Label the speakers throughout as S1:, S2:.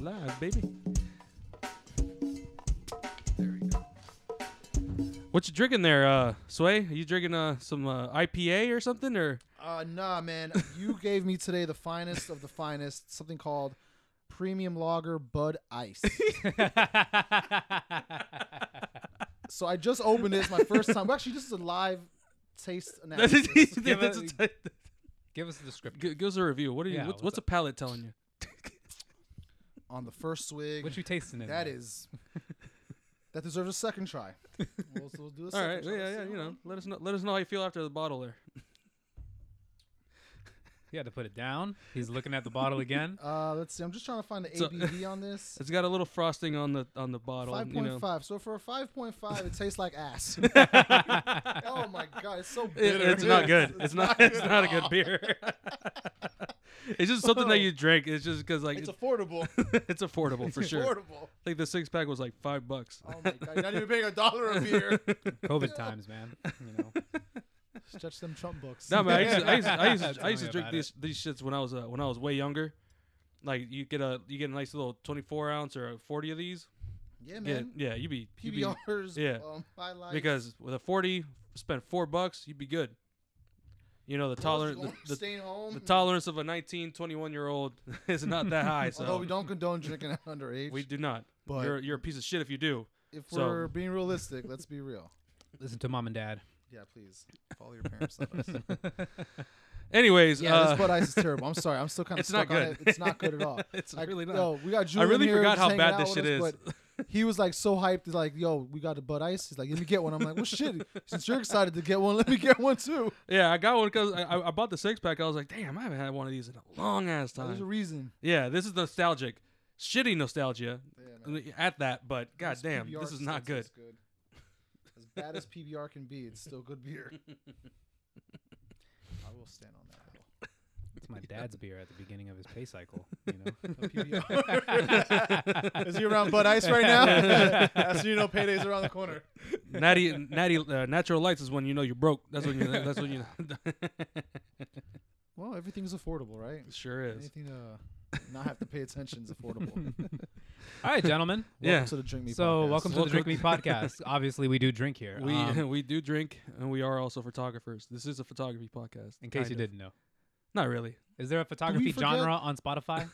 S1: live, baby. There we go. What you drinking there, uh, Sway? Are you drinking uh, some uh, IPA or something, or
S2: Uh, nah, man. You gave me today the finest of the finest, something called Premium Lager Bud Ice. so I just opened this my first time. Well, actually, this is a live taste analysis.
S3: give
S1: That's
S3: it-
S1: a t-
S3: Give us a description.
S1: G- give us a review. What are you?
S3: Yeah,
S1: what's
S3: what's
S1: what's a palate telling you?
S2: on the first swig.
S3: What you tasting in?
S2: that
S3: there?
S2: is. That deserves a second try. We'll, we'll do a
S1: All
S2: second
S1: right,
S2: try.
S1: yeah, yeah, you know, let us know. Let us know how you feel after the bottle there.
S3: He had to put it down. He's looking at the bottle again.
S2: Uh, let's see. I'm just trying to find the
S1: So-
S2: ABV on this.
S1: It's got a little frosting on the on the bottle.
S2: Five
S1: you know.
S2: point five. So for a five point five, it tastes like ass. oh my god, it's so
S1: It-
S2: bitter.
S1: it's not good. It's not. It's not a good beer. it's just something that
S2: Oh.
S1: you drink. It's just because like
S2: It's
S1: it's,
S2: affordable.
S1: it's affordable for sure.
S2: Affordable.
S1: I think the six pack was like five bucks.
S2: Oh my god, you're not even paying a dollar a beer.
S3: COVID times, man. You know.
S2: Stretch them Trump books.
S1: No man, I used to, I used to, I used
S3: Tell
S1: to, I used
S3: me
S1: to drink
S3: about
S1: these these shits when I was uh, when I was way younger. Like you get a you get a nice little twenty four ounce or a forty of these.
S2: yeah,
S1: Yeah,
S2: man.
S1: yeah, you be you be
S2: PBRs.
S1: yeah.
S2: Um, high life.
S1: because with a forty, spend four bucks, you'd be good. You know the tolerance the, the,
S2: staying home.
S1: the tolerance of a 19, 21 year old is not that high. So
S2: Although we don't condone drinking underage.
S1: we do not.
S2: But-
S1: you're you're a piece of shit if you do.
S2: if
S1: so-
S2: we're being realistic, let's be real.
S3: Listen to mom and dad.
S2: Yeah, please follow your parents. not us.
S1: Anyways,
S2: yeah,
S1: uh,
S2: this Bud Ice is terrible. I'm sorry. I'm still kind of
S1: it's not
S2: stuck on
S1: good.
S2: it. It's not good at all.
S1: it's
S2: Like,
S1: really not.
S2: Yo, we got
S1: I
S2: Julian
S1: really
S2: here
S1: forgot
S2: just
S1: how
S2: hanging
S1: bad
S2: out
S1: this
S2: with
S1: shit
S2: us,
S1: is.
S2: but He was like so hyped, he's like, "Yo, we got a Bud Ice." He's like, "Let me get one." I'm like, "Well, shit! Since you're excited to get one, let me get one too."
S1: Yeah, I got one because I, I- I bought the six pack. I was like, damn, I haven't had one of these in a long ass
S2: Now,
S1: time.
S2: there's a reason.
S1: yeah, this is nostalgic, shitty nostalgia
S2: Yeah, man.
S1: at that. But god
S2: This
S1: damn,
S2: PBR
S1: this is
S2: just
S1: not
S2: doesn't
S1: good.
S2: taste As bad as PBR can be, it's still good beer. I will stand on that. hill.
S3: It's my dad's beer at the beginning of his pay cycle. You know.
S2: No PBR. is he around Bud Ice right now? As you know, payday's around the corner.
S1: natty, natty, uh, natural lights is when you know you're broke. That's when you. That's when you.
S2: Well, everything's affordable, right?
S1: sure is.
S2: Anything to not have to pay attention is affordable. Welcome
S3: All right, gentlemen.
S1: Yeah.
S2: to the Drink Me.
S3: so
S2: podcast.
S3: welcome to the Drink Me podcast. Obviously, we do drink here.
S1: We
S3: um,
S1: we do drink and we are also photographers. This is a photography podcast.
S3: in case
S1: kind
S3: you
S1: of.
S3: didn't know,
S1: not really.
S3: is there a photography
S2: forget-
S3: genre on Spotify?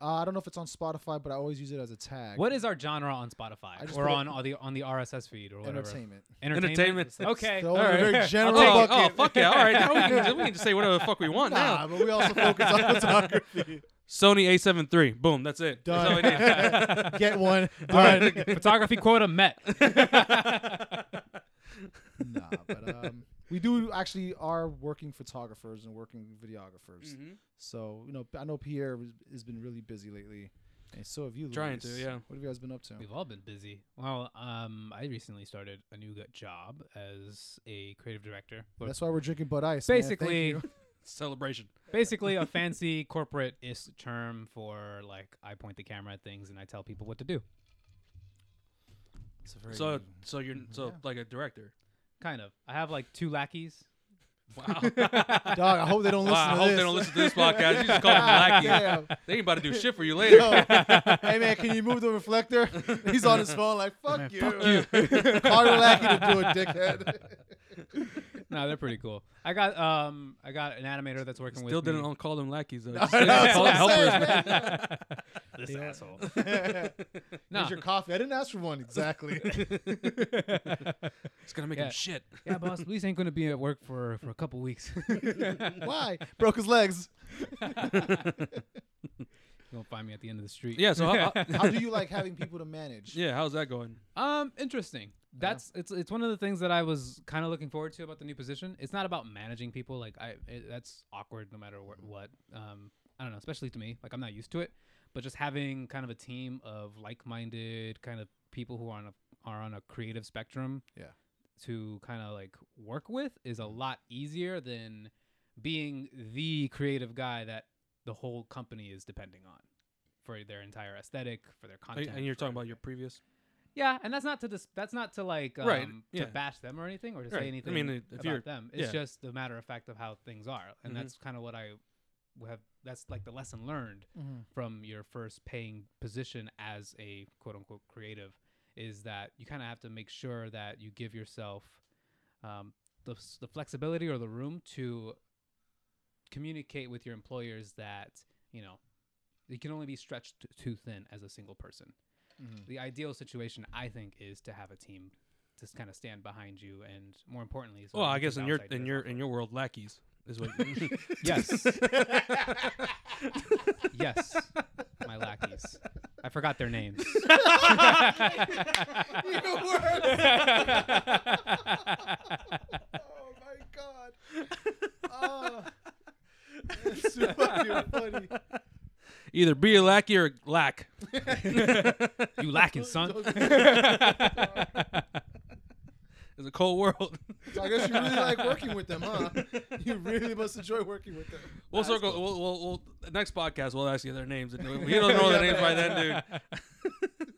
S2: Uh, I don't know if it's on Spotify, but I always use it as a tag.
S3: what is our genre on
S2: I
S3: Spotify
S2: just
S3: or
S2: put it-
S3: on all the on the RSS feed or whatever?
S2: entertainment?
S1: Entertainment. It's like
S3: Okay.
S2: throw in
S3: all
S2: a
S3: right.
S2: very
S3: I'll
S2: general
S3: take-
S2: bucket.
S1: oh, oh, fuck yeah! All right, now we can, we can just say whatever the fuck we want now.
S2: Nah, but we also focus on photography.
S1: Sony A7 III. Boom. That's it. That's all we need.
S2: Done. Get one.
S3: All right. Photography quota met.
S2: nah, but um, we do actually are working photographers and working videographers.
S1: Mm-hmm.
S2: So you know, I know Pierre was- has been really busy lately, and so have you.
S1: Trying to,
S2: Luis.
S1: yeah.
S2: What have you guys been up to?
S3: We've all been busy. Well, um, I recently started a new gut job as a creative director. Well,
S2: That's why we're drinking Bud Ice. man. Thank
S3: basically,
S2: you.
S1: Celebration.
S3: basically a fancy corporate is term for like I point the camera at things and I tell people what to do.
S2: It's a very
S1: So
S2: good-
S1: so you're so
S3: Mm-hmm.
S2: Yeah.
S1: like a director.
S3: Kind of. I have like two lackeys.
S1: Wow.
S2: dog, I hope they don't listen.
S1: wow. I
S2: to
S1: hope
S2: this.
S1: they don't listen to this podcast. You just call them lackey.
S2: Damn.
S1: They ain't about to do shit for you
S2: Yo,
S1: later.
S2: hey man, can you move the reflector? He's on his phone like, fuck you. Call your lackey to do it, dickhead.
S3: No, they're pretty cool. I got um I got an animator that's working
S1: Still
S3: with me.
S1: didn't all call them lackeys though. Just
S2: That's
S1: call
S2: what
S1: them
S2: I'm saying,
S1: helpers.
S2: man.
S3: this asshole.
S2: Here's
S3: no.
S2: your coffee. I didn't ask for one exactly.
S1: It's gonna make
S3: Yeah.
S1: them shit.
S3: yeah, boss, Luis ain't gonna be at work for for a couple weeks.
S2: Why? Broke his legs.
S3: You'll find me at the end of the street.
S1: Yeah. So how, how-
S2: How do you like having people to manage?
S1: yeah, how's that going?
S3: Um, interesting. That's it's it's one of the things that I was kind of looking forward to about the new position. It's not about managing people. Like I, it, that's awkward no matter wh- what. Um, I don't know, especially to me. Like I'm not used to it. But just having kind of a team of like-minded kind of people who are on a are on a creative spectrum.
S2: Yeah.
S3: To kind of like work with is
S1: Mm-hmm.
S3: a lot easier than being the creative guy that the whole company is depending on for their entire aesthetic, for their
S1: And
S3: content.
S1: and you're
S3: for
S1: talking about your previous.
S3: yeah, and that's not to dis- that's not to like um,
S1: Right, yeah.
S3: to bash them or anything or to
S1: Right.
S3: say
S1: I
S3: anything
S1: mean, if
S3: about
S1: you're-
S3: them. It's
S1: yeah.
S3: just the matter of fact of how things are, and
S1: Mhm.
S3: that's kind of what I w- have that's like the lesson learned from your first paying position as a quote unquote creative is that you kind of have to make sure that you give yourself um, the, s- the flexibility or the room to communicate with your employers that you know you can only be stretched t- too thin as a single person the ideal situation i think is to have a team to kind of stand behind you and more importantly so
S1: Well,
S3: that
S1: I
S3: you
S1: guess
S3: can
S1: in your
S3: bounce
S1: in
S3: ideas
S1: your
S3: off
S1: in your world, lackeys is what.
S3: of. yes yes my lackeys i forgot their names
S2: You're worse. Oh my god. Oh, that's so fucking funny.
S1: Either be a lackey or lack.
S3: you lacking son
S1: It's a cold world.
S2: So I guess you really like working with them, huh? You really must enjoy working with them.
S1: We'll circle. We'll, we'll, we'll the next podcast. We'll ask you their names. And we don't know their names by then, dude.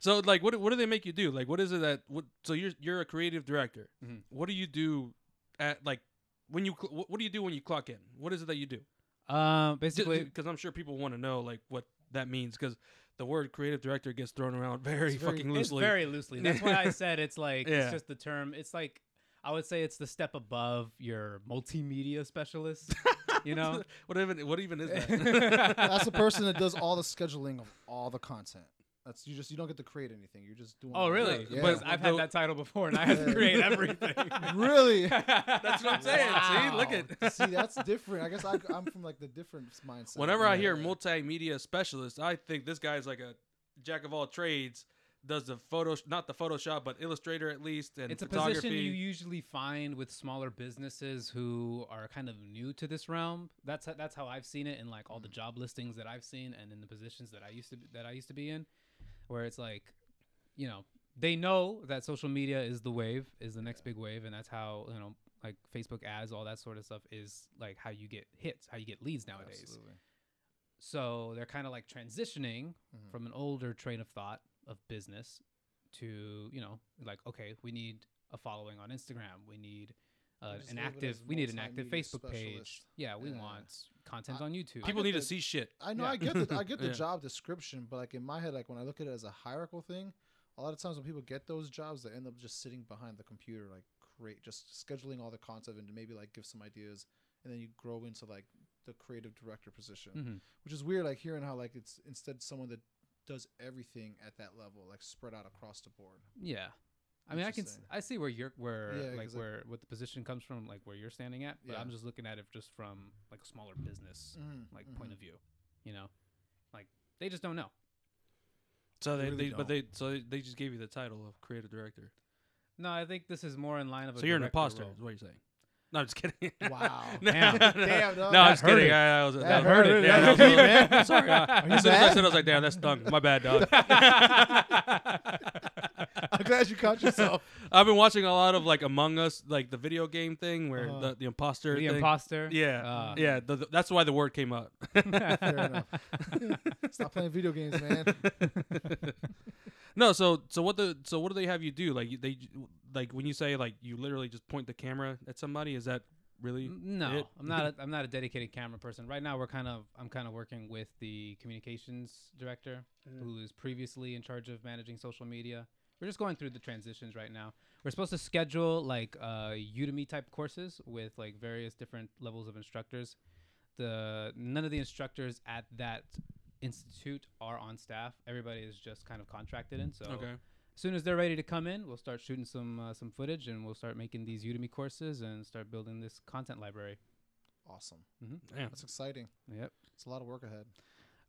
S1: So, like, what what do they make you do? Like, what is it that? What, so you're you're a creative director.
S3: Mhm.
S1: What do you do at like when you cl- what, what do you do when you clock in? What is it that you do?
S3: um basically
S1: Because I'm sure people want to know like what that means because the word creative director gets thrown around very,
S2: It's very-
S1: fucking
S3: It's
S1: loosely.
S3: very loosely. That's why I said it's like
S1: Yeah.
S3: it's just the term. It's like I would say it's the step above your multimedia specialist. You know,
S1: what even what even is that?
S2: That's the person that does all the scheduling of all the content. That's you just you don't get to create anything. You're just doing. all
S3: oh
S2: the
S3: really?
S2: work. Yeah.
S3: Because I've had
S1: Though-
S3: that title before, and I had to create everything.
S2: really.
S1: That's
S3: That's
S1: what I'm saying. See,
S2: Wow.
S1: look at.
S2: See, that's different. I guess I, I'm from like the different mindset.
S1: Whenever I hear
S2: Yeah.
S1: multimedia specialist, I think this guy's like a jack of all trades. Does the photo, not the Photoshop, but Illustrator at least, and
S3: It's a
S1: photography.
S3: position you usually find with smaller businesses who are kind of new to this realm. That's how, that's how I've seen it in like all the
S1: Mm.
S3: job listings that I've seen and in the positions that I used to that I used to be in, where it's like, you know, they know that social media is the wave, is the next big wave, and that's how you know like Facebook ads, all that sort of stuff is like how you get hits, how you get leads nowadays.
S2: Absolutely.
S3: So they're kind of like transitioning
S2: Mhm.
S3: from an older train of thought of business to, you know, like, okay, we need a following on Instagram. We need uh,
S2: just
S3: an
S2: leave it
S3: active,
S2: as
S3: we need an active
S2: multimedia
S3: Facebook page.
S2: specialist.
S3: Yeah, we
S2: Yeah.
S3: want content
S2: I-
S3: on YouTube.
S1: People
S2: get
S1: need to
S2: that.
S1: see shit.
S2: I know
S3: Yeah.
S2: I get the I get the
S1: Yeah.
S2: job description, but like in my head, like when I look at it as a hierarchical thing, a lot of times when people get those jobs, they end up just sitting behind the computer, like create just scheduling all the content and maybe like give some ideas, and then you grow into like the creative director position,
S1: Mm.
S3: Mhm.
S2: which is weird. Like hearing how like it's instead someone that does everything at that level, like spread out across the board.
S3: Yeah. I mean, I can s-
S2: Interesting.
S3: I see where you're where
S2: Yeah,
S3: like
S2: 'cause I-
S3: where what the position comes from, like where you're standing at. But
S2: Yeah.
S3: I'm just looking at it just from like a smaller business like
S2: Mm-hmm.
S3: point of view, you know, like they just don't know.
S1: So they,
S2: They really
S1: they but
S2: don't.
S1: they, so they, they just gave you the title of creative director.
S3: No, I think this is more in line of a
S1: So you're an
S3: director
S1: imposter,
S3: role.
S1: is what you're saying. No, I'm just kidding.
S2: Mm-hmm. Wow.
S1: no,
S3: Damn.
S1: no,
S2: Damn,
S1: no,
S2: dog.
S1: I'm
S2: That
S1: just
S3: hurt
S1: kidding.
S3: it.
S1: I, I was, that,
S2: That
S1: hurt
S2: hurt
S1: it.
S2: it.
S1: Yeah,
S2: That
S1: that was
S2: hurt
S1: a
S2: me,
S1: little-
S2: man.
S1: I'm Sorry. uh, as
S2: you
S1: soon as I
S2: mad?
S1: said, it, I was like, damn, that stung. My bad, dog.
S2: I'm glad you caught yourself.
S1: I've been watching a lot of like Among Us, like the video game thing where
S2: Uh-huh.
S1: the, the imposter.
S3: the
S1: thing.
S3: imposter.
S1: Yeah.
S3: Uh,
S1: yeah. The, the- that's why the word came up.
S2: Fair enough. Stop playing video games, man.
S1: no. So so what the so what do they have you do? Like you- they like when you say like you literally just point the camera at somebody. Is that really?
S3: No,
S1: it-
S3: I'm not. A, I'm not a dedicated camera person. Right now, we're kind of. I'm kind of working with the communications director,
S2: Mm-hmm.
S3: who is previously in charge of managing social media. We're just going through the transitions right now. We're supposed to schedule like uh, Udemy type courses with like various different levels of instructors. The none of the instructors at that institute are on staff. Everybody is just kind of contracted in. So
S1: Okay.
S3: as soon as they're ready to come in, we'll start shooting some uh, some footage and we'll start making these Udemy courses and start building this content library.
S2: Awesome.
S1: Yeah.
S2: Mm-hmm. That's exciting.
S3: Yep,
S2: It's a lot of work ahead.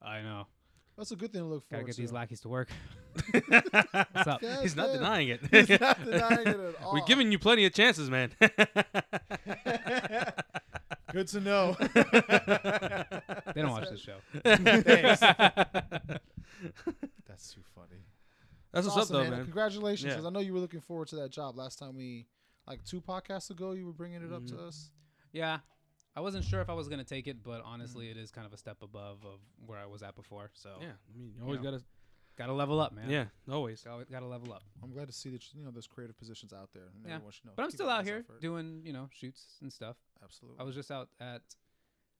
S3: I know.
S2: That's a good thing to look
S3: Gotta
S2: forward
S3: get
S2: to.
S3: these lackeys to work. What's up?
S2: God
S1: He's not
S2: damn.
S1: denying it.
S2: He's not denying it at all.
S1: We're giving you plenty of chances, man.
S2: Good to know.
S3: They don't watch this show.
S2: Thanks. That's too funny.
S1: That's what's up, though, man.
S2: Congratulations,
S1: Yeah.
S2: because I know you were looking forward to that job last time we, like two podcasts ago, you were bringing it up to us.
S3: Yeah, I wasn't sure if I was gonna take it, but honestly, it is kind of a step above of where I was at before. So
S1: Yeah, I mean, you always
S3: know.
S1: gotta.
S3: gotta level up, man.
S1: Yeah, always.
S3: Gotta, gotta level up.
S2: I'm glad to see that you know there's creative positions out there. And
S3: Yeah.
S2: everyone should know.
S3: But I'm
S2: Keep
S3: still
S2: your
S3: out
S2: eyes
S3: here
S2: for it.
S3: doing you know shoots and stuff.
S2: Absolutely.
S3: I was just out at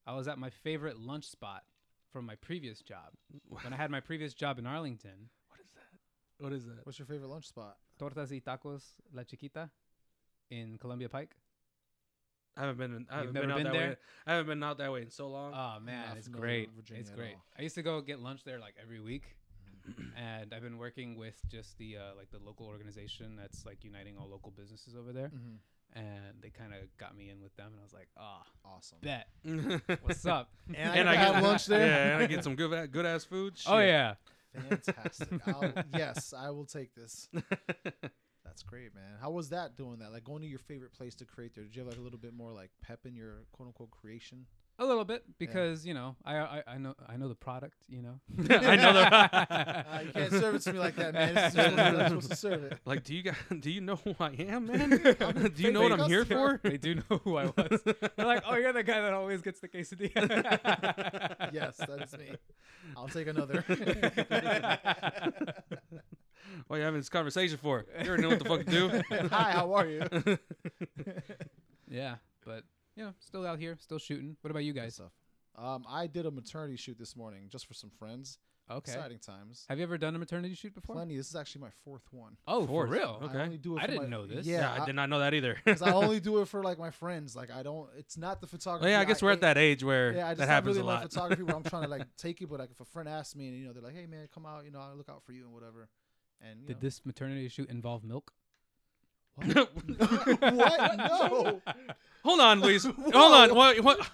S3: I was at my favorite lunch spot from my previous job. When I had my previous job in Arlington,
S1: What is that? What is that?
S2: What's your favorite lunch spot?
S3: Tortas y Tacos La Chiquita in Columbia Pike.
S1: I haven't been. In, I haven't
S3: You've never
S1: been out
S3: been
S1: that
S3: there?
S1: way. I haven't been out that way in so long.
S3: Oh man,
S2: not
S3: it's
S2: familiar
S3: great.
S2: with Virginia
S3: it's
S2: at
S3: great.
S2: all. Mm-hmm.
S3: I used to go get lunch there like every week, and I've been working with just the uh, like the local organization that's like uniting all local businesses over there,
S2: Mm-hmm.
S3: and they kind of got me in with them, and I was like, ah,
S2: Awesome.
S3: bet.
S1: What's
S3: What's up?
S2: And I
S1: And
S2: get
S1: I
S2: to
S1: get
S2: have lunch there.
S1: Yeah, and I get some good good ass food.
S3: oh yeah,
S2: Fantastic. I'll, yes, I will take this. That's great, man. How was that doing that? Like going to your favorite place to create there? Did you have like a little bit more like pep in your quote unquote creation?
S3: a little bit because you know I, I I know I know the product. You know,
S1: I know the-
S2: Uh, you can't serve it to me like that, man. This is just what I'm supposed to serve it.
S1: Like, do you guys, do you know who I am, man? do you know what I'm here for?
S3: They do know who I was. They're like, oh, you're the guy that always gets the quesadilla.
S2: Yes, that is me. I'll take another.
S1: Why are you having this conversation for? You already know what the fuck to
S2: Hi, how are you?
S1: do.
S3: Yeah, but you know, still out here, still shooting. What about you guys?
S2: Stuff. Um, I did a maternity shoot this morning just for some friends.
S3: Okay.
S2: Exciting times.
S3: Have you ever done a maternity shoot before?
S2: Plenty. This is actually my fourth one.
S3: Oh,
S1: Fourth.
S3: for real?
S1: Okay.
S2: I only do it.
S3: I
S2: for
S3: didn't
S2: my-
S3: know this.
S1: Yeah,
S2: Yeah,
S1: I did not know that either.
S2: because I only do it for like my friends. Like I don't. It's not the photography.
S1: Well, yeah, I guess we're at
S2: hate.
S1: that age where
S2: Yeah, I just
S1: that
S2: not
S1: happens a
S2: really love
S1: lot.
S2: photography where I'm trying to like take it, but like if a friend asks me and you know they're like, "Hey man, come out, you know, I'll look out for you and whatever." And you
S3: Did this maternity shoot involve milk?
S2: know, what? what? No.
S1: Hold on, Luis. Hold on. What? What?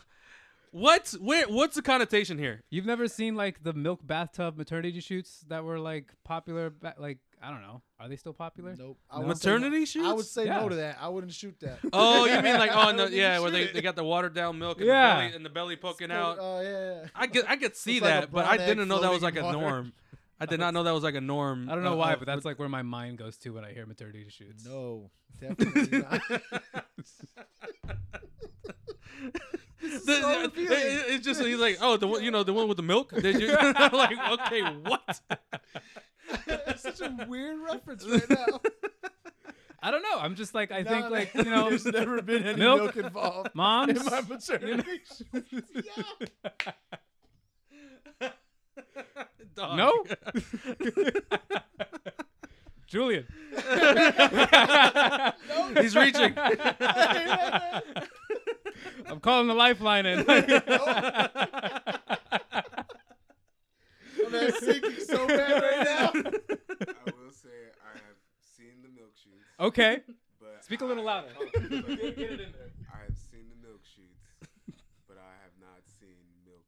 S1: What's where? What's the connotation here?
S3: You've never seen like the milk bathtub maternity shoots that were like popular, ba- like I don't know, are they still popular?
S2: Nope.
S3: No.
S2: would say no-
S1: Maternity
S2: I
S1: shoots?
S2: would say
S3: Yeah.
S2: no to that. I wouldn't shoot that.
S1: Oh, you mean like oh
S2: I
S1: no,
S2: wouldn't
S1: yeah,
S2: even
S1: where
S2: shoot
S1: they,
S2: it.
S1: they got the watered down milk and
S3: Yeah.
S1: the belly and the belly poking
S2: Oh,
S1: out.
S2: Oh yeah.
S1: I get I could see
S2: It's like a
S1: that, but I
S2: brown egg
S1: didn't know that was like
S2: floating
S1: a
S2: in water.
S1: norm. I did not know that was like a norm.
S3: I don't know
S1: uh,
S3: why,
S1: of-
S3: but that's like where my mind goes to when I hear maternity
S2: yeah.
S3: shoots.
S2: No, definitely not.
S1: the,
S2: so
S1: the-
S2: appealing.
S1: it- it's just he's like, oh, the one you know, the one with the milk. Did you like okay, what?
S2: That's such a weird reference right now.
S3: I don't know. I'm just like I
S2: No,
S3: think
S2: no,
S3: like you know,
S2: there's never been any
S3: milk-
S2: milk, involved
S3: moms.
S2: in my maternity. shoot. yeah.
S1: Dog.
S3: No? Julian.
S1: he's reaching.
S3: I'm calling the lifeline in.
S2: I'm at sinking so bad right now.
S4: I will say I have seen the milk shoots.
S3: okay.
S4: But
S3: Speak a little
S4: I-
S3: louder.
S4: Hold on, hold on. I have seen the milk shoots, but I have not seen milk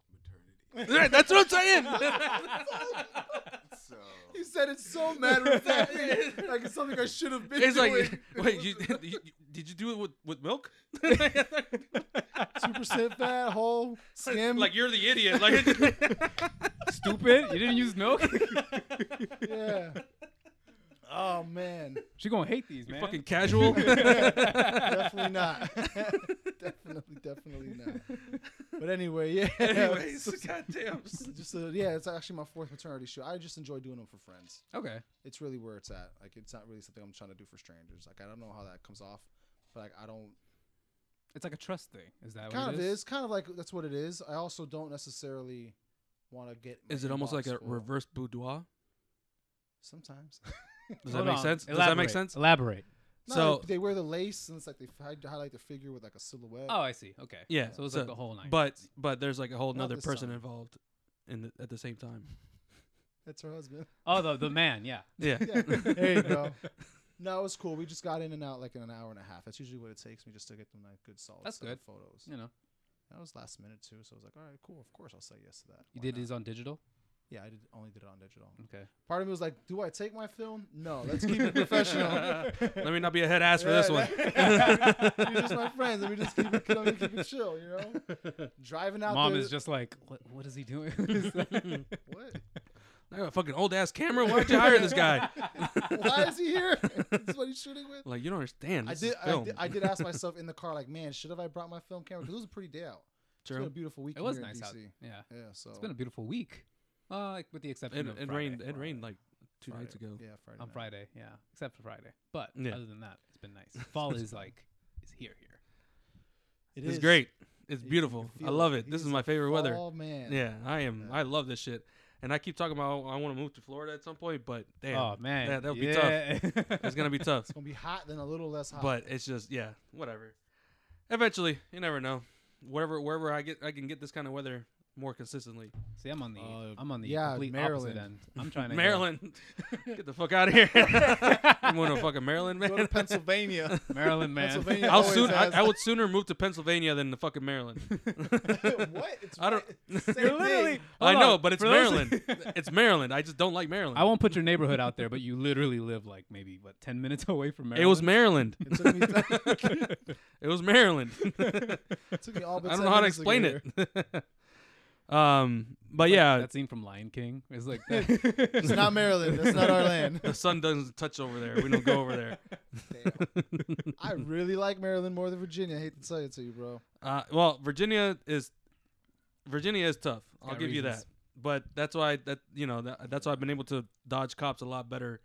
S4: maternity.
S1: Right, that's what I'm saying.
S4: So
S2: He said it's so matter of fact, like it's something I should have been
S1: it's
S2: doing.
S1: like, wait, you, you, did you do it with, with milk?
S2: two percent fat, whole, skim.
S1: like you're the idiot. Like
S3: Stupid. You didn't use milk?
S2: yeah. Oh man,
S3: she going to hate these, man.
S1: fucking casual.
S2: definitely not. definitely, definitely not. But anyway, yeah.
S1: Anyways, goddamn.
S2: just uh yeah, it's actually my fourth maternity shoot. I just enjoy doing them for friends.
S3: okay.
S2: It's really where it's at. Like it's not really something I'm trying to do for strangers. Like I don't know how that comes off, but like I don't
S3: It's like a trust thing. Is that
S2: kind
S3: what
S2: of
S3: it is?
S2: is kind of like that's what it is. I also don't necessarily want to get. my
S1: Is it almost like
S2: inbox
S1: a
S2: full.
S1: reverse boudoir?
S2: Sometimes.
S1: Does
S3: Hold
S1: that make
S3: on.
S1: sense? Does that
S3: Elaborate.
S1: make sense?
S3: Elaborate.
S2: no,
S1: So-
S2: they, they wear the lace and it's like they hi- highlight the figure with like a silhouette.
S3: Oh, I see. Okay.
S1: Yeah,
S3: So it's
S1: so-
S3: like the whole nine.
S1: But but there's like a whole
S2: Not
S1: another
S2: this
S1: person
S2: time.
S1: involved in the, at the same time.
S2: That's her husband.
S3: oh, the, the man. Yeah.
S1: Yeah.
S2: Yeah, there you go. No, it was cool. We just got in and out like in an hour and a half. That's usually what it takes me just to get them like good solid
S3: That's
S2: set
S3: good.
S2: of photos.
S3: You know,
S2: That was last minute too, so I was like, all right, cool. Of course, I'll say yes to that.
S3: you
S2: Why
S3: did
S2: not?
S3: these on digital.
S2: Yeah, I did. Only did it on digital.
S3: Okay.
S2: Part of me was like, do I take my film? No, let's keep it professional.
S1: Let me not be a head ass for this one.
S2: You're just my friends, and we just keep it, you know, we keep it chill. You know, driving out.
S3: Mom
S2: there,
S3: is just like, what, what is he doing?
S2: what?
S1: I got a fucking old ass camera. Why'd you hire this guy?
S2: Why is he here? this is what he's shooting with.
S1: Like you don't understand.
S2: I
S1: This
S2: did,
S1: Is
S2: I
S1: film.
S2: did. I did ask myself in the car, like, man, should have I brought my film camera? Because it was a pretty day out. It's been a
S1: True.
S2: beautiful weekend.
S3: it was
S2: here
S3: nice
S2: in DC.
S3: out. Yeah.
S2: Yeah. So
S3: It's been a beautiful week. Uh, like with the exception
S1: It,
S3: of
S1: it
S3: Friday.
S1: rained. It rained like two
S2: Friday.
S1: nights ago.
S2: Yeah, Friday.
S3: on
S2: night.
S3: Friday, yeah, except for Friday. But
S1: Yeah.
S3: other than that, it's been nice. Fall is like is here here.
S2: It
S1: It's
S2: is.
S1: great. It's
S2: You can
S1: beautiful.
S2: feel
S1: I love it.
S2: He
S1: This is
S2: a
S1: my favorite weather.
S2: fall man.
S1: Yeah, I am.
S2: Yeah.
S1: I love this shit. And I keep talking about I want to move to Florida at some point, but damn,
S3: Oh man,
S1: that- that would be
S3: be tough.
S1: it's gonna be tough.
S2: It's gonna be hot, then a little less
S5: Oh.
S2: hot.
S1: But it's just yeah, whatever. Eventually, you never know. Wherever wherever I get, I can get this kind of weather more consistently.
S3: See, I'm on the
S2: Uh,
S3: I'm on the
S2: yeah,
S3: complete
S2: Maryland.
S3: opposite end. I'm trying to
S1: Maryland, get the fuck out of here. I'm going to fucking Maryland,
S5: Go to
S1: man.
S5: Pennsylvania.
S3: Maryland, man.
S5: Pennsylvania
S1: I'll
S5: always
S1: soon. I,
S5: has-
S1: I would sooner move to Pennsylvania than to fucking Maryland.
S5: what? It's
S1: I don't.
S5: right- it's the same
S3: Literally-
S5: thing.
S1: I
S3: Hold
S1: know,
S3: on.
S1: but it's
S3: For those-
S1: Maryland. it's Maryland. I just don't like Maryland.
S3: I won't put your neighborhood out there, but you literally live like maybe what ten minutes away from Maryland.
S1: It was Maryland.
S2: It took me,
S1: It was Maryland.
S2: it took me all. But
S1: I don't
S2: 10
S1: know how to
S2: minutes
S1: explain
S2: get here.
S1: it. um, but
S3: Like
S1: yeah,
S3: that scene from Lion King. It's like that.
S5: It's not Maryland. That's not our land.
S1: the sun doesn't touch over there. We don't go over there.
S2: I really like Maryland more than Virginia. I hate to tell it to you, bro.
S1: Uh, well, Virginia is Virginia is tough. I'll
S3: Got
S1: give you that.
S3: reasons.
S1: But that's why that you know that, that's why I've been able to dodge cops a lot better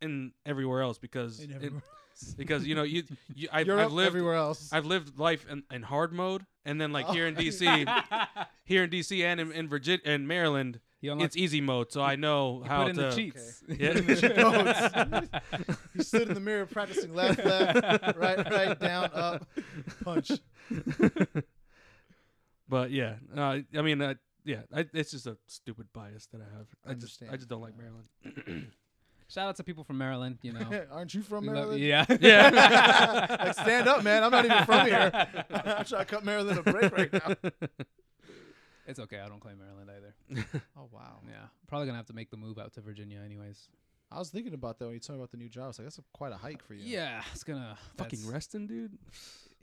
S1: in everywhere else because
S5: In
S1: it-
S5: everywhere
S1: because you know you, you I've,
S2: Europe,
S1: I've lived
S2: everywhere else.
S1: I've lived life in, in hard mode and then like here in
S2: Oh.
S1: DC here in DC and in, in Virginia and Maryland
S3: you unlock,
S1: it's easy mode so I know
S3: you
S1: how
S3: put in
S1: to
S3: the cheats.
S1: Okay. Yeah.
S3: You put in the cheat codes.
S2: He stood in the mirror practicing left, left, right, right, down, up, punch.
S1: but yeah, uh, I mean, uh, yeah, I, it's just a stupid bias that I have. I,
S2: I
S1: just, I
S2: understand.
S1: just don't like
S2: Yeah.
S1: Maryland.
S3: Shout out to people from Maryland. You know,
S2: Aren't you from
S3: We love-
S2: Maryland?
S3: yeah,
S1: Oh. Yeah.
S2: like stand up, man. I'm not even from here. I'm trying to cut Maryland a break right now.
S3: It's okay. I don't claim Maryland either.
S2: Oh wow.
S3: Yeah, probably gonna have to make the move out to Virginia anyways.
S2: I was thinking about that when you told me about the new job. I was like, that's a, quite a hike for you.
S3: Yeah, it's gonna
S1: Fucking
S3: that's-
S1: Reston, dude.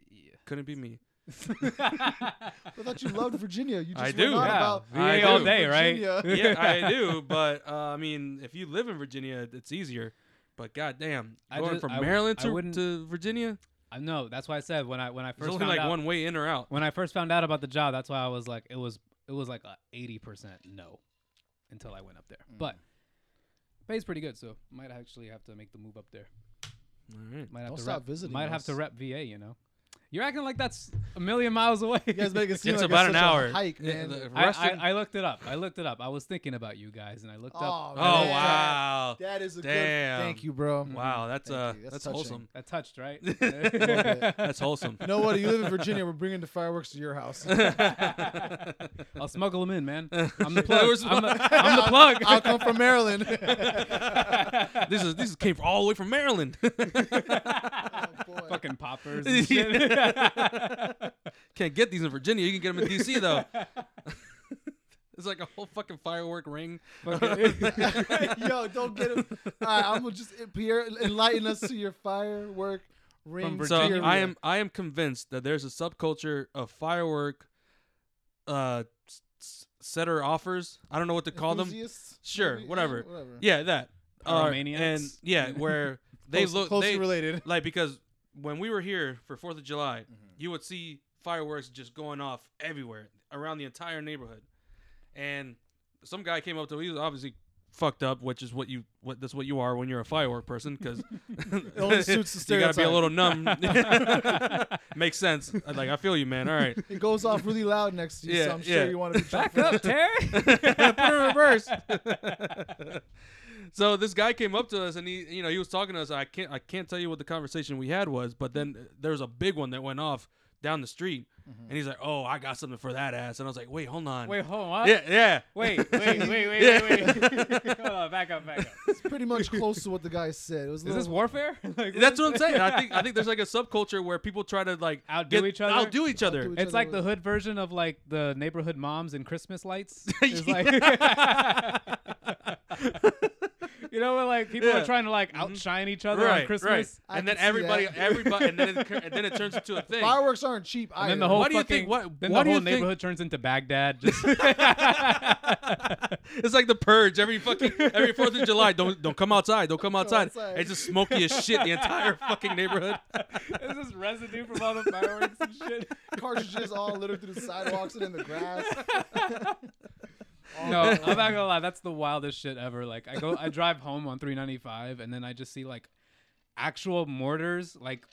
S3: yeah.
S1: Couldn't be me.
S2: I thought you loved Virginia. You just
S1: I
S2: went
S1: do.
S2: on
S1: Yeah.
S2: about
S1: I
S3: VA all
S1: do.
S3: day, right?
S2: Virginia.
S1: Yeah, I do. But uh, I mean, if you live in Virginia, it's easier. But goddamn,
S3: I
S1: going
S3: just-
S1: from
S3: I w-
S1: Maryland
S3: I
S1: to,
S3: wouldn't-
S1: to Virginia,
S3: I know. That's why I said when I when I
S1: there's
S3: first
S1: only
S3: found
S1: like
S3: out,
S1: one way in or out.
S3: when I first found out about the job, that's why I was like, it was it was like eighty percent no, until I went up there. But pays pretty good, so might actually have to make the move up there.
S1: All right.
S3: Might have
S2: Don't
S3: to
S2: stop
S3: rep,
S2: visiting
S3: Might have
S2: us.
S3: to rep VA. You know, you're acting like that's a million miles away.
S2: You guys make it seem
S1: It's
S2: like
S1: about an
S2: it's such
S1: hour.
S2: a hike,
S1: Yeah,
S2: man.
S1: the
S3: I,
S1: Reston-
S3: I, I looked it up. I looked it up. I was thinking about you guys, and I looked up.
S2: Oh,
S1: oh
S2: man.
S1: wow,
S2: That is a
S1: Damn.
S2: good. Thank you, bro.
S1: wow, that's
S2: Thank
S1: uh,
S2: you. That's
S1: that's,
S2: touching.
S1: wholesome.
S3: That touched, right?
S1: That's wholesome.
S2: You know what? You live in Virginia. We're bringing the fireworks to your house.
S3: I'll smuggle them in, man. I'm the plug.
S1: Where's
S3: I'm the,
S1: my-
S3: I'm the plug.
S2: I'll come from Maryland.
S1: this is this came from all the way from Maryland.
S2: Oh, boy.
S3: Fucking poppers. And shit.
S1: Can't get these in Virginia. You can get them in DC though. it's like a whole fucking firework ring.
S3: Fucking-
S2: Yo, don't get him. All right, I'm gonna just Pierre enlighten us to your firework ring.
S1: So
S3: Virginia.
S1: I am I am convinced that there's a subculture of firework uh s- s- setter offers. I don't know what to call them.
S2: Enthusiasts?
S1: Sure,
S2: Maybe? Yeah,
S1: whatever.
S2: whatever.
S1: Yeah, that. Uh, and
S3: Pyromaniacs?
S1: yeah, where they
S5: Close-
S1: look
S5: closely
S1: they,
S5: related.
S1: like because when we were here for Fourth of July,
S2: Mm-hmm.
S1: you would see fireworks just going off everywhere around the entire neighborhood, and some guy came up to me. He was obviously fucked up, which is what you what that's what you are when you're a firework person because
S2: only suits the
S1: you gotta be a
S2: stereotype.
S1: little numb. Makes sense. I'm Like I feel you, man. All right,
S2: It goes off really loud next to you,
S1: Yeah,
S2: so I'm
S1: yeah.
S2: sure you want to be
S3: Back up, Terry.
S1: put it in reverse. so this guy came up to us and he you know he was talking to us i can't i can't tell you what the conversation we had was but then uh, there was a big one that went off down the street and he's like oh i got something for that ass and i was like wait hold on
S3: Mm-hmm. Wait, hold on.
S1: yeah yeah
S3: Wait, wait, wait, wait,
S1: Yeah.
S3: wait, wait. Hold on, back up, back up.
S2: It's pretty much close to what the guy said. It was a
S3: Is this
S2: little-
S3: warfare? Like,
S1: that's
S3: is
S1: what i'm
S3: this?
S1: saying i think i think there's like a subculture where people try to like
S3: Outdo each other?
S1: outdo each other
S2: Outdo each
S3: It's like the
S2: other.
S3: hood version of like the neighborhood moms and Christmas lights. It's like, you know, where like people
S1: Yeah. Mm-hmm.
S3: are trying to like outshine each other on Christmas.
S2: I
S1: and then
S2: can see
S1: everybody
S2: that.
S1: everybody and then it, and then it turns into a thing
S2: fireworks aren't cheap.
S3: And
S2: Either.
S3: then the whole
S1: Why do you
S3: fucking,
S1: think- why-
S3: then
S1: why do
S3: the
S1: you
S3: whole
S1: think-
S3: neighborhood turns into Baghdad. Just
S1: it's like the purge every fucking every fourth of july don't don't come outside don't come outside
S2: outside.
S1: it's just smoky as shit the entire fucking neighborhood
S3: There's this residue from all the fireworks and shit.
S2: cartridges all littered through the sidewalks and in the grass.
S3: No, I'm not gonna lie. That's the wildest shit ever. Like I go, I drive home on 395, and then I just see like actual mortars, like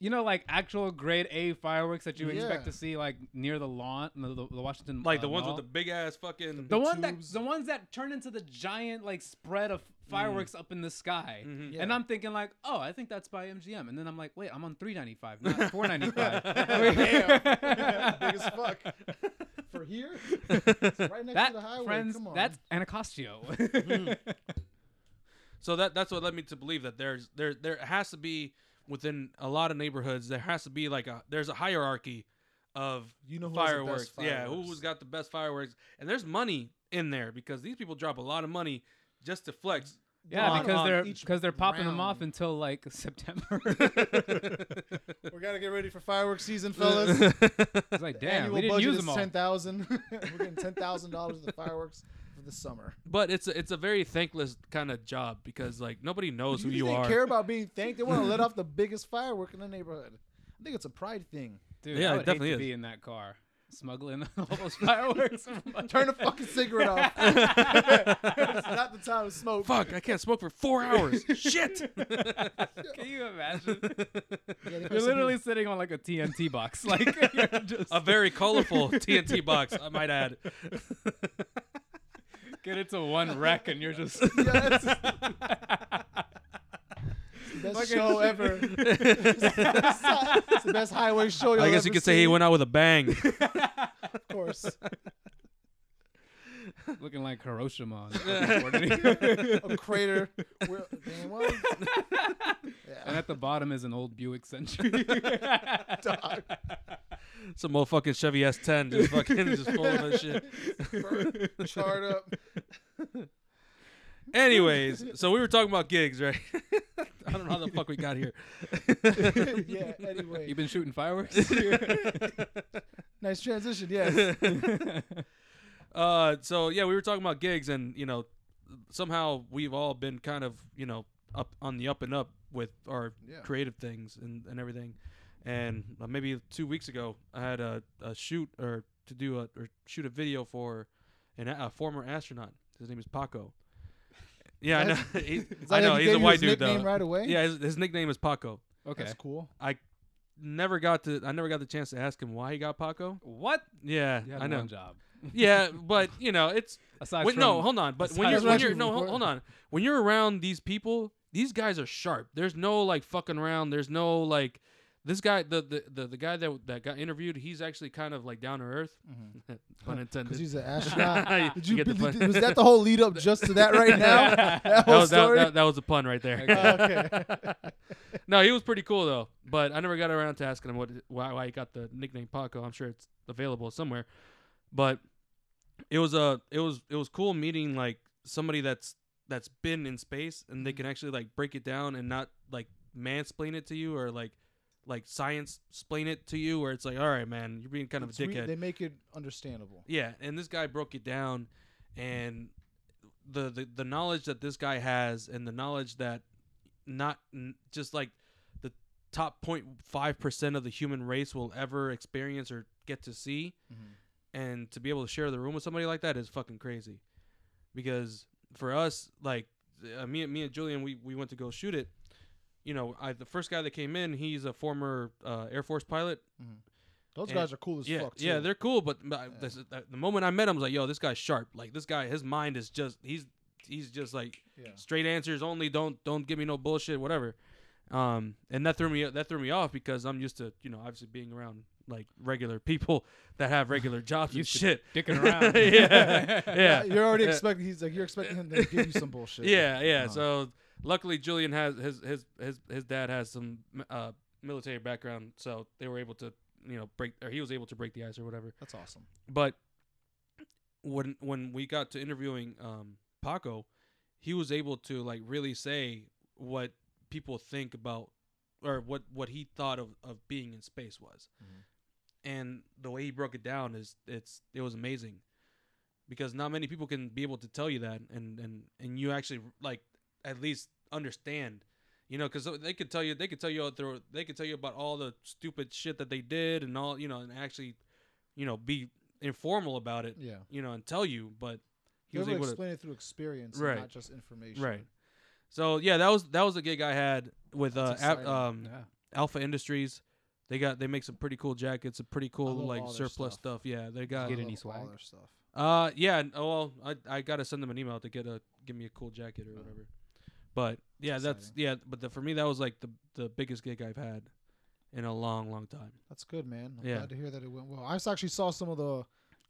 S3: you know, like actual grade A fireworks that you
S2: Yeah.
S3: expect to see like near the lawn, the, the, the Washington,
S1: Like
S3: uh,
S1: the ones
S3: Mall.
S1: with the big ass fucking.
S3: the one that
S2: tubes.
S3: the ones that turn into the giant like spread of
S1: Mm.
S3: fireworks up in the sky.
S1: Mhm.
S3: And
S2: Yeah.
S3: I'm thinking like, oh, I think that's by MGM. And then I'm like, wait, I'm on 395, not 495.
S2: Damn. Big as fuck. For here, it's right next
S3: that
S2: to the highway.
S3: friends,
S2: Come on. Hmm.
S3: that's Anacostio.
S1: So that that's what led me to believe that there's there there has to be within a lot of neighborhoods there has to be like a there's a hierarchy of
S2: you know who has the
S1: fireworks.
S2: best
S1: Yeah,
S2: fireworks.
S1: who's got the best fireworks? And there's money in there because these people drop a lot of money just to flex.
S3: yeah,
S1: on-
S3: because
S1: on
S3: they're
S2: each
S3: because they're popping them off
S2: round.
S3: until like September.
S5: We gotta get ready for fireworks season, fellas.
S3: it's like, damn,
S2: Annual
S3: we didn't
S2: budget
S3: use
S2: is
S3: them all.
S2: ten thousand. We're getting ten thousand dollars of the fireworks for the summer.
S1: but it's a, it's a very thankless kind of job because like nobody knows who
S2: They
S1: you
S2: didn't
S1: are.
S2: care about being thanked. They want to let off the biggest firework in the neighborhood. I think it's a pride thing.
S3: Dude,
S1: Yeah,
S3: I
S1: it
S3: would
S1: definitely
S3: hate
S1: is.
S3: to be in that car smuggling all those fireworks.
S2: Turn the fucking cigarette off. it's not the time to smoke.
S1: Fuck, I can't smoke for four hours. Shit.
S3: Can you imagine?
S2: Yeah, they
S3: You're
S2: must have
S3: literally sitting on like a TNT box, like you're just
S1: a very colorful TNT box, I might add.
S3: get into one wreck and you're just
S2: been- Yeah, that's the best show ever. it's the best highway show. You'll
S1: I guess
S2: ever
S1: you could say he
S2: see,
S1: went out with a bang.
S2: Of course,
S3: looking like Hiroshima. on the
S1: Yeah.
S3: fucking board.
S2: a crater. Where, man, what?
S3: and
S2: Yeah.
S3: at the bottom is an old Buick Century.
S2: Dog.
S1: Some old fucking Chevy S10 just fucking just full of that shit.
S2: Burnt, charred up.
S1: Anyways, so we were talking about gigs, right? I don't know how the fuck we got here.
S2: yeah. Anyway,
S3: You've been shooting fireworks.
S2: nice transition. Yes.
S1: uh, so yeah, we were talking about gigs, and you know, somehow we've all been kind of you know up on the up and up with our
S2: Yeah.
S1: creative things and, and everything. And uh, maybe two weeks ago, I had a, a shoot or to do a or shoot a video for an, a a former astronaut. His name is Paco. Yeah, I know.
S2: That's-
S1: He's,
S2: Is that
S1: I
S2: how
S1: know he's
S2: you
S1: a
S2: gave you
S1: white
S2: his
S1: dude
S2: nickname
S1: though.
S2: Right away.
S1: Yeah, his, his nickname is Paco.
S3: okay.
S2: That's cool.
S1: Never got to. I never got the chance to ask him why he got Paco.
S3: What?
S1: Yeah,
S3: You had
S1: I know.
S3: one job.
S1: Yeah, but you know, it's
S3: Aside
S1: Wait,
S3: from
S1: no, hold on. But when
S3: aside
S1: you're,
S2: from
S1: when
S2: that
S1: you're
S2: you
S1: no,
S2: report-
S1: hold on. When you're around these people, these guys are sharp. There's no like fucking around. There's no like this guy, the the the, the guy that that got interviewed. He's actually kind of like down to earth. Pun
S2: Because
S1: intended.
S2: he's an astronaut. Did you,
S1: get the
S2: believe-
S1: pun.
S2: was that the whole lead up just to that right now? That
S1: That
S2: whole
S1: was, that,
S2: story.
S1: that, that was a pun right there.
S2: Okay.
S1: no, he was pretty cool though. But I never got around to asking him what why, why he got the nickname Paco. I'm sure it's available somewhere. But it was a it was it was cool meeting like somebody that's that's been in space and
S2: Mm-hmm.
S1: they can actually like break it down and not like mansplain it to you or like like science splain it to you where it's like all right man you're being kind of
S2: It's
S1: a
S2: re-
S1: dickhead
S2: They make it understandable.
S1: yeah, and this guy broke it down, and the the, the knowledge that this guy has, and the knowledge that not n- just like the top 05 percent of the human race will ever experience or get to see,
S2: Mhm.
S1: and to be able to share the room with somebody like that is fucking crazy, because for us, like uh, me and me and Julian, we we went to go shoot it. You know, I, the first guy that came in, he's a former uh, Air Force pilot,
S2: Those
S1: And-
S2: guys are cool as
S1: yeah,
S2: fuck. Too.
S1: yeah, they're cool. But but I-
S2: Yeah.
S1: this- the, the moment I met him, I was like, "Yo, this guy's sharp. Like this guy, his mind is just he's he's just like
S2: Yeah.
S1: straight answers only. Don't don't give me no bullshit, whatever." Um, and that threw me that threw me off because I'm used to you know obviously being around like regular people that have regular jobs and
S3: Used to
S1: shit.
S3: dicking around.
S1: yeah, yeah,
S2: You're already
S1: Yeah.
S2: expecting. He's like you're expecting him to give you some bullshit.
S1: yeah, yeah.
S2: Uh-huh.
S1: So luckily, Julian has his his his his dad has some uh, military background, so they were able to you know break or he was able to break the ice or whatever.
S2: that's awesome.
S1: But when when we got to interviewing um, Paco, he was able to like really say what people think about or what what he thought of of being in space was,
S2: Mhm.
S1: and the way he broke it down is it's it was amazing because not many people can be able to tell you that and and and you actually like at least understand you know because they could tell you they could tell you out there they could tell you about all the stupid shit that they did and all you know and actually you know be informal about it
S2: Yeah,
S1: you know and tell you but he
S2: you
S1: was
S2: able
S1: able to
S2: to explain it through experience,
S1: Right.
S2: and not just information.
S1: right so yeah that was that was a gig i had with uh,
S2: That's
S1: ab,
S2: exciting.
S1: um
S3: Yeah.
S1: Alpha Industries. They got they make some pretty cool jackets, some pretty cool
S2: love
S1: like
S2: all their
S1: surplus stuff.
S2: stuff.
S1: Yeah, they got.
S3: Get
S2: I
S3: any
S2: love all
S3: swag?
S2: their stuff.
S1: Uh, yeah. n- Oh, well, I I gotta send them an email to get a give me a cool jacket
S2: Uh-huh.
S1: or whatever. But yeah, that's yeah. But the, for me, that was like the the biggest gig I've had in a long, long time.
S2: That's good, man. I'm
S1: Yeah.
S2: glad to hear that it went well. I s- actually saw some of the.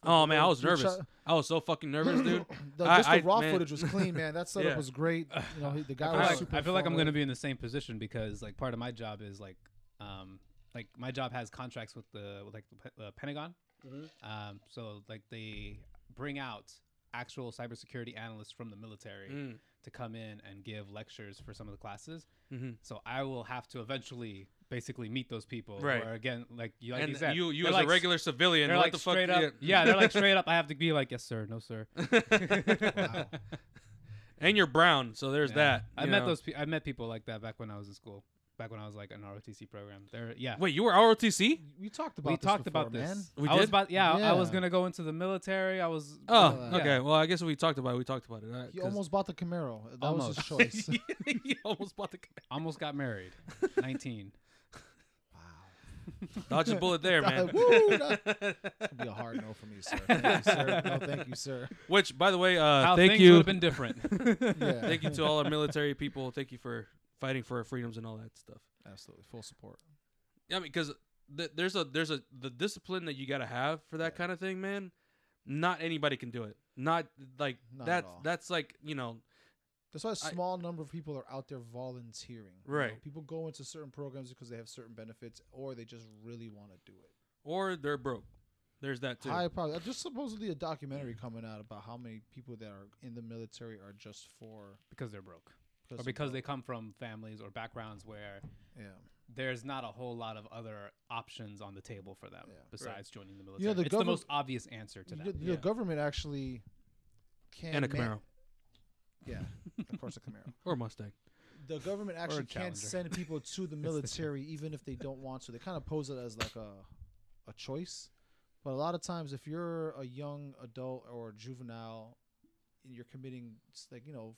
S1: Oh man, I
S2: the-
S1: was
S2: the
S1: nervous.
S2: shot-
S1: I was so fucking nervous, dude.
S2: the,
S1: I-
S2: just the
S1: I-
S2: raw
S1: man.
S2: footage was clean, man. That setup
S1: Yeah.
S2: was great. You know, he- the guy
S1: I
S3: I feel,
S1: was
S2: was
S3: like,
S2: super.
S3: I feel like I'm going to
S2: informative.
S3: be in the same position because like part of my job is like um like my job has contracts with the with like the Pe- uh, Pentagon.
S2: Mm-hmm.
S3: Um so like they bring out actual cybersecurity analysts from the military
S1: Mm,
S3: to come in and give lectures for some of the classes.
S1: mhm.
S3: So I will have to eventually basically meet those people
S1: Right.
S3: where again like you like
S1: And
S3: you said
S1: you you
S3: they're
S1: as
S3: like
S1: a
S3: s-
S1: regular civilian,
S3: they're
S1: what
S3: like
S1: the fuck?
S3: straight up yeah they're like straight up I have to be like yes sir no sir Wow.
S1: and you're brown, so there's
S3: Yeah.
S1: that.
S3: I
S1: you
S3: met
S1: know.
S3: those. Pe- I met people like that back when I was in school. Back when I was like an ROTC program. There, yeah.
S1: Wait, you were ROTC?
S2: We talked about.
S3: we
S2: this
S3: talked
S2: before,
S3: about this.
S2: man.
S1: We
S3: I was
S1: did?
S3: about yeah, I- I was
S2: Yeah.
S3: gonna go into the military. I was
S1: Oh,
S2: Yeah.
S1: okay. Well, I guess we talked about it. We talked about it. Uh,
S2: He almost bought the Camaro. That was his
S3: Almost.
S2: choice.
S1: he almost bought the
S3: almost got married. Nineteen.
S1: dodge a bullet there, man.
S2: Woo, that- It'd be a hard no for me, sir. Thank you, sir. No, thank you, sir.
S1: Which, by the way,
S3: How
S1: uh,
S3: things
S1: thank
S3: would
S1: you,
S3: have been different.
S2: Yeah.
S1: thank you to all our military people. Thank you for fighting for our freedoms and all that stuff.
S2: Absolutely, full support.
S1: Yeah, I mean, because th- there's a there's a the discipline that you gotta have for that kind of thing, man. Not anybody can do it. Not like
S2: Not at
S1: that's
S2: all.
S1: that's like you know
S2: That's why a
S1: I-
S2: small number of people are out there volunteering. you know?
S1: Right.
S2: people go into certain programs because they have certain benefits, or they just really want to do it.
S1: or they're broke. There's that too.
S2: High probably just supposedly a documentary coming out about how many people that are in the military are just for
S3: because they're broke, or
S2: of
S3: because they
S2: wealth.
S3: come from families or backgrounds where
S2: yeah.
S3: there's not a whole lot of other options on the table for them
S2: Yeah. Right.
S3: besides joining the military.
S2: know, the
S3: it's
S2: govern-
S3: the most obvious answer to
S2: The-
S3: that.
S2: The,
S1: Yeah.
S2: government actually can
S1: and a
S2: man-
S1: Camaro
S2: yeah, of course a Camaro.
S1: or a Mustang.
S2: The government actually can't
S3: Challenger.
S2: send people to the military even if they don't want to. They kind of pose it as like a a choice, but a lot of times if you're a young adult or a juvenile, and you're committing s- like you know.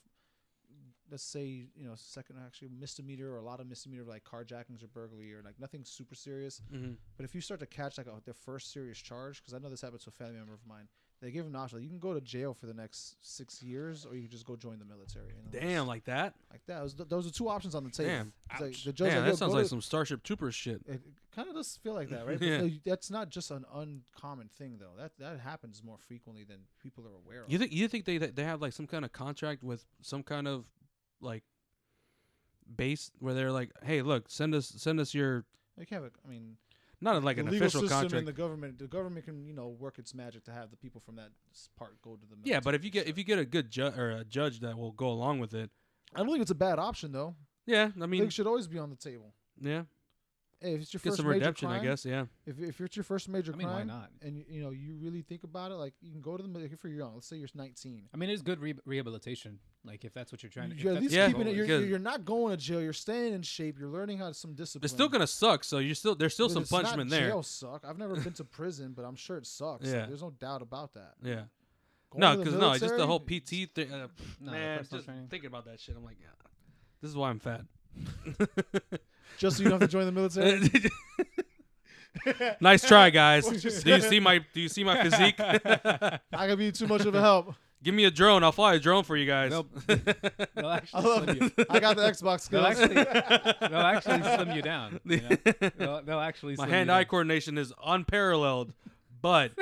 S2: Let's say you know second actually misdemeanor or a lot of misdemeanor like carjackings or burglary or like nothing super serious,
S1: Mm-hmm.
S2: but if you start to catch like a, their first serious charge, because I know this happens to a family member of mine, they give them an option. Like, you can go to jail for the next six years, or you can just go join the military. You know, it's
S1: Damn, like that.
S2: like that. It was th- those are two options on the table.
S1: Damn.
S2: It's like,
S3: Ouch.
S2: the judge
S1: Man,
S2: like, "Yo,
S1: that sounds
S2: go
S1: like
S2: to-"
S1: some Starship Troopers shit.
S2: It kind of does feel like that, right? But
S1: Yeah.
S2: no, you- that's not just an uncommon thing, though. That that happens more frequently than people are aware of.
S1: You think you think they they have like some kind of contract with some kind of like base where they're like, hey, look, send us send us your
S2: You can't have a, I mean,
S1: not like
S2: the
S1: an
S2: legal
S1: official
S2: system
S1: contract.
S2: and the government. The government can you know work its magic to have the people from that s- part go to the military.
S1: yeah, but if you get if you get a good judge or a judge that will go along with it,
S2: I don't think it's a bad option though.
S1: yeah, I
S2: I
S1: mean,
S2: should always be on the table.
S1: yeah,
S2: Hey, if it's your
S1: get
S2: first
S1: some
S2: major
S1: redemption, I
S2: crime,
S1: guess. Yeah,
S2: If, if it's your first major
S3: I mean,
S2: crime,
S3: why not?
S2: and you, you know you really think about it, like you can go to the mil- if you're young. Let's say you're 19.
S3: I mean, it's good re- rehabilitation. Like if that's what you're trying to. if
S2: You're at
S3: that's
S2: least
S3: your
S1: yeah.
S2: keeping it.
S3: goal is-
S2: You're,
S1: Because-
S2: you're not going to jail. You're staying in shape. You're learning how to some discipline.
S1: it's still gonna suck. So you're still there's still
S2: But
S1: some
S2: it's not
S1: punishment there.
S2: Jail suck. I've never been to prison, but I'm sure it sucks. Like,
S1: Yeah.
S2: there's no doubt about that.
S1: Yeah,
S2: Going
S1: no,
S2: to the
S1: because no, it's just the
S2: military,
S1: whole PT thing. Uh,
S3: No, the
S1: man,
S3: personal
S1: just
S3: training.
S1: thinking about that shit, I'm like, yeah, this is why I'm fat.
S2: Just so you don't have to join the military.
S1: nice try, guys. do you see my Do you see my physique?
S2: I could be too much of a help.
S1: Give me a drone. I'll fly a drone for you guys.
S3: Nope. They'll
S2: I
S3: actually
S2: love
S3: slim you.
S2: it. I got the Xbox
S3: They'll
S2: skills.
S3: actually, they'll actually slim you down. You know? they'll, they'll actually.
S1: my
S3: slim you
S1: hand-eye
S3: down.
S1: coordination is unparalleled, but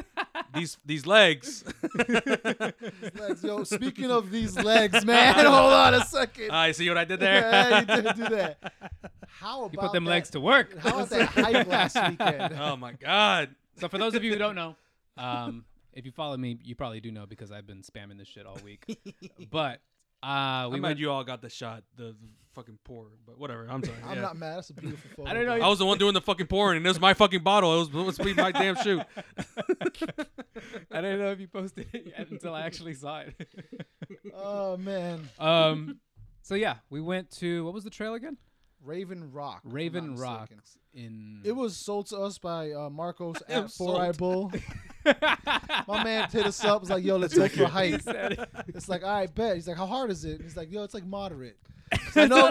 S1: these these legs.
S2: Legs. Yo, speaking of these legs, man, hold on a second.
S3: Uh,
S1: I see what I did there.
S2: yeah, you did do that. How about
S3: You put them
S2: that?
S3: legs to work.
S2: How was that hype last weekend?
S1: oh my god.
S3: So for those of you who don't know, um, if you follow me, you probably do know because I've been spamming this shit all week. But uh,
S1: We
S3: we
S1: I
S3: went.
S1: meant you all got the shot, the fucking pour, but whatever. I'm sorry.
S2: I'm
S1: yeah.
S2: not mad. That's a beautiful photo.
S3: I don't know.
S1: I was the one doing the fucking pouring, and it was my fucking bottle. It was supposed to be my damn shoe.
S3: I don't know if you posted it yet until I actually saw it.
S2: Oh man,
S3: Um, so yeah, we went to what was the trail again?
S2: Raven Rock. if I'm
S3: Raven
S2: not
S3: Rock.
S2: mistaken.
S3: In
S2: It was sold to us by uh, Marcos
S1: am
S2: at Four Eye
S1: Mm. sold.
S2: Bull. My man hit us up. Was like, "Yo, let's go for a hike."
S3: He said it.
S2: It's like, "I bet." He's like, "How hard is it?" He's like, "Yo, it's like moderate." I know-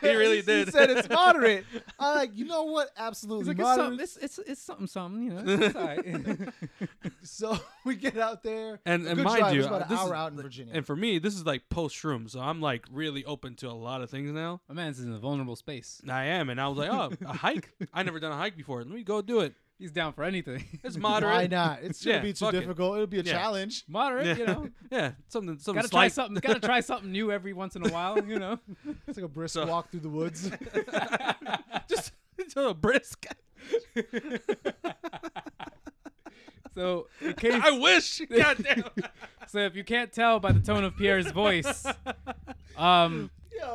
S1: he really
S2: he
S1: did.
S2: said it's moderate. I'm like, you know what?
S3: He's
S2: Absolutely
S3: like, it's,
S2: moderate.
S3: something, it's, it's, it's something, something, you know. It's all right.
S2: So we get out there.
S1: and
S2: A
S1: and
S2: good
S1: mind
S2: drive
S1: you,
S2: is about
S1: uh,
S2: an
S1: this
S2: hour
S1: is-
S2: out in Virginia.
S1: and for me, this is like post shroom, so I'm like really open to a lot of things now.
S3: My man's in a vulnerable space.
S1: And I am, and I was like, oh, a hike. I never done a hike before. Let me go do it.
S3: He's down for anything.
S1: It's
S2: Why
S1: moderate.
S2: not? It's gonna
S1: Yeah,
S2: be too
S1: fuck it.
S2: difficult. It. will be a
S1: Yeah.
S2: challenge.
S3: Moderate,
S1: Yeah.
S3: you know.
S1: yeah, something, something
S3: Gotta try
S1: slight.
S3: something. Gotta try something new every once in a while, you know.
S2: It's like a brisk
S1: So-
S2: walk through the woods.
S1: just, just a brisk.
S3: So, in case,
S1: I wish. Goddamn.
S3: so if you can't tell by the tone of Pierre's voice, um,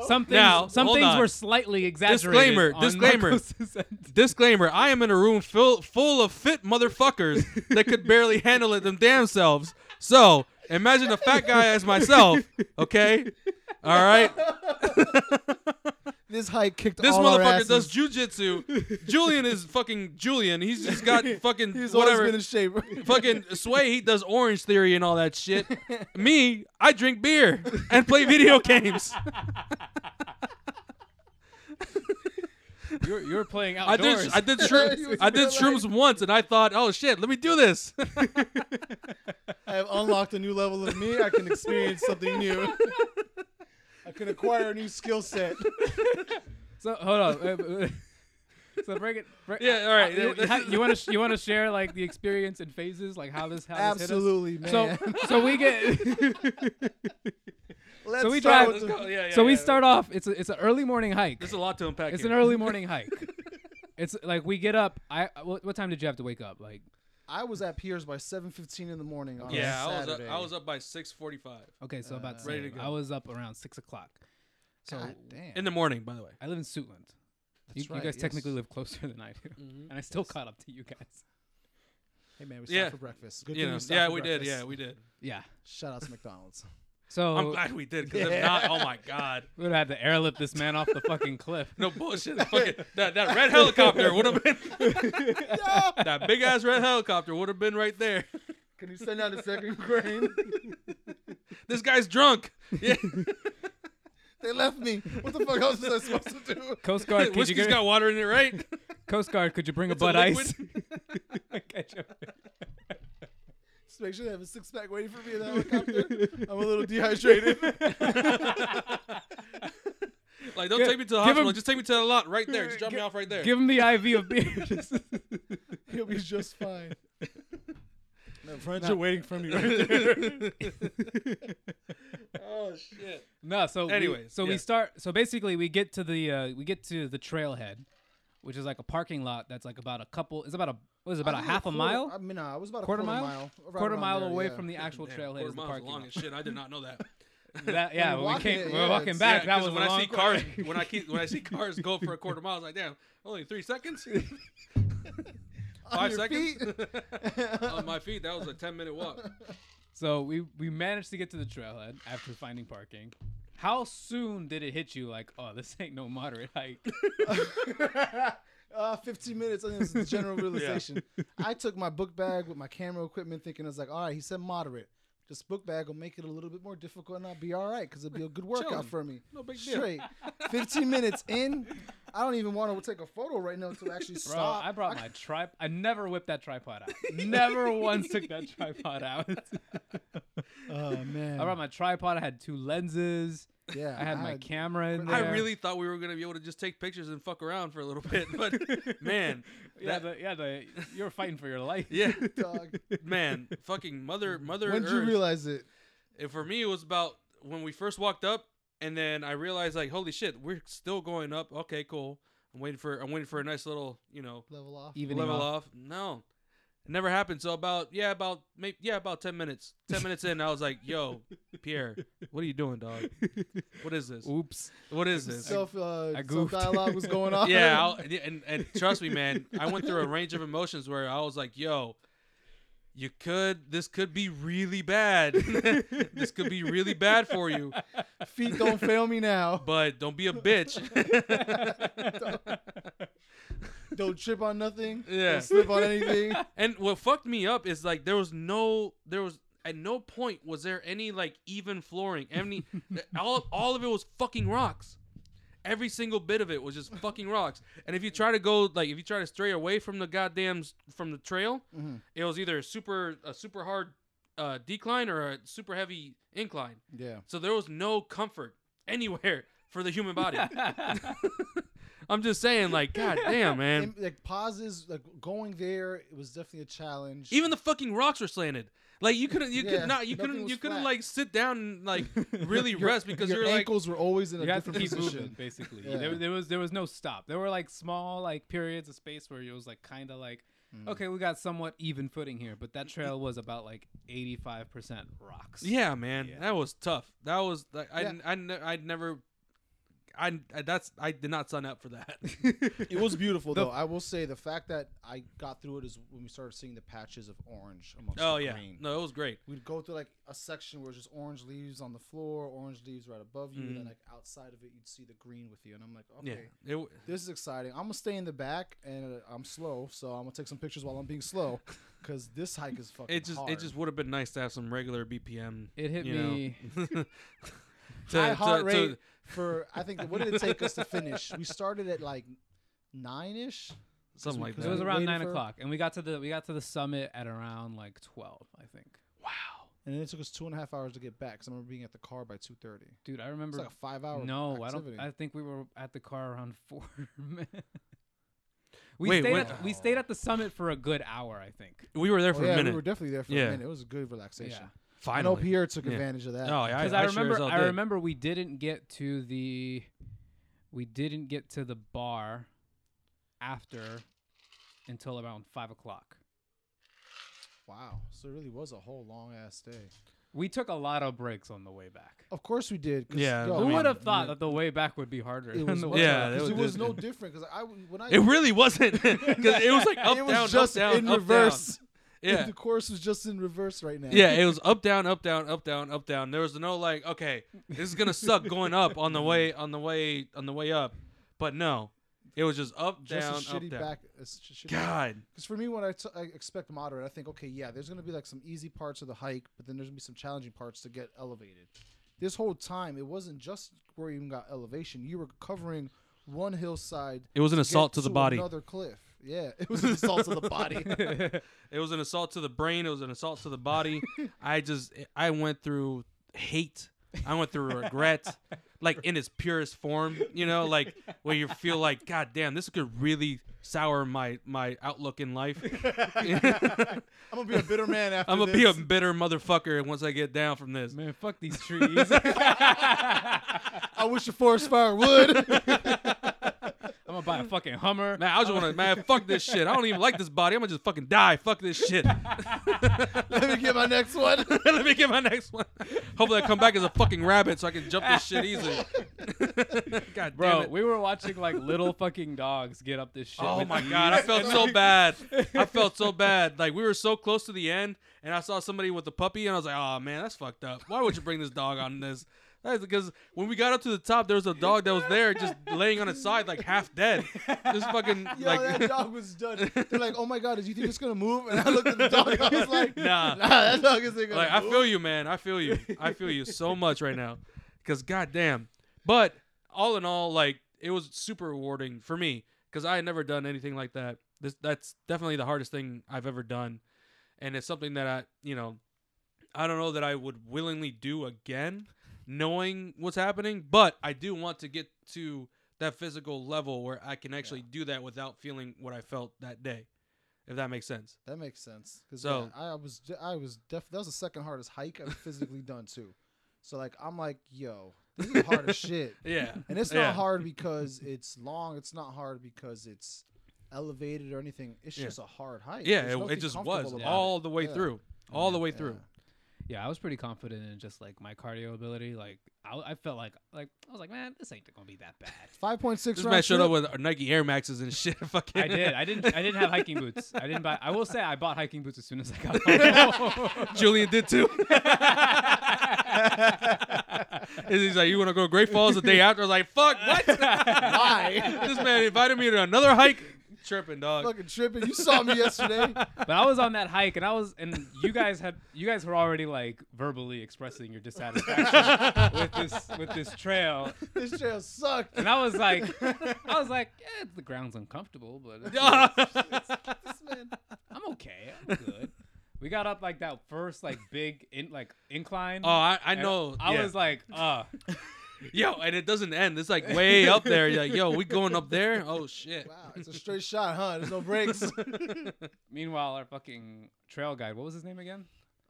S3: some things,
S1: Now,
S3: some
S1: hold
S3: things
S1: on.
S3: were slightly exaggerated.
S1: Disclaimer,
S3: on
S1: disclaimer.
S3: Marcos's end.
S1: Disclaimer: I am in a room full full of fit motherfuckers that could barely handle it them damn selves. So imagine a fat guy as myself. Okay, all right.
S2: this hike kicked
S1: This
S2: all our
S1: motherfucker does
S2: asses.
S1: jujitsu. Julian is fucking Julian. He's just got fucking
S2: He's always
S1: whatever.
S2: been in shape.
S1: fucking Sway, he does Orange Theory and all that shit. Me, I drink beer and play video games.
S3: You're, you're playing
S1: I
S3: outdoors.
S1: did I did
S2: He
S1: shrooms
S2: was
S1: I did
S2: real
S1: shrooms once and I thought, oh shit, let me do this.
S2: I have unlocked a new level of me. I can experience something new. I can acquire a new skill set.
S3: So hold on. uh, uh, so break it. Break,
S1: Yeah, all right,
S3: You,
S1: yeah, this is-
S3: want to you want to share like the experience and phases, like how this how
S2: Absolutely,
S3: This
S2: man.
S3: hit us? So so we get
S2: Let's
S3: so we
S2: start
S3: drive-
S2: with
S1: Let's go. Yeah, yeah,
S3: so we
S1: yeah.
S3: start off. It's a, it's an early morning hike.
S1: There's a lot to unpack.
S3: It's
S1: here.
S3: an early morning hike. It's like we get up. I what, what time did you have to wake up? Like
S2: I was at Pierre's by 7:15 in the morning on
S1: Yeah,
S2: a
S1: I was, up,
S2: Saturday.
S1: I was uh, up by 6:45
S3: okay, so about
S2: Uh,
S3: the
S1: Ready to
S3: same.
S1: go.
S3: I was up around six o'clock. So
S2: God damn.
S1: in the morning, by the way.
S3: I live in Suitland. You,
S2: That's
S3: you
S2: right,
S3: guys
S2: yes.
S3: technically live closer than I do,
S1: Mm-hmm.
S3: and I still caught up to you guys.
S2: Hey man, we stopped
S1: Yeah.
S2: for breakfast. Good
S1: You
S2: thing
S1: know,
S2: we stopped
S1: yeah,
S2: for
S1: we did.
S2: breakfast.
S1: Yeah, we did.
S3: Yeah.
S2: Shout out to McDonald's.
S3: So
S1: I'm glad we did because if
S2: Yeah.
S1: not, oh my god,
S3: we would have had to airlift this man off the fucking cliff.
S1: no bullshit. Fucking, that that red helicopter would have been that big ass red helicopter would have been right there.
S2: Can you send out a second crane?
S1: This guy's drunk. Yeah,
S2: they left me. What the fuck else was I supposed to do?
S3: Coast Guard, could you
S1: whiskey's
S3: get,
S1: got water in it, right?
S3: Coast Guard, could you bring a
S1: It's a
S3: Bud Ice?
S1: liquid.
S3: Ketchup.
S2: Just make sure they have a six pack waiting for me in the helicopter. I'm a little dehydrated.
S1: Like, don't
S3: Give-
S1: take me to the
S3: give
S1: hospital.
S3: him-
S1: just take me to the lot right there. Just drop me
S3: give-
S1: off right there.
S3: Give him the IV of beer. Just-
S2: He'll be just fine. My friends
S3: No.
S2: are waiting for me.
S1: oh shit.
S3: no, so anyway,
S1: Anyways,
S3: so
S1: yeah.
S3: we start. So basically, we get to the uh, we get to the trailhead, which is like a parking lot that's like about a couple. It's about a what is it, about a half a mile,
S2: I mean, no, I was about
S3: Quarter
S2: a quarter
S3: mile?
S2: mile, around-
S3: quarter
S2: around
S3: mile
S2: there,
S3: away
S2: yeah.
S3: from the actual
S1: Damn,
S3: trailhead
S1: quarter
S3: is the
S1: mile's
S3: parking
S1: long
S3: lot.
S1: as shit. I did not know that.
S3: That, yeah,
S2: We're
S3: when we
S2: walking
S3: came,
S2: it,
S3: we
S2: yeah,
S3: are walking
S2: it's-
S3: back.
S1: Yeah,
S3: that
S1: 'cause
S3: was a
S1: when I
S3: long
S1: see cars
S3: quarter.
S1: when I keep when I see cars go for a quarter mile, I was like, damn, only three seconds,
S2: On
S1: five
S2: your
S1: seconds.
S2: feet?
S1: On my feet, that was a ten minute walk.
S3: So we we managed to get to the trailhead after finding parking. How soon did it hit you? Like, oh, this ain't no moderate hike.
S2: uh, 15 minutes. I think this is the general realization. I took my book bag with my camera equipment, thinking I was like, all right, he said moderate. This book bag will make it a little bit more difficult, and I'll be all right because it'll be a good workout
S1: Chilling.
S2: for me.
S1: No big deal.
S2: Straight. 15 minutes in, I don't even want to take a photo right now to actually
S3: Bro,
S2: stop.
S3: I brought my tripod. I never whipped that tripod out. never once took that tripod out.
S2: oh man!
S3: I brought my tripod. I had two lenses.
S2: yeah,
S3: I had my camera in there.
S1: I really thought we were gonna be able to just take pictures and fuck around for a little bit, but man,
S3: yeah,
S1: that-
S3: the, yeah, the, you were fighting for your life.
S1: yeah,
S2: Dog.
S1: man, fucking mother, mother.
S2: When did you
S1: Earth.
S2: realize it?
S1: And for me, it was about when we first walked up, and then I realized like, holy shit, we're still going up. Okay, cool. I'm waiting for I'm waiting for a nice little you know
S2: Level off.
S3: Evening
S1: level
S3: off.
S1: off. No, it never happened. So about yeah, about maybe yeah, about ten minutes. Ten minutes in, I was like, yo, Pierre, what are you doing, dog? What is this?
S3: Oops.
S1: What is this?
S2: Self, uh,
S3: I
S2: self
S3: goofed.
S2: dialogue was going on.
S1: yeah, I'll, and- and and trust me, man, I went through a range of emotions where I was like, yo. You could. This could be really bad. this could be really bad for you.
S2: Feet don't fail me now.
S1: but don't be a bitch.
S2: Don't trip on nothing.
S1: Yeah.
S2: Don't slip on anything.
S1: and what fucked me up is like there was no there was At no point was there any like even flooring. Any all all of it was fucking rocks. Every single bit of it was just fucking rocks. And if you try to go like if you try to stray away from the goddamn s- from the trail,
S2: Mhm.
S1: it was either a super a super hard uh, decline or a super heavy incline.
S2: Yeah.
S1: So there was no comfort anywhere for the human body. I'm just saying, like, god damn, man.
S2: And, like pauses, like going there, it was definitely a challenge.
S1: Even the fucking rocks were slanted. Like you couldn't, you
S2: Yeah,
S1: could not, you
S2: nothing
S1: couldn't,
S2: was
S1: you couldn't
S2: flat.
S1: like sit down and like really rest because
S2: your
S1: you're like,
S2: ankles were always in a
S3: you have to
S2: different
S3: keep moving,
S2: position.
S3: basically.
S2: Yeah.
S3: There, there was there was no stop. There were like small like periods of space where it was like kind of like,
S2: Mm.
S3: okay, we got somewhat even footing here, but that trail was about like eighty five percent rocks.
S1: yeah, man,
S3: Yeah.
S1: that was tough. That was like, I,
S2: Yeah.
S1: I, ne- I never, I, I- that's, I did not sign up for that.
S2: It was beautiful
S3: The-
S2: though. I will say the fact that I got through it is when we started seeing the patches of orange amongst
S1: oh
S2: the
S1: yeah,
S2: green.
S1: no, it was great.
S2: We'd go through like a section where it's just orange leaves on the floor, orange leaves right above you, and then
S1: Mhm.
S2: like outside of it, you'd see the green with you. And I'm like, okay,
S1: Yeah, it, w-
S2: this is exciting. I'm gonna stay in the back, and uh, I'm slow, so I'm gonna take some pictures while I'm being slow, because this hike is fucking.
S1: it just,
S2: hard.
S1: it just would have been nice to have some regular BPM.
S3: It hit
S1: you
S3: me.
S1: Know. to,
S2: High
S1: to-
S2: heart
S1: to-
S2: rate for I think what did it take us to finish? We started at like nine ish.
S1: something like
S2: Because
S1: that.
S3: It was
S2: we
S3: around
S2: waited
S3: nine
S2: for-
S3: o'clock, and we got to the we got to the summit at around like twelve, I think.
S1: wow.
S2: And then it took us two and a half hours to get back. Cause I remember being at the car by two thirty.
S3: Dude, I
S2: It's
S3: remember.
S2: like a five hour.
S3: no,
S2: activity.
S3: I don't. I think we were at the car around four. man. we
S1: Wait,
S3: stayed
S1: when-
S3: at, we stayed at the summit for a good hour, I think.
S1: We were there for
S2: Oh, yeah,
S1: a minute.
S2: we were definitely there for
S1: Yeah.
S2: a minute. It was a good relaxation.
S3: Yeah.
S2: I
S1: Finally.
S2: know Pierre took
S1: Yeah.
S2: advantage of that.
S1: Oh, yeah,
S3: because I,
S1: sure as
S3: remember
S1: hell
S3: I
S1: did.
S3: remember we didn't get to the we didn't get to the bar after until around five o'clock.
S2: Wow. So it really was a whole long ass day.
S3: We took a lot of breaks on the way back.
S2: Of course we did. 'cause,
S1: Oh, Yeah,
S2: yo,
S1: I
S3: Who
S1: mean,
S3: would have
S2: I
S3: thought
S2: mean,
S3: that the way back would be harder
S2: It
S3: than
S2: was
S3: the
S2: much
S3: way
S1: Yeah,
S2: harder,
S1: that
S2: 'cause
S1: was-
S2: it was
S1: that-
S2: no different. Cause I when I
S1: It really wasn't because it was like up
S2: it was
S1: down,
S2: just
S1: up down,
S2: in
S1: up
S2: reverse.
S1: down. Yeah,
S2: the course was just in reverse right now.
S1: yeah, it was up down, up down, up down, up down. There was no like, okay, this is gonna suck going up on the way, on the way, on the way up. But no, it was just up
S2: Just
S1: down,
S2: a shitty
S1: up down.
S2: back. a sh- shitty
S1: God,
S2: Because for me, when I, t- I expect moderate, I think, okay, yeah, there's going to be like some easy parts of the hike, but then there's going to be some challenging parts to get elevated. This whole time, it wasn't just where you even got elevation. You were covering one hillside.
S1: it was an
S2: get
S1: assault to the body.
S2: Another cliff. Yeah, it was an assault to the body.
S1: It was an assault to the brain. It was an assault to the body. I just, I went through hate. I went through regret, like in its purest form. You know, like where you feel like, God damn, this could really sour my my outlook in life.
S5: I'm gonna be a bitter man after
S1: I'm gonna
S5: this.
S1: be a bitter motherfucker once I get down from this.
S3: Man, fuck these trees.
S2: I wish a forest fire would.
S3: I'm gonna buy a fucking Hummer.
S1: Man, I just wanna man, fuck this shit. I don't even like this body. I'm gonna just fucking die. Fuck this shit.
S2: Let me get my next one.
S1: Let me get my next one. Hopefully, I come back as a fucking rabbit so I can jump this shit easily. God damn
S3: Bro,
S1: it.
S3: we were watching like little fucking dogs get up this shit.
S1: Oh
S3: with
S1: my
S3: ease.
S1: god, I felt so bad. I felt so bad. Like we were so close to the end, and I saw somebody with a puppy, and I was like, "Oh man, that's fucked up. Why would you bring this dog on this?" That's because when we got up to the top, there was a dog that was there, just laying on its side, like half dead, just fucking
S2: Yo,
S1: like.
S2: that dog was done. They're like, oh my God, do you think it's going to move? And I looked at the dog and I was like,
S1: Nah.
S2: nah that dog isn't going to
S1: like I
S2: move.
S1: feel you, man. I feel you. I feel you so much right now, because goddamn. But all in all, like it was super rewarding for me because I had never done anything like that. This that's definitely the hardest thing I've ever done, and it's something that I you know, I don't know that I would willingly do again, knowing what's happening. But I do want to get to that physical level where I can actually do that without feeling what I felt that day, if that makes sense.
S2: That makes sense. Cause
S1: So-
S2: yeah, I was de- I was def- that was the second hardest hike I've physically done too. So like I'm like yo, this is hard as shit.
S1: Yeah,
S2: And it's
S1: Yeah.
S2: not hard because it's long. It's not hard because it's elevated or anything. It's
S1: Yeah.
S2: just a hard hike.
S1: Yeah,
S2: There's
S1: it, it
S2: nothing
S1: just was
S2: comfortable about
S1: all
S2: it.
S1: the way
S2: Yeah.
S1: through, all the way
S2: Yeah.
S1: through.
S3: Yeah, I was pretty confident in just like my cardio ability. Like I, I felt like like I was like, man, this ain't gonna be that bad.
S2: Five point six.
S1: This man showed up with Nike Air Maxes and shit. Fucking,
S3: I did. I didn't. I didn't have hiking boots. I didn't buy. I will say I bought hiking boots as soon as I got home.
S1: Julian did too. And he's like, "You want to go to Great Falls the day after?" I was like, "Fuck, what?
S2: Why?
S1: this man invited me to another hike. tripping, dog.
S2: fucking tripping. You saw me yesterday.
S3: But I was on that hike, and I was, and you guys had, you guys were already like verbally expressing your dissatisfaction with this, with this trail,
S2: this trail sucked.
S3: and I was like, I was like, yeah, the ground's uncomfortable, but
S2: This man.
S3: I'm okay, I'm good. We got up like that first like big in like incline.
S1: Oh, I, I
S3: and
S1: know.
S3: I
S1: yeah.
S3: was like, uh,
S1: yo, and it doesn't end. It's like way up there. You're like, yo, we going up there? Oh shit.
S2: Wow, it's a straight shot, huh? There's no breaks. uh,
S3: meanwhile, our fucking trail guide, what was his name again?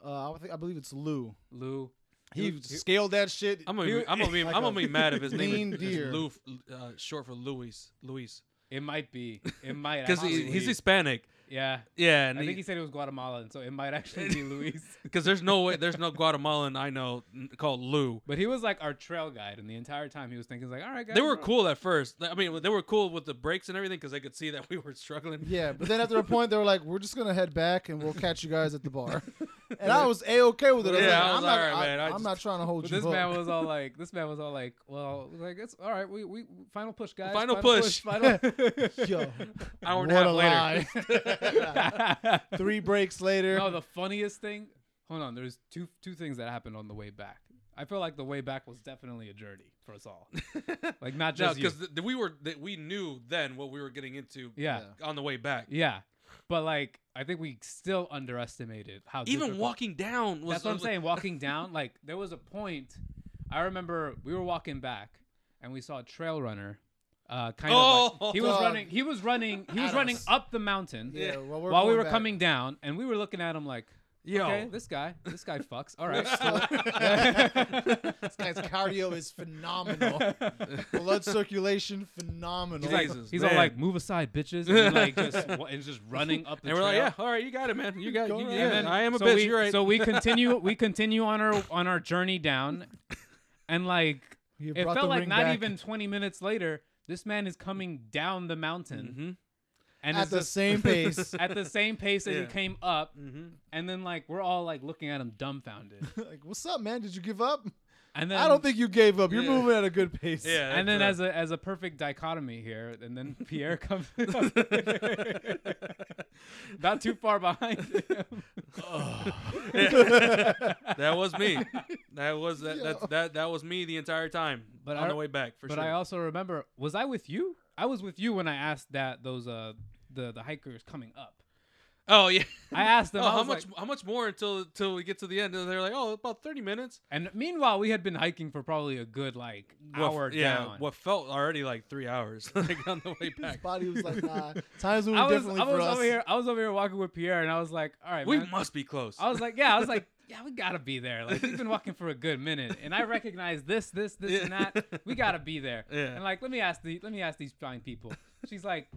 S2: Uh, I, think, I believe it's Lou.
S3: Lou.
S2: He
S3: He-
S2: scaled that shit.
S1: I'm gonna,
S3: You-
S1: be, I'm gonna be,
S2: like
S1: I'm
S2: a
S1: gonna be mad if his name
S2: lean
S1: is,
S2: deer.
S1: is Lou, uh, short for Luis, Luis,
S3: It might be. It might.
S1: because
S3: actually
S1: he, he's
S3: be.
S1: Hispanic.
S3: yeah.
S1: Yeah,
S3: I think he
S1: and
S3: said it was Guatemalan, so it might actually be Luis.
S1: because there's no way, there's no Guatemalan I know n- called Lou.
S3: But he was like our trail guide, and the entire time he was thinking like, "All right, guys."
S1: They were
S3: we're-
S1: cool at first. I mean, they were cool with the breaks and everything because they could see that we were struggling.
S2: Yeah, but then after a point, they were like, "We're just gonna head back and we'll catch you guys at the bar." And I was a okay with it. I was
S1: Yeah,
S2: like,
S1: I was
S2: I'm
S1: like,
S2: not,
S1: "All right,
S2: I,
S1: man, I
S2: am
S1: just-
S2: not trying to hold
S3: But
S2: you.
S3: this man
S2: hooked."
S3: was all like, "This man was all like, well, like it's all right. We we final push, guys.
S1: Final push.
S3: final."
S2: Yo,
S1: Hour and a
S2: what
S1: half later.
S2: lie. Three breaks later,
S3: no, the funniest thing. Hold on. There's two two things that happened on the way back. I feel like the way back was definitely a journey for us all. like not
S1: No,
S3: just you.
S1: because th- th- we were th- we knew then what we were getting into
S3: yeah,
S2: Yeah.
S1: on the way back.
S3: yeah. But like, I think we still underestimated how
S1: Even
S3: difficult-
S1: walking down was.
S3: That's what I'm
S1: was-
S3: saying. Walking down, like there was a point. I remember we were walking back, and we saw a trail runner. Uh, kind of.
S1: Oh,
S3: Like, he was
S2: God.
S3: running. He was running. He was
S2: At
S3: running
S2: us.
S3: up the mountain
S2: yeah, while, we're
S3: while we
S2: going
S3: were
S2: back.
S3: coming down, and we were looking at him like,
S1: Yo,
S3: okay, this guy, this guy fucks. All right.
S2: This guy's cardio is phenomenal. Blood circulation phenomenal.
S3: He's like,
S1: Jesus,
S3: he's all
S1: man.
S3: like, move aside, bitches, and then, like just wa- and just running up the
S1: and we're like,
S3: trail.
S1: yeah, all right, you got it, man. You got,
S2: Go
S1: you,
S2: right
S1: yeah,
S2: ahead.
S1: I am a
S3: so
S1: bitch.
S3: We,
S1: you're right.
S3: So we continue. We continue on our on our journey down, and like
S2: He
S3: it
S2: brought
S3: felt
S2: the
S3: like
S2: ring
S3: not
S2: back
S3: even 20 minutes later this man is coming down the mountain
S1: hmm
S3: and
S2: at
S3: it's
S2: the Mm.
S3: just
S2: same pace.
S3: at the same pace that he
S1: Yeah.
S3: came up
S1: hmm
S3: and then like we're all like looking at him dumbfounded
S2: like, what's up, man? Did you give up?
S3: and then
S2: I don't think you gave up. You're
S1: Yeah.
S2: moving at a good pace.
S1: Yeah,
S3: and then
S1: that's
S3: as a as a perfect dichotomy here and then pierre comes not too far behind him
S1: that was me. That was that,
S2: Yo.
S1: that that that was me the entire time.
S3: But
S1: on
S3: I-
S1: the way back, for
S3: but
S1: sure.
S3: i also remember was i with you i was with you when i asked that those uh the the hikers coming up
S1: oh yeah.
S3: i asked them
S1: oh,
S3: I
S1: how
S3: was
S1: much
S3: like-
S1: how much more until until we get to the end? And they're like, oh, about thirty minutes.
S3: and meanwhile we had been hiking for probably a good like
S1: What-
S3: hour
S1: yeah,
S3: down
S1: what felt already like three hours like on the way
S2: His
S1: back.
S2: body was like, nah. Times were
S3: I was,
S2: definitely
S3: I
S2: for
S3: was
S2: us.
S3: over here. I was over here walking with Pierre, and I was like, "All right,
S1: We
S3: man."
S1: must be close.
S3: I was like, "Yeah." I was like, "Yeah, we gotta be there." Like we've been walking for a good minute, and I recognize this, this, this,
S1: Yeah.
S3: and that. We gotta be there.
S1: Yeah.
S3: And like, let me ask the, let me ask these fine people. She's like,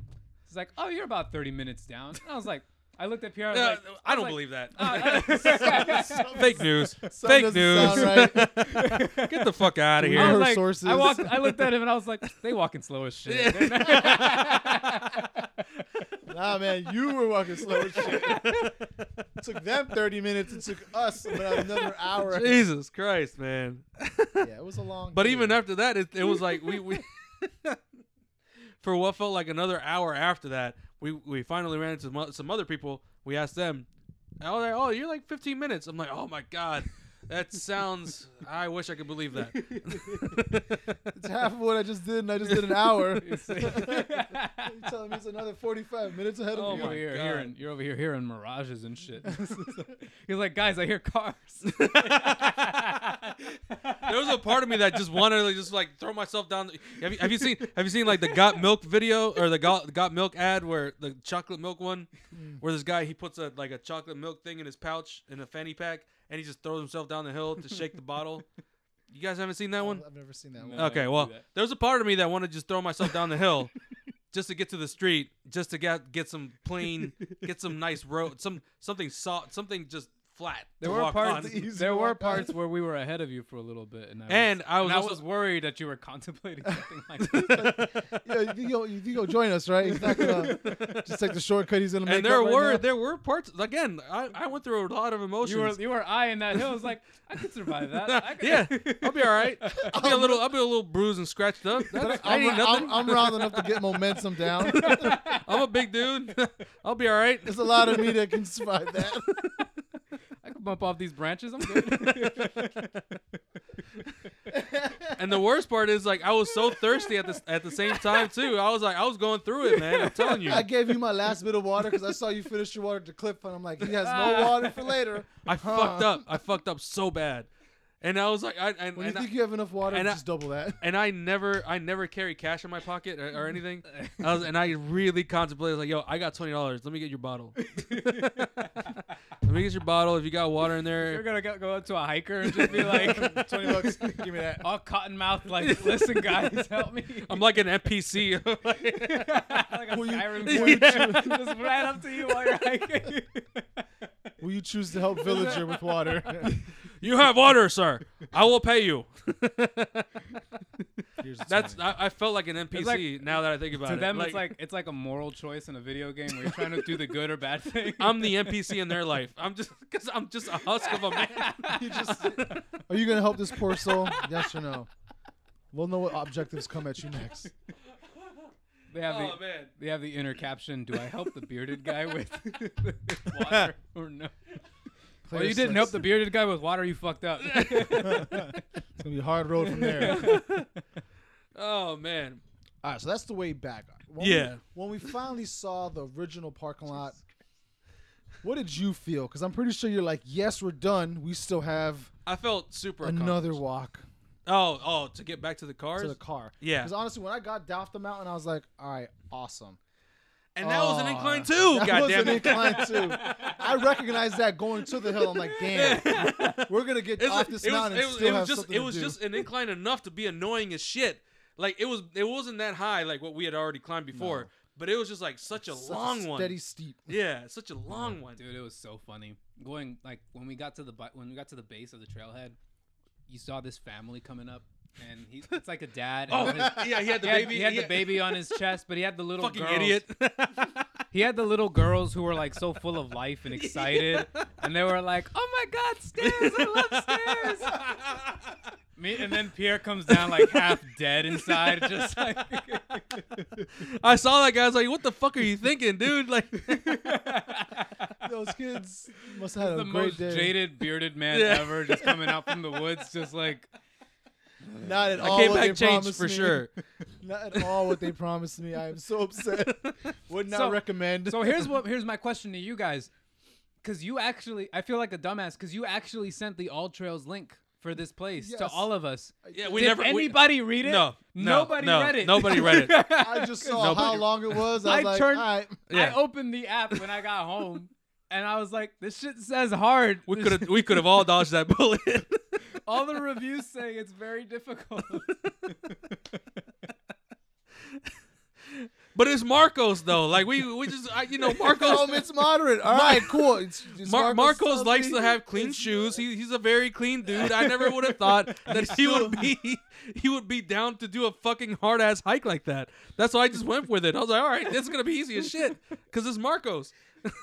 S3: she's like, "Oh, you're about thirty minutes down." And I was like, I looked at Pierre. I was
S1: Yeah,
S3: like,
S1: Uh, I uh, don't
S3: was
S1: believe that.
S3: "Oh, I-
S1: Fake news.
S2: Something
S1: Fake news.
S2: doesn't sound right.
S1: Get the fuck out of
S2: We
S1: here.
S3: I
S2: Her
S3: was like,
S2: sources.
S3: I walked, I looked at him, and I was like, "They walking slow as shit."
S2: Nah, man, you were walking slow as shit. took them 30 minutes. It took us about another hour. yeah,
S1: Jesus Christ, man.
S2: it was a long.
S1: But
S2: day.
S1: even after that, it, it was like we we for what felt like another hour after that, we we finally ran into some, o- some other people. We asked them, "Oh, they're- oh, you're like 15 minutes." I'm like, "Oh my god." That sounds. I wish I could believe that.
S2: it's half of what I just did, and I just did an hour. You're
S3: It's-
S2: telling me it's another 45 minutes ahead
S3: Oh
S2: of me.
S3: my you're
S1: God.
S3: Hearing, you're over here hearing mirages and shit. He's like, guys, I hear cars.
S1: There was a part of me that just wanted to like, just like throw myself down. the- Have you, have you seen Have you seen like the Got Milk video or the Got, Got Milk ad where the chocolate milk one,
S3: Hmm.
S1: where this guy he puts a like a chocolate milk thing in his pouch in a fanny pack and he just throws himself down the hill to shake the bottle. You guys haven't seen that one?
S2: I've never seen that
S3: No.
S2: one.
S3: I
S1: Okay,
S3: didn't
S1: well
S3: see that.
S1: there was a part of me that wanted to just throw myself down the hill, just to get to the street, just to get get some plain, get some nice road, some something soft, something just flat.
S3: There
S1: to
S3: were
S1: walk
S3: parts.
S1: on.
S2: easy
S3: There
S2: to
S3: were
S2: walk on.
S3: parts where we were ahead of you for a little bit, and I was,
S1: And I was
S3: and I
S1: also-
S3: was worried that you were contemplating something like that.
S2: Yeah, you think he'll, you think he'll join us, right? He's not gonna just take the shortcut. He's gonna make.
S1: and there
S2: up right
S1: were
S2: now.
S1: there were parts again. I, I went through a lot of emotions.
S3: you were you were eyeing that hill. I was like, I could survive that. I could-
S1: yeah, I'll be all right. I'll be a little I'll be a little bruised and scratched up. That's-
S2: But
S1: I
S2: I'm,
S1: ain't
S2: i
S1: nothing.
S2: I'm, I'm round enough to get momentum down.
S1: I'm a big dude. I'll be all right.
S2: There's a lot of me that can survive that.
S3: I could bump off these branches. I'm good.
S1: And the worst part is like I was so thirsty at the at the same time too. I was like I was going through it, man. I'm telling you.
S2: I gave you my last bit of water because I saw you finish your water to Cliff, and I'm like, he has no water for later.
S1: I fucked up. I fucked up so bad. And I was like I and,
S2: When you
S1: and, I,
S2: think you have enough water,
S1: and I-
S2: just double that.
S1: and I never I never carry cash in my pocket or, or anything. I was, and I really contemplated like, yo, I got twenty dollars. Let me get your bottle. Let me get your bottle. If you got water in
S3: You're
S1: there,
S3: gonna go, go up to a hiker and just be like,
S5: Twenty bucks. Give me that.
S3: all cotton mouth, like, listen, guys, help me.
S1: I'm like an NPC.
S3: like a
S2: Will you-
S3: siren
S1: will
S3: boy
S1: you
S3: just ran up to you while you're hiking.
S2: Will you choose to help villager with water?
S1: you have water, sir. I will pay you.
S2: Here's a
S1: That's
S2: 20.
S1: I, I felt like an NPC
S3: like-
S1: now that I think about
S3: to
S1: it.
S3: them, it's like it's like a moral choice in a video game where you're trying to do the good or bad thing.
S1: I'm the NPC in their life. I'm just because I'm just a husk of a man.
S2: You just- are you gonna help this poor soul? Yes or no? We'll know what objectives come at you next.
S3: They have
S1: Oh
S3: the
S1: man.
S3: they have the inner caption. Do I help the bearded guy with water or no? Well,
S2: Player
S3: you didn't
S2: six.
S3: help the bearded guy with water. You fucked up.
S2: It's gonna be a hard road from there.
S1: Oh man.
S2: All right, so that's the way back. When
S1: Yeah.
S2: We, when we finally saw the original parking lot, what did you feel? Because I'm pretty sure you're like, yes, we're done. We still have
S1: I felt super
S2: another
S1: accomplished.
S2: walk
S1: Oh oh to get back to the cars.
S2: to the car.
S1: yeah.
S2: Because honestly, when I got down off the mountain, I was like, all right, awesome.
S1: And that was an
S2: Aw,
S1: incline too.
S2: That
S1: God
S2: was
S1: damn
S2: an
S1: it.
S2: incline too. I recognized that going to the hill. I'm like, damn, we're gonna get
S1: It's
S2: off
S1: like-
S2: this
S1: it was-
S2: mountain
S1: it
S2: and
S1: was-
S2: still
S1: it was
S2: have
S1: just
S2: something
S1: it
S2: to
S1: was
S2: do.
S1: just an incline enough to be annoying as shit. Like it was it wasn't that high like what we had already climbed before, but it was just like such a
S2: Such a
S1: long
S2: steady Oh,
S1: one.
S2: steep.
S1: Yeah, such a long one.
S3: Dude, it was so funny. Going like when we got to the bu- when we got to the base of the trailhead, you saw this family coming up, and he it's like a dad. And
S1: Oh
S3: his,
S1: yeah, he had the
S3: he had,
S1: baby.
S3: he had the baby on his chest, but he had the little
S1: Fucking
S3: girls.
S1: idiot.
S3: He had the little girls who were like so full of life and excited, and they were like, "Oh my God, stairs! I love stairs!" Me and then Pierre comes down like half dead inside, just like
S1: I saw that guy. I was like, "What the fuck are you thinking, dude?" Like,
S2: Those kids must have had
S3: the
S2: a great
S3: most
S2: day.
S3: jaded bearded man
S1: Yeah.
S3: ever, just coming out from the woods, just like
S2: Not at
S1: I
S2: all.
S1: came
S2: what they
S1: back changed
S2: promised
S1: for
S2: me.
S1: sure.
S2: Not at all what they promised me. I am so upset. Would not
S3: So-
S2: recommend.
S3: So here's what here's my question to you guys, because you actually I feel like a dumbass because you actually sent the All Trails link for this place to
S2: Yes.
S3: all of us.
S1: Yeah, we
S3: Did
S1: never. we-
S3: anybody read it?
S1: no, no,
S3: nobody
S1: no,
S3: read it.
S1: nobody read it.
S2: I just saw how
S1: Nobody-
S2: long it was. I was
S3: I
S2: like,
S3: turned-
S2: all right.
S1: Yeah.
S3: I opened the app when I got home. And I was like, "This shit says hard."
S1: we
S3: This-
S1: could have. We could have all dodged that bullet.
S3: all the reviews say it's very difficult.
S1: but it's Marcos though. Like we, we just, I, you know,
S2: Oh,
S1: Marcos.
S2: it's moderate. All right, cool. It's, it's
S1: Mar- Marcos
S2: tells
S1: likes
S2: me
S1: to have clean
S2: it's-
S1: shoes. He, he's a very clean dude. I never would have thought that he would be he would be down to do a fucking hard ass hike like that. That's why I just went with it. I was like, all right, this is gonna be easy as shit because it's Marcos.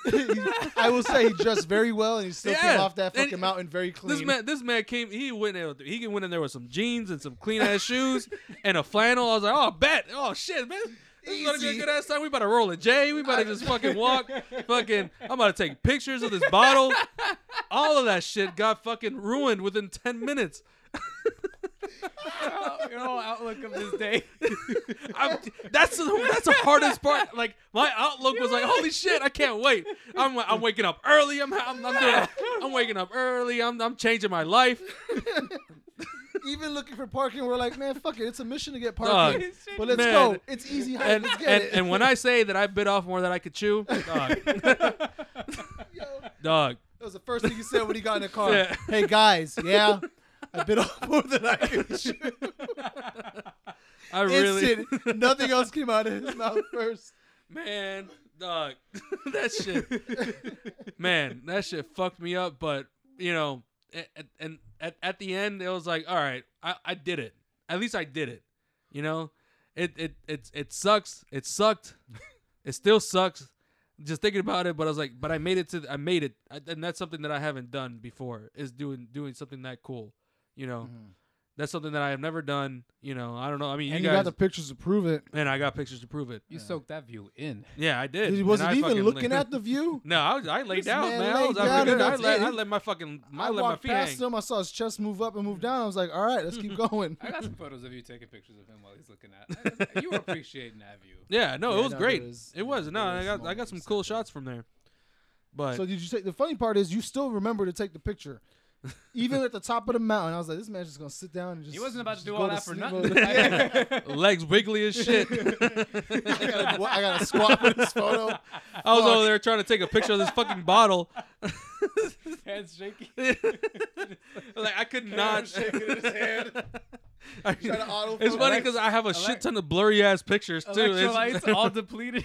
S2: he- I will say he dressed very well, and he still came
S1: Yeah.
S2: off that
S1: And-
S2: fucking mountain very clean.
S1: This man, this man came. He went in. He went in there with some jeans and some clean ass shoes and a flannel. I was like, oh, bet. Oh shit, man. This is gonna be
S2: Easy.
S1: a good ass time. We about to roll a J. We about to just fucking walk. Fucking, I'm about to take pictures of this bottle. All of that shit got fucking ruined within ten minutes.
S3: Your whole outlook of this day.
S1: I'm, that's the, that's the hardest part. Like my outlook was like, holy shit, I can't wait. I'm I'm waking up early. I'm I'm, I'm doing. I'm waking up early. I'm I'm changing my life.
S2: Even looking for parking, we're like, man, fuck it. It's a mission to get parking.
S1: Dog.
S2: but let's
S1: Man.
S2: go. It's easy. hike,
S1: and,
S2: let's get
S1: and,
S2: it.
S1: and when I say that I bit off more than I could chew, dog,
S2: Yo,
S1: dog,
S2: that was the first thing you said when he got in the car.
S1: Yeah.
S2: Hey guys, yeah, I bit off more than I could chew.
S1: I really,
S2: Instant. Nothing else came out of his mouth first.
S1: man, Dog, that shit, man, that shit fucked me up. But you know, a- a- and at, at the end, it was like, all right, I, I did it. At least I did it. You know, it it it it sucks. It sucked. it still sucks. Just thinking about it, but I was like, but I made it to. The, I made it, I, and that's something that I haven't done before. Is doing doing something that cool. You know, that's something that I have never done. You know, I don't know. I mean,
S2: Mm-hmm. and
S1: you
S2: you got
S1: guys,
S2: the pictures to prove it.
S1: and I got pictures to prove it.
S3: You
S2: Yeah.
S3: soaked that view in.
S1: Yeah, I did.
S2: He
S1: And I
S2: wasn't even
S1: fucking
S2: looking
S1: laid-
S2: at the view.
S1: No, I was. I laid
S2: This
S1: down,
S2: man
S1: man. I
S2: laid
S1: was
S2: down
S1: out there.
S2: and
S1: I
S2: that's
S1: let,
S2: it.
S1: I let my fucking. I,
S2: I
S1: let my
S2: walked
S1: feet
S2: past
S1: hang.
S2: him. I saw his chest move up and move down. I was like, all right, let's keep going.
S3: I got some photos of you taking pictures of him while he's looking at. I- you were appreciating that view.
S1: Yeah, no,
S2: Yeah,
S1: it was
S2: no,
S1: great.
S2: there is-
S1: it was.
S2: there
S1: No,
S2: is
S1: I got. I
S2: moments
S1: got some
S2: like
S1: cool
S2: that.
S1: shots from there. But
S2: So did you take the funny part is you still remember to take the picture. Even at the top of the mountain, I was like, this man's just gonna sit down and just
S3: He wasn't about to
S2: just
S3: do
S2: go
S3: all that for
S2: sleep
S3: nothing.
S2: over there.
S1: legs wiggly as shit.
S2: I gotta, I gotta squat for this photo.
S1: I was over there trying to take a picture of this fucking bottle.
S3: Hands shaking.
S1: like I could not.
S5: shaking in his hand.
S1: I-
S5: Trying to auto
S1: it's funny
S3: Elect-
S1: because I have a
S3: elect-
S1: shit ton of blurry ass pictures too. It's-
S3: Electrolytes all depleted.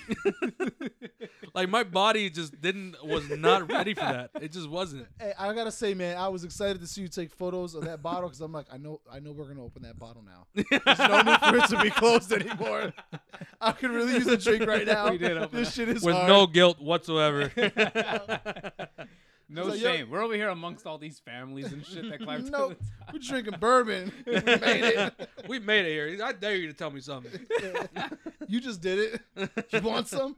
S1: like my body just didn't was not ready for that. It just wasn't.
S2: Hey, I gotta say, man, I was excited to see you take photos of that bottle because I'm like, I know, I know we're gonna open that bottle now. There's no need for it to be closed anymore. I could really use a drink right now.
S3: We did open
S2: this
S3: up.
S2: shit is
S1: with
S2: hard.
S1: no guilt whatsoever.
S3: No
S2: So, yo-
S3: shame. We're over here amongst all these families and shit that climbed to
S2: Nope.
S3: the top.
S2: We're drinking bourbon. We made it.
S1: we made it here. I dare you to tell me something.
S2: You just did it. You want some?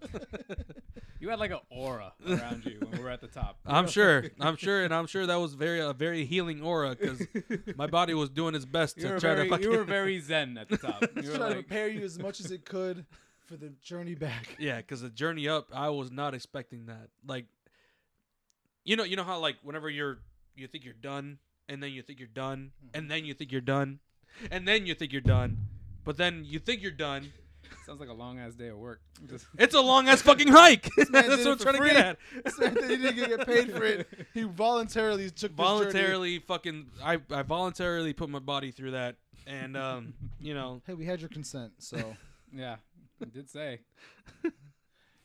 S3: You had like an aura around you when we were at the top.
S1: I'm sure. I'm sure, and I'm sure that was very a very healing aura because my body was doing its best
S3: You
S1: to
S3: were,
S1: try
S3: very,
S1: to fucking.
S3: you were very zen at the top. You were
S2: Trying to
S3: like,
S2: prepare you as much as it could for the journey back.
S1: yeah, because the journey up, I was not expecting that. Like, you know, you know how like whenever you're you think you're done, and then you think you're done,
S2: Mm-hmm.
S1: and then you think you're done, and then you think you're done, but then you think you're done.
S3: sounds like a long ass day of work. Just-
S1: It's a long ass fucking hike.
S2: man
S1: That's what
S2: did it
S1: I'm
S2: for
S1: trying to
S2: free.
S1: get at.
S2: This man didn't even get paid for it. He voluntarily took this journey.
S1: voluntarily fucking I, I voluntarily put my body through that and um you know
S2: Hey, we had your consent, so.
S3: yeah, it did say.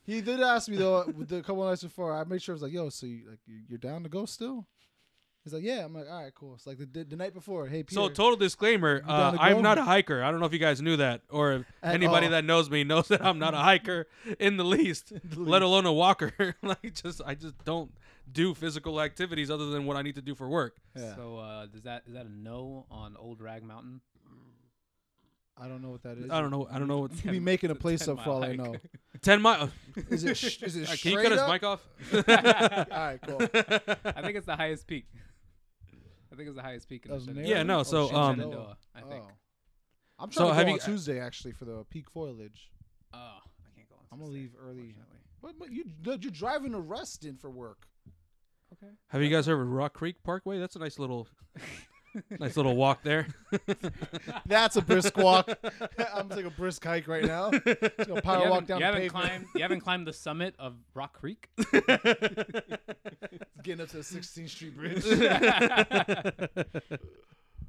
S2: He did ask me though with the couple nights before. I made sure I was like, "Yo, so you, like you- you're down to go still?" He's like, "Yeah." I'm like, "All right, cool." It's like the, the, night before. Hey, Peter.
S1: so total disclaimer
S2: You
S1: uh,
S2: down to go?
S1: I'm not a hiker I don't know if you guys knew that or if
S2: At
S1: anybody
S2: all.
S1: that knows me knows that I'm not a hiker in the least let alone a walker like just I just don't do physical activities other than what I need to do for work
S2: yeah.
S3: So uh, does that is that a no on Old Rag Mountain?
S2: I don't know what that is.
S1: I don't know I don't know what
S2: You could be making a place up for all I
S3: 10 mile
S2: know.
S1: 10 miles
S2: Is it sh- is it
S1: can you
S2: straight
S1: cut his
S2: up?
S1: mic off
S2: All right, cool.
S3: I think it's the highest peak. I think it's the highest peak in
S2: Of
S3: the Shenandoah-
S1: Yeah, no,
S2: Maryland?
S1: so,
S2: Oh,
S1: um,
S2: Shenandoah.
S3: Shenandoah, I think.
S2: Oh. I'm
S1: So
S2: trying to
S1: have
S2: go
S1: you-
S2: on Tuesday actually for the peak foliage.
S3: Oh, I can't go on.
S2: I'm gonna
S3: Tuesday,
S2: leave early.
S3: unfortunately.
S2: But, but you dude, you're driving to Ruston for work.
S3: Okay.
S1: have you guys heard of Rock Creek Parkway that's a nice little nice little walk there
S2: That's a brisk walk. I'm like a brisk hike right now. Just gonna
S3: You
S2: power walk
S3: haven't-
S2: down the
S3: you haven't
S2: pavement.
S3: climbed. You haven't climbed the summit of Rock Creek.
S2: Getting up to the 16th Street Bridge.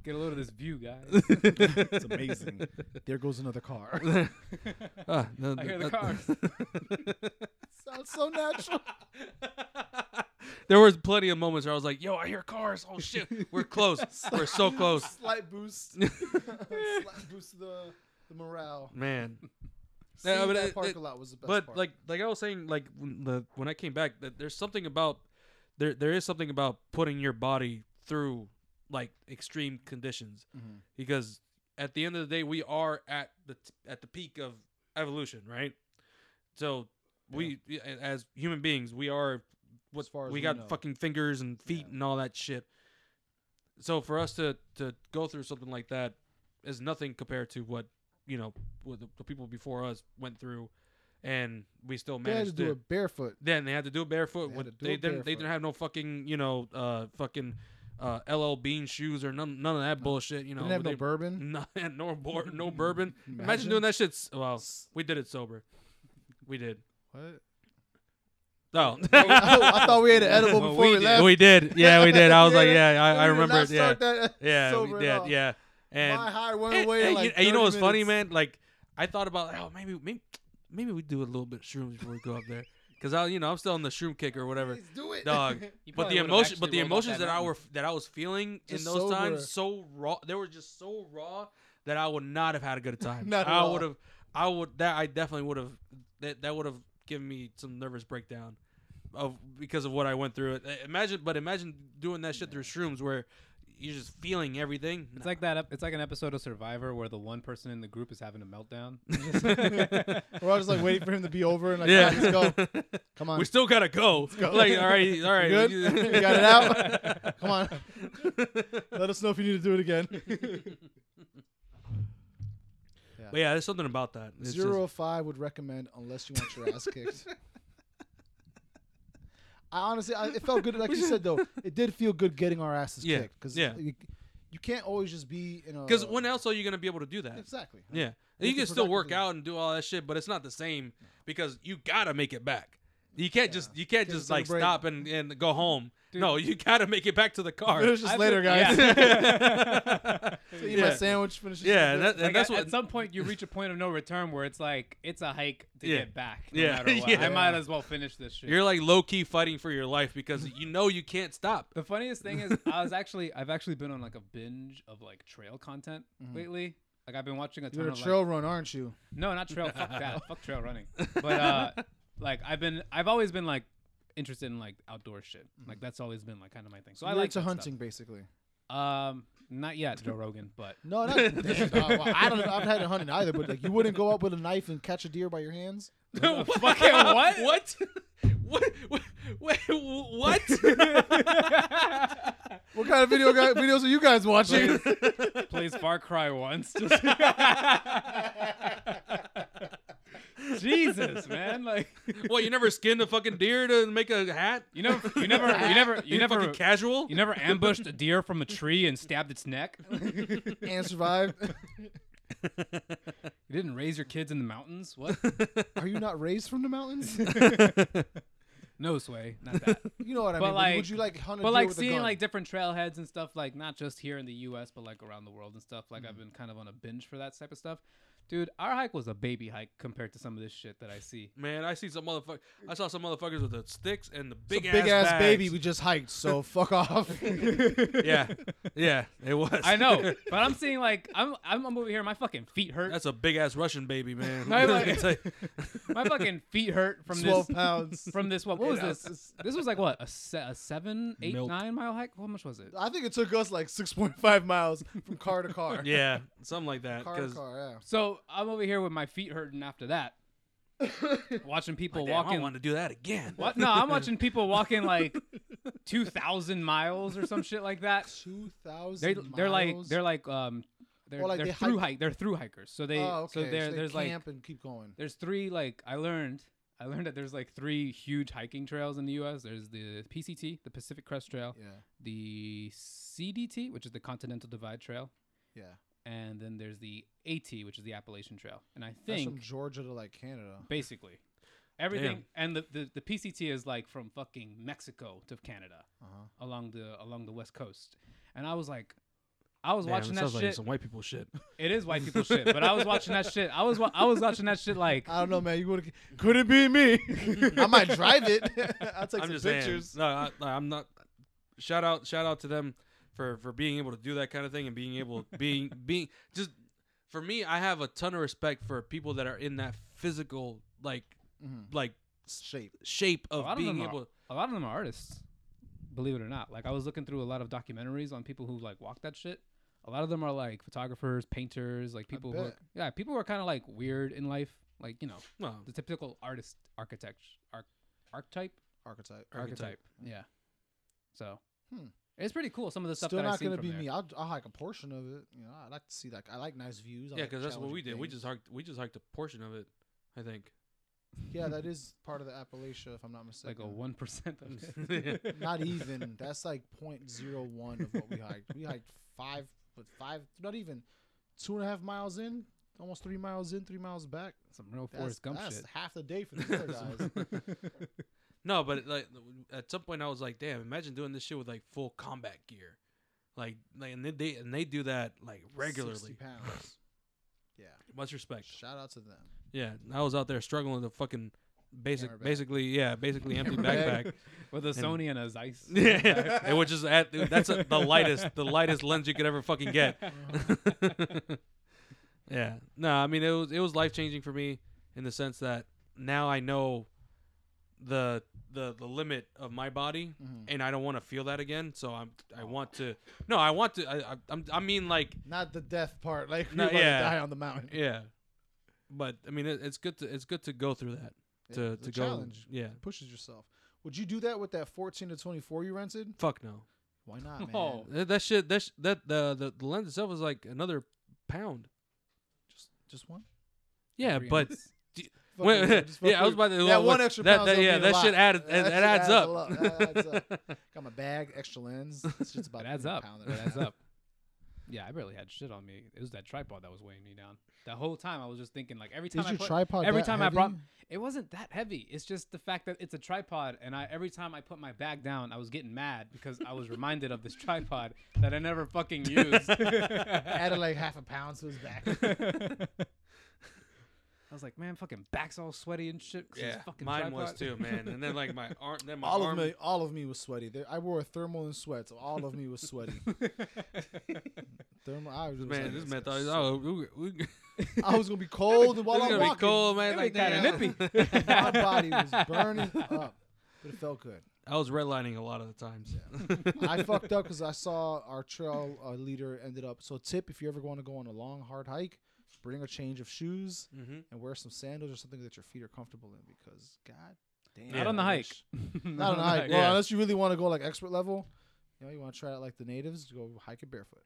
S3: Get a load of this view, guys.
S2: It's amazing. there goes another car.
S1: Ah, no,
S3: I
S1: no,
S3: hear the
S1: that-
S3: cars.
S2: Sounds so natural.
S1: there was plenty of moments where I was like, "Yo, I hear cars! Oh shit, we're close! we're so close,
S2: Slight boost. Slight boost to the, the morale.
S1: man!"
S2: Seeing
S1: Yeah, but
S2: that
S1: it-
S2: park
S1: it-
S2: a lot was the best
S1: but
S2: part.
S1: like, like I was saying, like when the when I came back, that there's something about there there is something about putting your body through like extreme conditions
S2: Mhm.
S1: because at the end of the day, we are at the t- at the peak of evolution, right? So we a- as human beings, we are what
S2: As far as
S1: we
S2: we
S1: got
S2: know.
S1: fucking fingers and feet
S2: Yeah.
S1: and all that shit. So for us to to go through something like that is nothing compared to what you know what the, the people before us went through, and we still
S2: they had to
S1: managed
S2: do
S1: to.
S2: it barefoot.
S1: Then they had to do it barefoot.
S2: They had
S1: with-
S2: to do
S1: They,
S2: it
S1: didn't, they
S2: barefoot.
S1: didn't have no fucking you know uh fucking uh LL Bean shoes or none none of that bullshit. You know
S2: didn't have
S1: they,
S2: no bourbon.
S1: no, no, bor- no bourbon. Imagine.
S2: Imagine.
S1: doing that shit. s- Well, we did it sober. We did.
S2: What?
S1: Oh.
S2: oh, I thought we had an edible
S3: Well,
S2: before
S3: we
S2: we,
S3: did.
S2: left.
S1: we did. Yeah, we did. I was
S2: Yeah,
S1: like, yeah, I,
S2: We
S1: I
S2: did
S1: remember
S2: not
S1: it. Yeah,
S2: start that
S1: yeah,
S2: sober
S1: we
S2: at
S1: did.
S2: all.
S1: Yeah, and
S2: My high went
S1: and,
S2: away.
S1: and
S2: in
S1: Eh, you-
S2: like
S1: and you know
S2: 30
S1: what's funny,
S2: minutes.
S1: man? Like I thought about, like, oh, maybe, maybe maybe we do a little bit of shrooms before we go up there, because I, you know, I'm still on the shroom kick or whatever.
S2: Please do it,
S1: Dog.
S3: You
S1: But
S3: probably
S1: the
S3: would've
S1: emotion,
S3: actually
S1: but the
S3: rolled up
S1: emotions that I
S3: mountain.
S1: were that I was feeling
S2: Just
S1: in those
S2: sober.
S1: times, so raw, they were just so raw that I would not have had a good time.
S2: Not at
S1: I
S2: all.
S1: would have, I would that I definitely would have that that would have given me some nervous breakdown of because of what I went through. Uh, Imagine, but imagine doing that shit through shrooms where you're just feeling everything.
S3: It's
S1: Nah.
S3: like that. It's like an episode of Survivor where the one person in the group is having a meltdown.
S2: We're all just like waiting for him to be over and like,
S1: yeah,
S2: yeah, let's go. Come on,
S1: we still gotta go.
S2: go.
S1: Like, all right, all right,
S2: You good? You got it
S1: out.
S2: come on. Let us know if you need to do it again.
S1: But yeah, there's something about that. It's just-
S2: Zero five would recommend unless you want your ass kicked. I honestly, I, it felt good. Like you said, though, it did feel good getting our asses
S1: Yeah,
S2: kicked because
S1: yeah.
S2: you, you can't always just be in a
S1: Because when else are you going to be able to do that?
S2: exactly
S1: Yeah.
S2: You
S1: You
S2: can
S1: can still work
S2: productively-
S1: out and do all that shit, but it's not the same because you got to make it back. You can't just you can't
S2: Can't
S1: just
S2: take a
S1: like
S2: break.
S1: stop and, and go home.
S3: Dude.
S1: No, you got to make it back to the car.
S2: Finish this
S3: I
S2: later,
S3: feel-
S2: guys.
S1: yeah,
S2: So eat my
S1: Yeah.
S2: sandwich. Finish. this
S1: yeah
S2: up.
S1: and, that, and
S3: Like,
S1: that's
S3: at,
S1: what
S3: at some point you reach a point of no return where it's like it's a hike to
S1: Yeah.
S3: get back. No
S1: Yeah.
S3: matter what.
S1: Yeah.
S3: I might as well finish this shit.
S1: you're like low key fighting for your life because you know you can't stop.
S3: the funniest thing is I was actually I've actually been on like a binge of like trail content
S2: Mhm.
S3: lately. Like I've been watching Mm-hmm. a ton
S2: You're a
S3: of like-
S2: trail run, aren't you?
S3: No, not trail. fuck that. Fuck trail running. But uh, like I've been, I've always been like interested in like outdoor shit.
S1: Mm-hmm.
S3: Like that's always been like kind of my thing. So I
S2: You're
S3: like
S2: into
S3: that stuff.
S2: hunting, basically.
S3: Um, not yet, Joe Rogan, but
S2: No, not, Damn, dog. Well, I don't. I've had a hunting either, but like you wouldn't go up with a knife and catch a deer by your hands.
S1: What?
S3: fucking what?
S1: What? What? What? What?
S2: What kind of video guy, videos are you guys watching?
S3: plays Far Cry once. Jesus, man! Like
S1: What you never skinned a fucking deer to make a hat?
S3: you never, you never, you never, you
S1: You
S3: never,
S1: fucking casual.
S3: you never ambushed a deer from a tree and stabbed its neck. you
S2: and survive.
S3: didn't raise your kids in the mountains. What?
S2: Are you not raised from the mountains?
S3: No sway, not that.
S2: You know what I
S3: But
S2: mean.
S3: like-
S2: would you like hunt a
S3: but
S2: deer
S3: like
S2: with a
S3: seeing
S2: gun?
S3: like different trailheads and stuff like not just here in the US but like around the world and stuff like I've
S1: Mm-hmm.
S3: been kind of on a binge for that type of stuff. Dude, our hike was a baby hike compared to some of this shit that I see.
S1: Man, I see some motherfucker. I saw some motherfuckers with the sticks and the big
S2: big
S1: ass,
S2: ass
S1: bags.
S2: baby we just hiked, so fuck off.
S1: yeah, yeah, it was.
S3: I know, but I'm seeing like I'm I'm, I'm over here my fucking feet hurt.
S1: That's a big ass Russian baby, man.
S3: I
S1: Let me
S3: like-
S1: tell you.
S3: my fucking feet hurt from this
S2: Twelve pounds.
S3: from this what, what was
S1: Eight
S3: this? This was like what a, se- a seven, eight, nine
S1: Milk.
S3: mile hike. How much was it?
S2: I think it took us like six point five miles from car to car.
S1: yeah, something like that.
S2: Car to
S1: 'cause-
S2: car,
S3: So I'm over here with my feet hurting after that,
S2: yeah.
S3: watching people
S1: Like, damn, I
S3: walking.
S1: want to do that again.
S3: What? No, I'm watching people walking like two thousand miles or some shit like that.
S2: Two
S3: They
S2: thousand miles.
S3: they're like they're like um they're,
S2: Or, like,
S3: they're
S2: they
S3: through
S2: hike-
S3: hike they're through hikers. So they
S2: oh, okay.
S3: so there
S2: they
S3: there's like
S2: camp and keep going.
S3: there's three like I learned I learned that there's like three huge hiking trails in the U.S. There's the PCT, the Pacific Crest Trail,
S2: Yeah,
S3: the CDT, which is the Continental Divide Trail,
S2: yeah.
S3: and then there's the AT, which is the Appalachian Trail. And I
S2: That's from
S3: think
S2: Georgia to like Canada.
S3: basically everything and the, the the PCT is like from fucking Mexico to Canada
S2: Uh-huh.
S3: along the along the west coast and i was like i was
S1: Damn,
S3: watching
S1: it
S3: that
S1: sounds
S3: shit
S1: like some white people shit.
S3: it is white people shit but i was watching that shit i was wa- i was watching that shit like
S2: I don't know, man. You would could it be me? I might drive it. I'll take
S1: I'm
S2: some
S1: just saying.
S2: pictures.
S1: No, I, no, I'm not. Shout out, shout out to them for for being able to do that kind of thing and being able being being just for me. I have a ton of respect for people that are in that physical like
S2: Mhm.
S1: like
S2: Shape.
S1: shape
S2: Oh,
S3: a lot
S1: of
S3: of
S1: being
S3: them
S1: able.
S3: are, a lot of them are artists believe it or not like i was looking through a lot of documentaries on people who like walk that shit a lot of them are like photographers painters like people who are,
S2: bet.
S3: yeah people who are kind of like weird in life like you know
S1: No,
S3: the typical artist architect arch, archetype
S2: Archetype.
S1: Archetype.
S3: yeah so
S2: Hmm.
S3: it's pretty cool some of the stuff
S2: Still
S3: that i
S2: not
S3: seen
S2: gonna
S3: from
S2: be
S3: there.
S2: me. I'll, I'll hike a portion of it. You know, I like to see like I like nice views. I
S1: yeah,
S2: like
S1: because that's what we did.
S2: challenging
S1: We
S2: things.
S1: just hiked. We just hiked a portion of it. I think.
S2: Yeah, that is part of the Appalachia, if I'm not
S3: It's like a
S2: mistaken.
S3: one percent of it.
S2: not even. That's like 0.01 of what we hiked. We hiked five, but five, not even two and a half miles in, almost three miles in, three miles back.
S3: some real
S2: That's,
S3: Forrest Gump
S2: that's
S3: shit.
S2: half the day for the other guys.
S1: No, but like at some point I was like, damn, imagine doing this shit with like full combat gear. Like, like and they, they and they do that like regularly.
S2: 60 pounds. Yeah.
S1: Much respect.
S2: Shout out to them.
S1: Yeah, I was out there struggling with a fucking basic,
S2: Camera bag.
S1: basically, yeah, basically empty
S3: Camera
S1: backpack.
S3: with a Sony and a Zeiss.
S1: yeah, and which is at that's a, the lightest, the lightest lens you could ever fucking get. yeah, no, I mean it was it was life changing for me in the sense that now I know the the the limit of my body,
S2: Mm-hmm.
S1: and I don't want to feel that again. So I'm I want to no, I want to I I, I'm, I mean like
S2: Not the death part, like
S1: No,
S2: we want
S1: yeah.
S2: to die on the mountain.
S1: yeah, but I mean it, it's good to it's good to go through that
S2: Yeah,
S1: to
S2: it's
S1: to
S2: a
S1: go
S2: challenge.
S1: yeah.
S2: Pushes yourself. Would you do that with that 14 to 24 you rented?
S1: Fuck no.
S2: Why not, man?
S3: Oh.
S1: That, that shit. That sh- that the, the the lens itself is like another pound.
S2: Just just one.
S1: Yeah,
S3: Every
S1: but
S3: ounce.
S2: Fuck
S1: Wait,
S2: it, man. Just fuck
S1: yeah, I was
S2: it.
S1: about to.
S2: that
S1: well,
S2: one
S1: what-
S2: extra
S1: that,
S2: pound's
S1: that,
S2: gonna
S1: yeah,
S2: be a
S1: that
S2: lot.
S1: shit adds.
S2: That
S1: That,
S2: shit
S1: adds,
S2: adds a
S1: up.
S2: lot. That adds Got my bag, extra lens. It's just about
S3: It adds
S2: three
S3: up.
S2: pounds.
S3: It adds up. Yeah, I barely had shit on me. It was that tripod that was weighing me down. The whole time I was just thinking, like every time
S2: Is
S3: I
S2: your
S3: put,
S2: tripod
S3: every
S2: that
S3: time I brought,
S2: heavy?
S3: it wasn't that heavy. It's just the fact that it's a tripod, and I every time I put my bag down, I was getting mad because I was reminded of this tripod that I never fucking used.
S2: Added like half a pound to his back.
S3: I was like, man, fucking back's all sweaty and shit. 'cause this
S1: Yeah,
S3: fucking
S1: mine was
S3: tripod."
S1: too, man. And then like my arm, then my
S2: all
S1: arm.
S2: of me, all of me was sweaty. There, I wore a thermal and sweat, so all of me was sweaty. thermal, I was, just
S1: Man,
S2: like,
S1: this man thought, oh, we, we, this
S2: I was gonna be cold while
S1: is
S2: I'm
S1: gonna be
S2: walking.
S1: cold, man. Like
S3: It was kinda
S1: nippy.
S2: My body was burning up, but it felt good.
S1: I was redlining a lot of the times. Mm-hmm.
S2: I fucked up because I saw our trail uh, leader ended up. So tip: if you ever want to go on a long hard hike, bring a change of shoes
S1: hmm
S2: and wear some sandals or something that your feet are comfortable in. Because God damn,
S3: Not on the
S2: I
S3: hike.
S2: wish- not on the hike.
S1: Yeah.
S2: Well, unless you really want to go like expert level, you know, you want to try it like the natives, go hike it barefoot.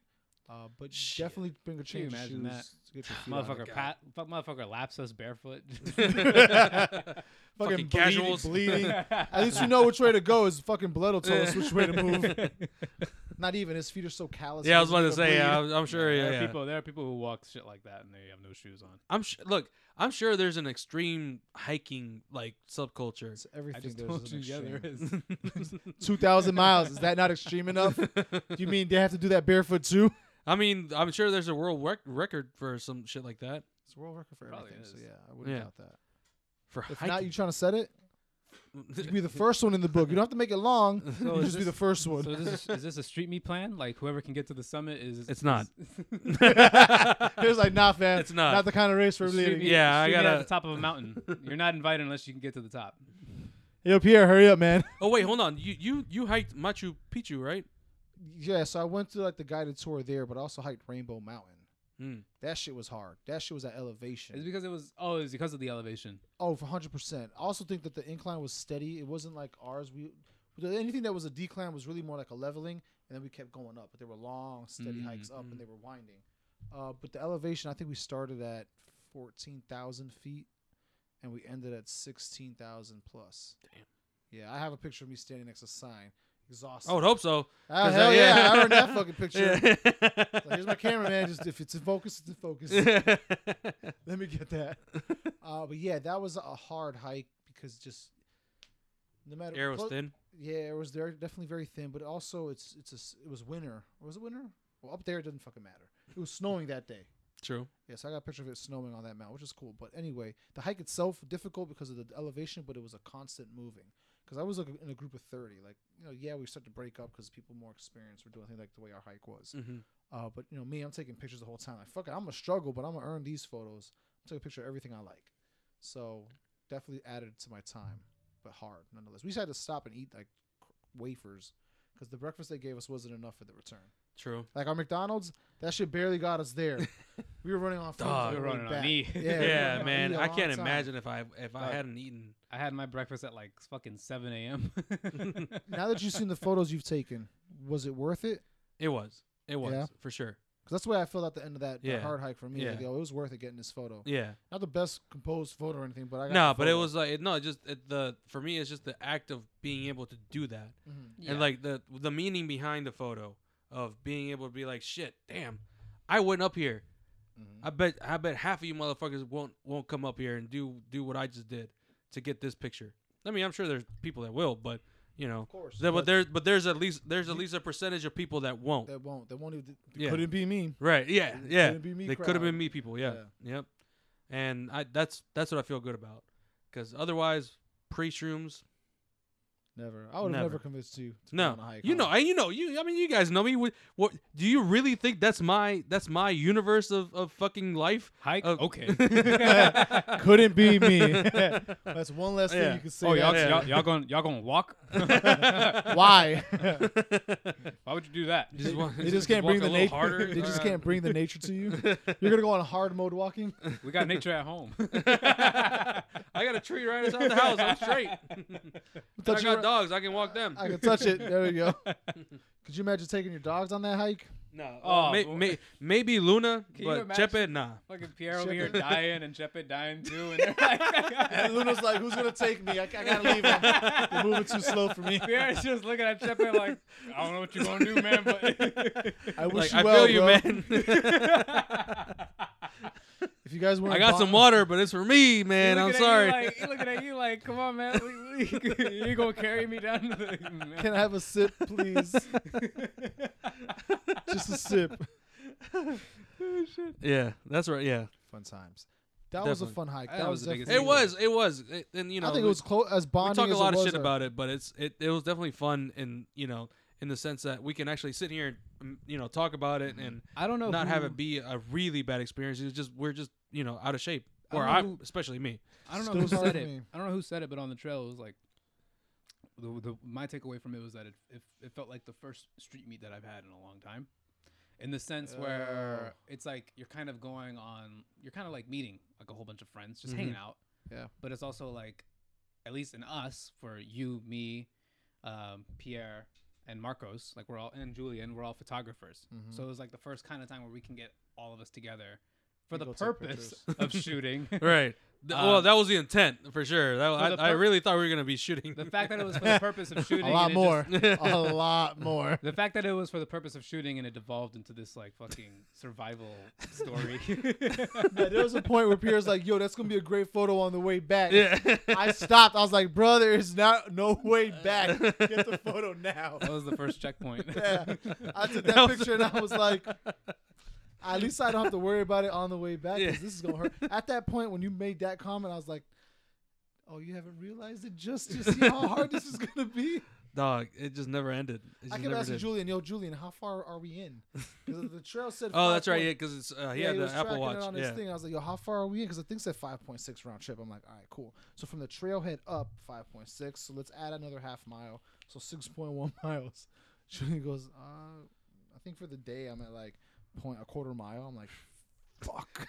S2: Uh, but
S1: Shit.
S2: definitely bring a change of shoes
S3: imagine that?
S2: to get your feet on it.
S1: Oh,
S3: Motherfucker, pat, fuck, motherfucker laps us barefoot.
S1: Fucking
S2: bleeding-
S1: casuals.
S2: bleeding. At least you know which way to go. Is fucking blood will tell us which way to move. Not even his feet are so callous.
S1: Yeah, I was
S2: he's
S1: about to
S2: gonna
S1: say. uh,
S2: bleed.
S1: Yeah, I'm- I'm sure.
S3: there
S1: Yeah,
S3: are
S1: yeah.
S3: people. There are people who walk shit like that and they have no shoes on.
S1: I'm sh- look. I'm sure there's an extreme hiking like subculture.
S2: It's everything.
S3: I just
S2: there's
S3: told
S2: an
S3: you, yeah, there
S2: extreme.
S3: is.
S2: Two thousand miles. Is that not extreme enough? you mean they have to do that barefoot too?
S1: I mean, I'm sure there's a world rec- record for some shit like that.
S2: It's a world record for
S3: Probably
S2: everything. So
S3: is.
S2: yeah, I wouldn't
S1: Yeah.
S2: doubt that.
S1: For
S2: If not,
S1: hiking.
S2: you trying to set it? You'd be the first one in the book. You don't have to make it long.
S3: So
S2: you
S3: is
S2: just be
S3: this-
S2: the first one.
S3: so is this, is this a street meet plan? Like whoever can get to the summit is.
S1: It's not.
S3: is-
S2: Here's like, nah, fam.
S1: It's not.
S2: the kind of race we're
S3: street meet,
S2: leading.
S1: Yeah, I
S3: street meet at
S1: gotta-
S3: the top of a mountain. You're not invited unless you can get to the top.
S2: Yo, Pierre, hurry up, man.
S1: oh wait, hold on. You you you hiked Machu Picchu, right?
S2: Yeah, so I went through like the guided tour there, but I also hiked Rainbow Mountain.
S1: Hmm.
S2: That shit was hard. That shit was at elevation.
S3: It's because it was. Oh, it's because of the elevation.
S2: Oh, for hundred percent. I also think that the incline was steady. It wasn't like ours. We anything that was a decline was really more like a leveling, and then we kept going up. But there were long, steady
S1: Mm-hmm,
S2: hikes up, and they were winding. Uh, but the elevation, I think we started at fourteen thousand feet, and we ended at sixteen thousand plus.
S1: Damn.
S2: Yeah, I have a picture of me standing next to a sign, exhausted.
S1: I would hope so.
S2: Ah,
S1: 'cause, uh,
S2: hell yeah.
S1: yeah.
S2: I earned that fucking picture. Like,
S1: Oh, Yeah.
S2: here's my camera, man. Just if it's in focus, it's in focus. Let me get that. Uh, but yeah, that was a hard hike because just no matter
S1: Air was
S2: clo-
S1: thin.
S2: Yeah, it was there definitely very thin, but also it's it's a, s- it was winter. Was it winter? Well, up there it doesn't fucking matter. It was snowing that day.
S1: True.
S2: Yeah, so I got a picture of it snowing on that mountain, which is cool. But anyway, the hike itself difficult because of the elevation, but it was a constant moving. Because I was like in a group of thirty, like you know, yeah, we start to break up because people more experienced were doing things like the way our hike was.
S1: Mhm.
S2: Uh, but you know me, I'm taking pictures the whole time. Like fuck it, I'm gonna struggle, but I'm gonna earn these photos. I'm taking a picture of everything I like. So definitely added to my time, but hard nonetheless. We just had to stop and eat like c- wafers because the breakfast they gave us wasn't enough for the return.
S1: True.
S2: Like our McDonald's, that shit barely got us there. we were running on fumes
S1: Dog.
S2: on
S1: We
S2: the
S3: were
S2: way
S3: running on
S2: back.
S3: E.
S2: Yeah, we
S1: Yeah,
S2: were running on
S1: man.
S2: E a
S1: I
S2: long
S1: can't
S2: time.
S1: imagine if I if I
S3: Fuck.
S1: hadn't eaten.
S3: I had my breakfast at like fucking 7 a.m.
S2: Now that you've seen the photos you've taken, was it worth it?
S1: It was. It was
S2: Yeah.
S1: for sure.
S2: Because that's the way I felt at the end of that that
S1: Yeah.
S2: hard hike for me. Like,
S1: Yeah.
S2: yo, it was worth it getting this photo.
S1: Yeah.
S2: Not the best composed photo or anything, but I got
S1: No,
S2: the
S1: but it
S2: photo.
S1: was like no, it just it, the for me it's just the act of being able to do that.
S2: Mhm.
S1: and like the the meaning behind the photo of being able to be like shit damn i went up here i bet i bet half of you motherfuckers won't won't come up here and do do what i just did to get this picture i mean i'm sure there's people that will but You know,
S2: Of course.
S1: There- but there, but there's at least there's at least a percentage of people that won't.
S2: That won't. That won't. Even,
S1: Yeah.
S2: Couldn't be me.
S1: Right? Yeah, yeah.
S2: Couldn't be me.
S1: They could have
S2: crowd.
S1: been me people. Yeah. Yep. And I that's that's what I feel good about because otherwise pre shrooms.
S2: Never. I would have
S1: Never.
S2: never. convinced you. To go
S1: No,
S2: on a hike,
S1: you
S2: huh?
S1: know, and you know, you. I mean, you guys know me. What, what do you really think? That's my that's my universe of, of fucking life.
S3: Hike?
S1: Uh,
S3: okay.
S2: Couldn't be me. That's one less thing you can say.
S3: oh, y'all,
S1: yeah.
S3: y'all, y'all going y'all going to walk?
S2: Why?
S3: Why would you do that?
S1: You just want-
S2: they just can't
S1: walk
S2: bring
S1: a
S2: the
S1: little uh,
S2: nature. They just can't bring the nature to you. You're gonna go on hard mode walking.
S3: We got nature at home.
S1: I got a tree right outside the house. I'm straight. I got
S2: Touch your-
S1: dogs. I can walk them.
S2: I can touch it. There we go. Could you imagine taking your dogs on that hike?
S1: no.
S3: Oh,
S1: may,
S3: boy.
S1: may, maybe Luna,
S3: Can you
S1: but
S3: imagine?
S1: Chepe, nah.
S3: Fucking Pierre over here
S2: Shepard.
S3: dying and Shepard dying too. And they're like,
S2: And Luna's like, "Who's gonna take me? I, I gotta leave. Them. They're moving too slow for me.
S3: Pierre's just looking at Shepard like, I don't know what you're going to do, man, but.
S2: I
S1: Like,
S2: wish you
S1: I
S2: well,
S1: feel you,
S2: bro.
S1: man.
S2: If you guys want,
S1: I got some water, but it's for me, man.
S3: He
S1: I'm
S3: looking at
S1: sorry.
S3: You like, he looking at you like, come on, man. we- we- you going to carry me down to the.
S2: Can I have a sip, please? Just a sip.
S1: yeah, that's right. Yeah,
S2: Fun times. That was a
S1: Definitely.
S2: fun hike.
S3: That
S2: That,
S3: was
S2: was,
S3: the biggest
S2: definitely-
S1: it was. It was. It, and you know,
S2: I think
S1: we-
S2: it was close as
S1: we
S2: bonding.
S1: talk a
S2: as
S1: lot
S2: it
S1: of
S2: was
S1: shit
S2: a-
S1: about it, but it's it, it was definitely fun and you know in the sense that we can actually sit here and mm, you know talk about it and
S3: I don't know.
S1: not have
S3: who-
S1: it be a really bad experience. It's just we're just you know out of shape,
S3: I
S1: or
S3: don't know
S1: I
S3: who-
S1: especially me.
S3: I don't know
S2: Still
S3: who
S2: sorry
S3: said
S2: for
S3: it.
S2: me.
S3: I don't know who said it, but on the trail, it was like the, the my takeaway from it was that it, it it felt like the first street meet that I've had in a long time, in the sense
S2: Oh.
S3: where it's like you're kind of going on, you're kind of like meeting like a whole bunch of friends, just hanging out.
S2: Mm-hmm. Yeah.
S3: But it's also like, at least in us, for you, me, um, Pierre, and Marcos, like we're all and Julian, we're all photographers.
S2: Mhm.
S3: So it was like the first kind of time where we can get all of us together for
S2: And
S3: the
S2: go take
S3: purpose of shooting.
S1: Right. Th- well,
S3: Um,
S1: that was the intent for sure. That, I,
S3: the
S1: I
S3: pur-
S1: really thought we were gonna be shooting.
S3: The fact that it was for the purpose of shooting
S2: A lot
S3: and it
S2: more.
S3: just-
S2: a lot more.
S3: the fact that it was for the purpose of shooting and it devolved into this like fucking survival story.
S2: Yeah, there was a point where Pierre's like, "Yo, that's gonna be a great photo on the way back."
S1: yeah.
S2: I stopped. I was like, "Bro, there's not no way back. Get the photo now."
S3: that was the first checkpoint.
S2: Yeah. I took
S1: That
S2: that
S1: was-
S2: picture and I was like, "At least I don't have to worry about it on the way back
S1: Yeah.
S2: 'cause this is gonna hurt." At that point, when you made that comment, I was like, "Oh, you haven't realized it just to see how hard this is gonna be."
S1: Dog, it just never ended. It
S2: I
S1: just
S2: kept
S1: never
S2: asking
S1: did.
S2: Julian, "Yo, Julian, how far are we in?" 'Cause the trail said.
S1: Oh, that's right.
S2: five
S1: Yeah,
S2: point-
S1: because it's uh, he had
S2: was
S1: the Apple
S2: tracking
S1: Watch.
S2: It on
S1: yeah.
S2: his thing. I was like, yo, how far are we in? Because the thing said 5.6 round trip. I'm like, all right, cool. So from the trailhead up, 5.6. So let's add another half mile. So 6.1 miles. Julian goes, uh, I think for the day I'm at like point a quarter mile. I'm like, fuck.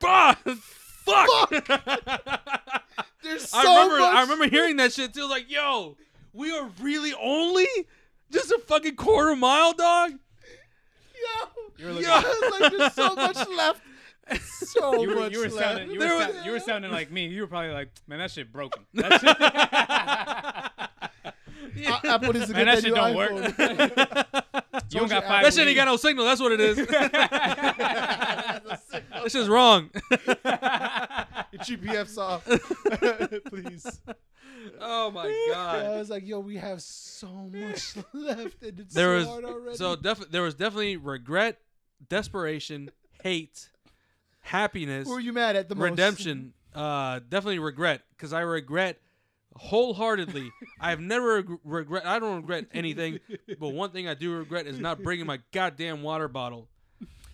S1: Fuck! Fuck!
S2: There's so
S1: I remember.
S2: much.
S1: I remember hearing that shit too. Like, yo, we are really only just a fucking quarter mile, dog.
S3: You were
S2: Yo,
S3: looking-
S2: yeah, it's like there's so much left. So
S3: You were,
S2: much
S3: you were
S2: left.
S3: sounding you were,
S1: There
S3: sound-
S1: was-
S3: you were sounding like me. You were probably like, man, that shit broken. That shit,
S2: A- Apple needs to
S3: man,
S2: get
S3: that shit
S2: new
S3: don't
S2: iPhone.
S3: work. you don't
S2: Told you
S3: got five.
S1: That shit ain't got no signal. That's what it is. That shit's wrong.
S2: Your GPF's off. Please.
S1: oh my
S2: I
S1: god.
S2: was like, yo, we have so much left, and it's
S1: There
S2: so
S1: was
S2: hard already.
S1: so def- there was definitely regret, desperation, hate, happiness,
S2: who are you mad at the most?
S1: redemption. Uh, definitely regret because I regret wholeheartedly. I've never reg- regret. I don't regret anything, but one thing I do regret is not bringing my goddamn water bottle.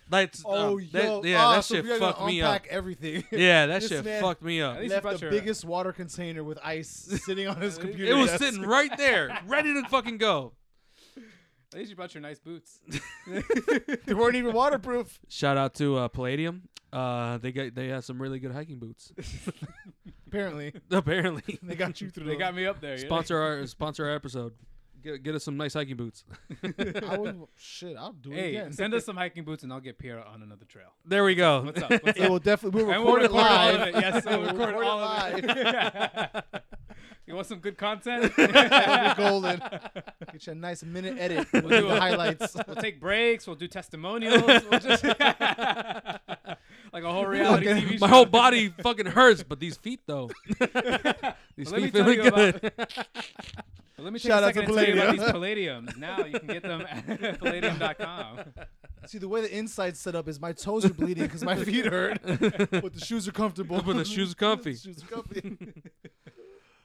S1: That's
S2: Oh,
S1: um, that-
S2: yo,
S1: yeah,
S2: ah,
S1: that
S2: so
S1: shit
S2: we are gonna
S1: fucked me up.
S2: unpack everything.
S1: Yeah, that
S2: This
S1: shit
S2: man-
S1: fucked me up.
S3: At least you
S2: Left
S3: brought
S2: the
S3: your-
S2: biggest water container with ice sitting on his computer.
S1: It was
S2: desk.
S1: sitting right there, ready to fucking go.
S3: At least you brought your nice boots.
S2: They weren't even waterproof.
S1: Shout out to uh, Palladium. Uh, they got they have some really good hiking boots.
S2: Apparently,
S1: Apparently,
S2: they got you through.
S3: They got me up there. yeah.
S1: sponsor our sponsor our episode. Get, get us some nice hiking boots.
S2: I would, shit, I'll do it
S3: Hey,
S2: again.
S3: send us some hiking boots and I'll get Pierre on another trail.
S1: There we go.
S3: What's up? What's
S2: It
S3: up?
S2: will definitely. We'll
S3: And
S2: record it
S3: all of
S2: live.
S3: it. Yes, we'll
S2: We'll
S3: record
S2: record
S3: all
S2: it
S3: of it. you want some good content?
S2: It'll be golden. Get you a nice minute edit. We'll do the
S3: a-
S2: highlights.
S3: we'll take breaks. We'll do testimonials. We'll just like a whole reality
S2: Fucking-
S3: TV show.
S1: My whole body fucking hurts, but these feet though. these
S3: Let me
S1: feet
S3: tell
S1: feeling
S3: you about-
S1: good.
S3: But let me take
S5: Shout
S3: a
S5: out
S3: second
S5: to
S3: and tell you about these palladiums. Now you can get them at palladium.com.
S2: See, the way the inside's set up is my toes are bleeding because my feet hurt, but the shoes are comfortable.
S1: But the shoes are comfy.
S2: shoes are comfy.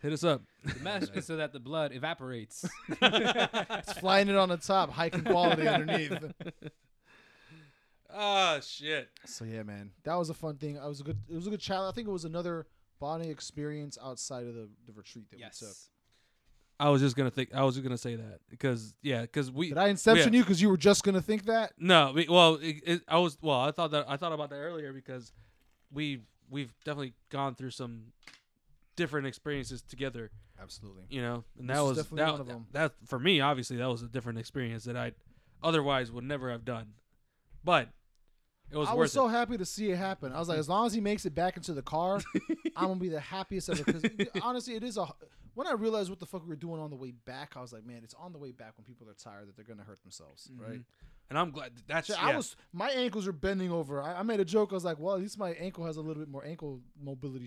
S1: Hit us up.
S3: The mesh is so that the blood evaporates.
S2: It's flying it on the top, hiking quality underneath.
S1: Ah, shit.
S2: So yeah, man, that was a fun thing. I was a good. It was a good challenge. I think it was another bonding experience outside of the, the retreat that we took.
S3: yes.
S1: I was just gonna think. I was just gonna say that because yeah, because we
S2: Did I inception you because you were just gonna think that?
S1: no. We, well, it, it, I was well. I thought that I thought about that earlier because we we've definitely gone through some different experiences together.
S2: Absolutely.
S1: You know, and
S2: This
S1: that
S2: is
S1: was
S2: definitely
S1: that,
S2: one of 'em.
S1: that for me obviously that was a different experience that I otherwise would never have done, but it was
S2: I
S1: worth
S2: was so
S1: it.
S2: happy to see it happen. I was like, as long as he makes it back into the car, I'm gonna be the happiest ever. Because honestly, it is a. When I realized what the fuck we were doing on the way back, I was like, man, it's on the way back when people are tired that they're gonna hurt themselves, right?
S1: And I'm glad that's
S2: So
S1: yeah.
S2: I was my ankles are bending over. I, I made a joke. I was like, well, at least my ankle has a little bit more ankle mobility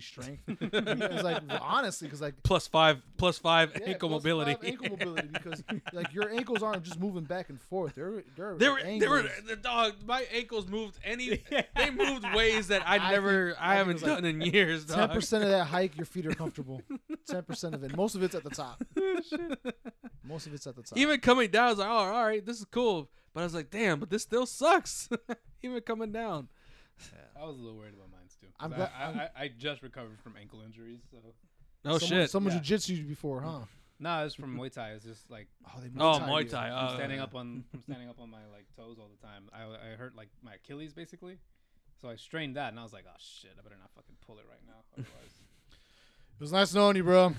S2: strength. I was like, honestly, because like
S1: plus five plus five
S2: yeah,
S1: ankle
S2: plus
S1: mobility.
S2: five ankle mobility because like your ankles aren't just moving back and forth. They're they're
S1: They were, they were
S2: angles.
S1: the dog. My ankles moved any. They moved ways that I,
S2: I
S1: never,
S2: think-
S1: I,
S2: I think
S1: haven't
S2: it was like
S1: done in years.
S2: Ten
S1: Dog.
S2: percent of that hike, your feet are comfortable. Ten percent of it, most of it's at the top. Most of it's at the top.
S1: Oh, Even coming down, I was like, oh, all right, this is cool. But I was like, damn, but this still sucks. Even coming down.
S3: I was a little worried about mine too. 'cause
S2: I'm
S3: I-
S2: glad-
S3: I, I, I just recovered from ankle injuries, so
S1: Oh
S2: someone,
S1: shit.
S2: Someone
S3: Yeah.
S2: jujitsu before, huh?
S3: nah, it's from Muay Thai. It's just like
S2: Oh, they
S1: oh,
S2: you.
S1: Muay Thai.
S3: from
S1: Oh,
S3: standing
S1: yeah.
S3: up on from standing up on my like toes all the time. I I hurt like my Achilles basically, so I strained that and I was like, oh shit, I better not fucking pull it right now. Otherwise,
S2: It was nice knowing you, bro.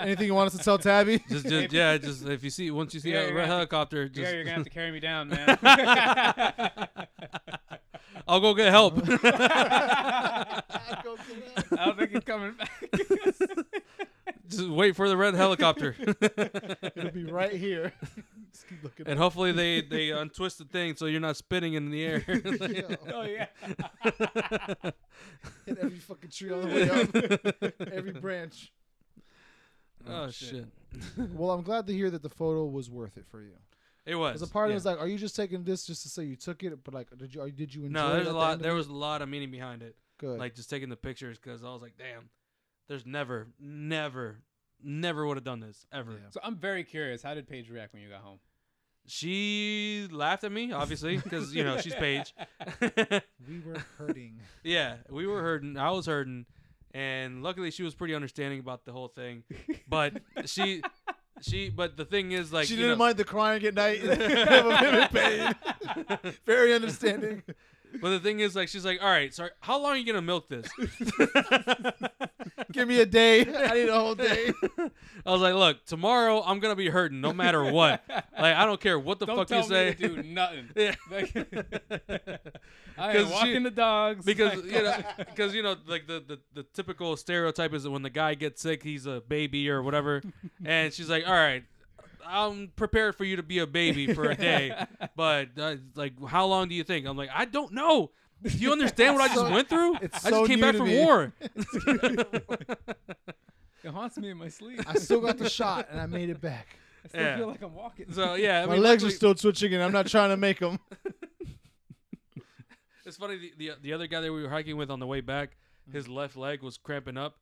S2: Anything you want us to tell Tabby?
S1: Just, just, yeah, just if you see once you see a
S3: Yeah, you're
S1: red
S3: gonna-
S1: helicopter, just
S3: yeah, you're gonna have to carry me down, man.
S1: I'll go get help.
S3: I don't think it's coming back.
S1: just wait for the red helicopter,
S2: It'll be right here. Just keep looking.
S1: and hopefully they they untwist the thing so you're not spinning in the air.
S2: Yo,
S3: oh yeah.
S2: hit every fucking tree on the way up, every branch.
S1: oh shit.
S2: Well, I'm glad to hear that the photo was worth it for you.
S1: It was
S2: Because a part
S1: yeah.
S2: of it's like, are you just taking this just to say you took it? But like, did you are, did you enjoy?
S1: No,
S2: it
S1: there's
S2: at
S1: a
S2: the
S1: lot.
S2: end of
S1: There
S2: it?
S1: was a lot of meaning behind it.
S2: good.
S1: Like just taking the pictures because I was like, damn, there's never, never, never would have done this ever.
S2: Yeah.
S3: So I'm very curious. How did Paige react when you got home?
S1: She laughed at me, obviously, because you know she's Paige.
S2: we were hurting.
S1: yeah, we were hurting. I was hurting, and luckily she was pretty understanding about the whole thing. But she, she, but the thing is, like,
S5: she
S1: you
S5: didn't
S1: know-
S5: mind the crying at night. Have a vivid pain. Very understanding.
S1: But the thing is, like, she's like, all right, sorry, how long are you gonna milk this?
S5: Give me a day. I need a whole day.
S1: I was like, look, tomorrow I'm gonna be hurting no matter what. Like, I don't care what the
S3: Don't
S1: fuck
S3: tell
S1: you say.
S3: me to do nothing.
S1: Yeah.
S3: Like,
S1: Because
S3: I am
S1: she-
S3: walking the dogs
S1: because
S3: Like,
S1: you know because you know like the, the the typical stereotype is that when the guy gets sick he's a baby or whatever and she's like all right i'm prepared for you to be a baby for a day but uh, like how long do you think i'm like i don't know do you understand what i just
S2: So-
S1: went through
S2: it's
S1: i
S2: so
S1: just came
S2: new
S1: back
S2: to
S1: from
S2: me.
S1: war
S3: it haunts me in my sleep. I
S2: I still got the shot and I made it back.
S3: still
S1: yeah.
S3: feel like I'm walking.
S1: so yeah I
S5: My
S1: mean,
S5: legs are
S1: luckily-
S5: still twitching, and I'm not trying to make them.
S1: It's funny the, the the other guy that we were hiking with on the way back, his left leg was cramping up,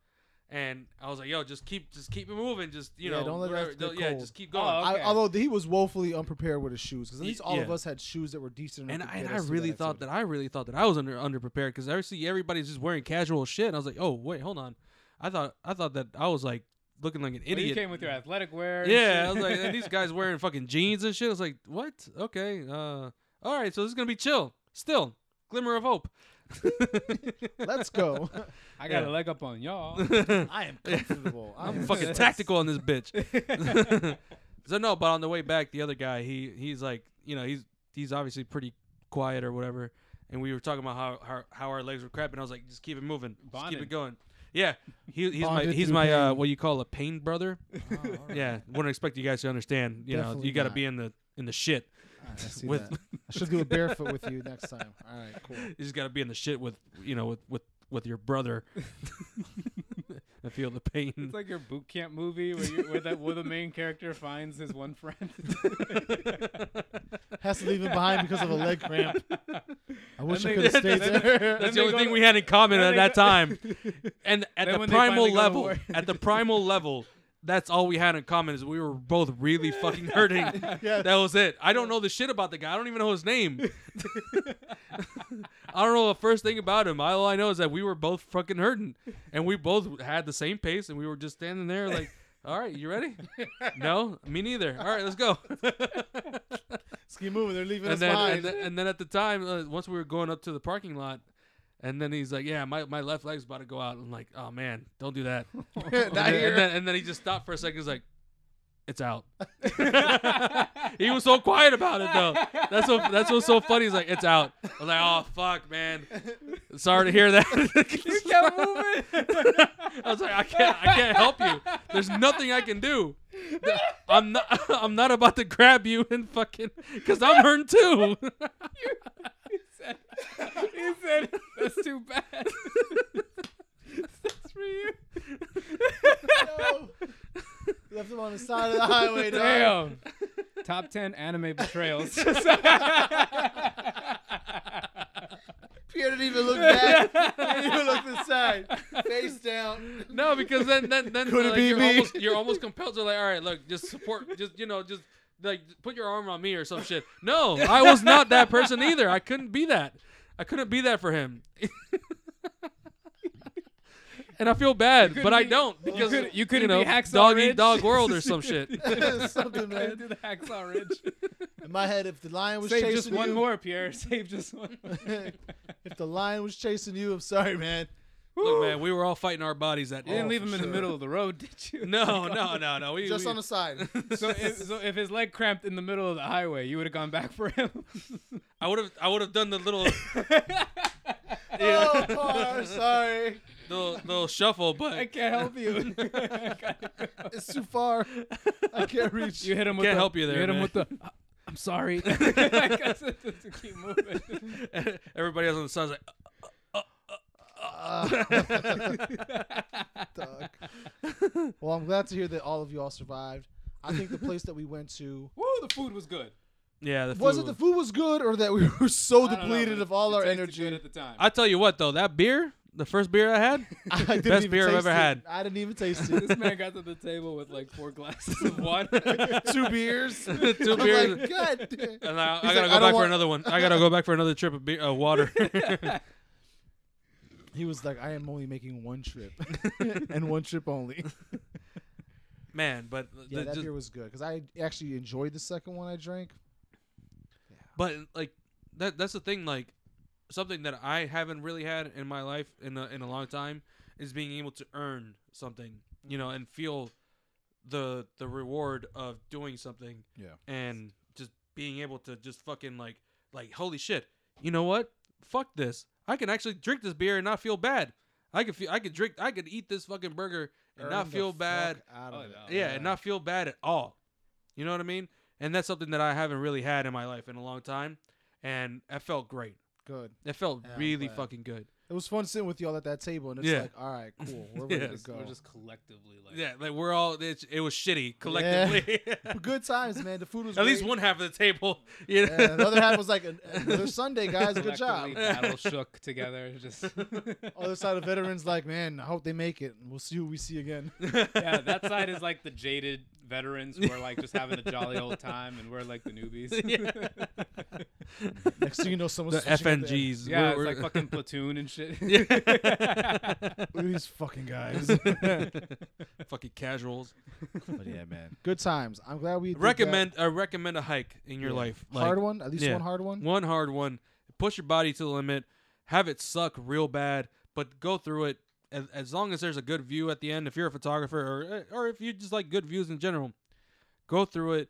S1: and I was like, "Yo, just keep just keep it moving, just you
S2: Yeah,
S1: know,
S2: don't let it
S1: whatever,
S2: get
S1: yeah,
S2: cold."
S1: just keep going."
S3: Oh,
S2: I,
S3: Okay.
S2: although he was woefully unprepared with his shoes, because at
S1: Ye-
S2: least all of
S1: yeah.
S2: us had shoes that were decent
S1: and
S2: enough.
S1: I,
S2: to
S1: and
S2: get
S1: I
S2: us to
S1: really thought that I really thought that I was under underprepared because I see everybody's just wering casual shit. And I was like, "Oh wait, hold on," I thought I thought that I was like looking like an
S3: Well,
S1: idiot.
S3: you came with your athletic wear. and
S1: yeah, I
S3: shit.
S1: was like, and these guys wearing fucking jeans and shit. I was like, "What? Okay, uh, all right, so this is gonna be chill. Still, glimmer of hope."
S2: Let's go.
S3: I got
S1: Yeah.
S3: a leg up on y'all.
S2: I am comfortable.
S1: I'm fucking tactical on this bitch. so no, but on the way back, the other guy, he he's like, you know, he's he's obviously pretty quiet or whatever. And we were talking about how how, how our legs were crapping. I was like, just keep it moving, just keep
S3: Bonded.
S1: it going. Yeah, he, he's my
S2: Bonded
S1: he's
S2: through
S1: my uh,
S2: pain.
S1: what you call a pain brother. Yeah, wouldn't expect you guys to understand. You know,
S2: Definitely
S1: you got to
S2: not.
S1: be in the in the shit.
S2: with
S1: with-
S2: I should do it barefoot with you next time. All right, cool.
S1: You just got to be in the shit with you know with with with your brother. I feel the pain.
S3: It's like your boot camp movie where, you where, that, where the main character finds his one friend.
S2: Has to leave him behind because of a leg cramp. I wish I
S3: they-
S2: could have stayed
S3: then-
S2: there.
S3: then
S1: That's the
S3: they
S1: only
S3: go
S1: thing
S3: to-
S1: we had in common
S3: then
S1: at
S3: they
S1: that
S3: go-
S1: time. And at
S3: Then
S1: the
S3: when they finally
S1: primal
S3: go to
S1: level,
S3: war.
S1: at the primal level, that's all we had in common is we were both really fucking hurting.
S2: Yeah.
S1: That was it. I don't know the shit about the guy. I don't even know his name. I don't know the first thing about him. All I know is that we were both fucking hurting, and we both had the same pace, and we were just standing there like, "All right, you ready? no, me neither. All right, let's go."
S2: Let's keep moving. They're leaving
S1: and
S2: us
S1: then
S2: behind.
S1: and, then- and then at the time, uh, once we were going up to the parking lot, and then he's like, "Yeah, my, my left leg's about to go out." I'm like, "Oh man, don't do that." and,
S2: Not
S1: then,
S2: here.
S1: and, then, and then he just stopped for a second. He's like, "It's out." he was so quiet about it though. That's what that's what's so funny. He's like, "It's out." I'm like, "Oh fuck, man, sorry to hear that."
S3: you kept moving.
S1: I was like, I can't, I can't help you. There's nothing I can do. Th- I'm not, I'm not about to grab you and fucking, cause I'm hurting too.
S3: he, said, he said, that's too bad. that's for you.
S2: No. Left him on the side of the highway.
S1: uh,
S2: dog.
S3: Damn. Top 10 anime betrayals.
S2: Pierre didn't even look back. He didn't even look to the side. Face down.
S1: no, because then, then, then
S2: Could it
S1: like,
S2: be
S1: you're
S2: me?
S1: almost, you're almost compelled to like, all right, look, just support, just you know, just like put your arm on me or some shit. No, I was not that person either. I couldn't be that. I couldn't be that for him. And I feel bad, but I
S3: be-
S1: don't because
S3: could- you couldn't
S1: know,
S3: be Hacksaw
S1: dog
S3: Ridge.
S1: eat dog world or some shit.
S2: Something,
S3: I
S2: man.
S3: do the hacksaw ridge.
S2: In my head, if the lion was
S3: Save
S2: chasing
S3: just one
S2: you,
S3: more, Pierre. Save just one. more.
S2: if the lion was chasing you, I'm sorry, man.
S1: Look, man, we were all fighting our bodies that
S3: You didn't
S1: day.
S3: leave
S2: for
S3: him in the
S2: sure.
S3: middle of the road, did you? oh.
S1: No, no, no, no. We
S2: Just
S1: we-
S2: on the side.
S3: So if, so if his leg cramped in the middle of the highway, you would have gone back for him.
S1: I would have, I would have done the little,
S2: Oh, car, sorry.
S1: little, little shuffle, but
S3: I can't help you.
S2: It's too far. I can't reach.
S3: you hit him with
S1: Can't
S3: the,
S1: help you there,
S3: hit him
S1: man.
S3: with the. "Uh, I'm sorry. I guess it has to keep moving.
S1: everybody else on the side's like,
S2: Ah, Dog. Well, I'm glad to hear that all of you all survived. I think the place that we went to
S3: Woo, the food was good.
S1: yeah. The
S2: was it
S1: food
S2: the food was good or that we were so
S3: I don't know,
S2: depleted
S3: but
S2: of all
S3: it
S2: our
S3: tasted
S2: energy.
S3: good at the time.
S1: I tell you what, though, that beer, the first beer I had,
S2: I didn't
S1: Best
S2: even
S1: beer I've
S2: taste
S1: ever
S2: it.
S1: had.
S2: I didn't even taste it.
S3: this man got to the table with like four glasses of water.
S2: Two beers.
S1: two
S2: I'm
S1: beers,
S2: Like, God. damn."
S1: and I, I gotta
S2: He's like,
S1: go
S2: "I don't
S1: back for
S2: want-"
S1: another one. I gotta go back for another trip of beer, uh, water.
S2: He was like, I am only making one trip, and one trip only.
S1: man, but
S2: Yeah,
S1: the-
S2: that
S1: just-
S2: beer was good because I actually enjoyed the second one I drank.
S1: but like that that's the thing like something that i haven't really had in my life in a, in a long time is being able to earn something you know and feel the the reward of doing something
S2: Yeah.
S1: and just being able to just fucking like like holy shit you know what fuck this i can actually drink this beer and not feel bad i could feel i could drink i could eat this fucking burger and
S2: Earned
S1: not
S2: the
S1: feel
S2: fuck
S1: bad
S2: out of
S3: Oh,
S2: it.
S3: no.
S1: yeah, and not feel bad at all. You know what I mean? And that's something that I haven't really had in my life in a long time, and it felt great.
S2: good.
S1: It felt
S2: Yeah, I'm
S1: really
S2: glad.
S1: fucking good.
S2: It was fun sitting with y'all at that table, and it's
S1: Yeah.
S2: like, all right, cool, we're ready
S1: Yeah.
S2: to
S1: Just-
S2: go.
S3: We're just collectively like.
S1: Yeah, like we're all it, it was shitty collectively.
S2: good times, man. The food was
S1: at least
S2: great.
S1: one half of the table. You know?
S2: Yeah, the other half was like "An- another Sunday, guys. Good job.
S3: collectively Battle shook together. Just
S2: Other side of veterans, like, man, I hope they make it. We'll see who we see again.
S3: yeah, that side is like the jaded veterans who are like just having a jolly old time, and we're like the newbies.
S1: Yeah.
S2: Next thing you know, someone's
S1: the FNGs.
S3: Yeah,
S1: we're-
S3: it's like fucking platoon and shit.
S1: Yeah.
S2: Look at these fucking guys.
S1: fucking casuals.
S2: but yeah, man, good times. I'm glad we did that.
S1: Recommend I recommend a hike in your
S2: Yeah.
S1: life.
S2: hard one, at least
S1: yeah.
S2: one hard one.
S1: one hard one. Push your body to the limit. Have it suck real bad, but go through it. As, as long as there's a good view at the end, if you're a photographer or or if you just like good views in general, go through it.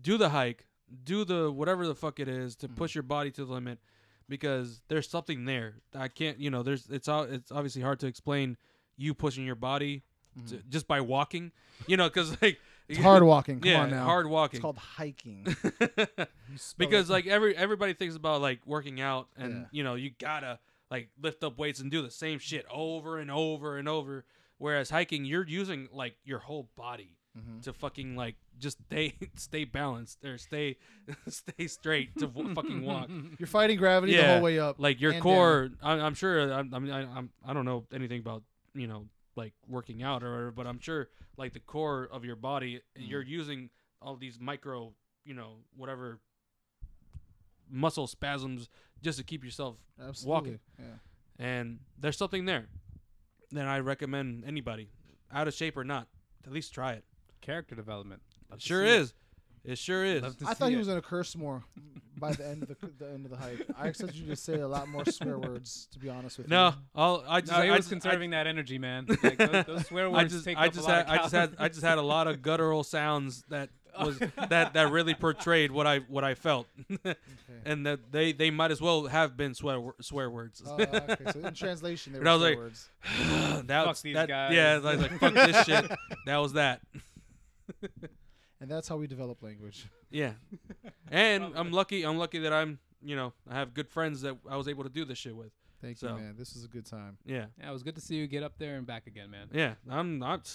S1: Do the hike. Do the whatever the fuck it is to
S2: Hmm.
S1: push your body to the limit, because there's something there. I can't, you know, there's it's all it's obviously hard to explain. You pushing your body to, just by walking, you know, because like
S2: Hmm. It's hard walking. Come
S1: yeah,
S2: on now.
S1: hard walking.
S2: It's called hiking. You spell it-
S1: because like every everybody thinks about like working out and
S2: Yeah.
S1: you know you gotta like lift up weights and do the same shit over and over and over Whereas hiking, you're using like your whole body
S2: Mm-hmm.
S1: to fucking like just stay stay balanced or stay stay straight to w- fucking walk.
S2: You're fighting gravity the
S1: Yeah,
S2: whole way up.
S1: Like your
S3: uh,
S2: and
S1: core, I'm, I'm sure. I'm, I mean, I, I'm I don't know anything about you know like working out or whatever, but I'm sure like the core of your body,
S3: Mm.
S1: you're using all these micro, you know, whatever muscle spasms just to keep yourself
S2: down.
S1: walking.
S2: Yeah.
S1: and there's something there. Then I recommend anybody, out of shape or not, to at least try it.
S3: Character development. Love
S1: It
S3: to
S1: sure
S3: see it.
S1: is. It sure is.
S3: Love to
S2: I
S3: see
S2: thought he
S3: it.
S2: was gonna curse more by the end of the, the end of the hike. I expected you to say a lot more swear words. To be honest with
S1: No,
S2: you.
S1: I'll, I just
S3: No, he
S1: I, just-
S3: was
S1: I,
S3: conserving that energy, man. Like, those, those swear words
S1: I just,
S3: take
S1: I
S3: up
S1: just
S3: a lot
S1: had,
S3: of
S1: I just had,
S3: calories.
S1: I just had a lot of guttural sounds that was that that really portrayed what I what I felt, and that they they might as well have been swear wor- swear words.
S2: Oh, okay. So in translation, they
S1: And I
S2: were
S1: was
S2: swear
S1: like,
S2: words.
S1: that was-
S3: these
S1: that-
S3: guys.
S1: Yeah, I was like fuck this shit. That was that.
S2: And that's how we develop language.
S1: Yeah, and I'm lucky. I'm lucky that I'm you know I have good friends that I was able to do this shit with.
S2: Thank
S1: So.
S2: you, man. This was a good time.
S1: Yeah,
S3: Yeah, it was good to see you get up there and back again, man.
S1: yeah. I'm not.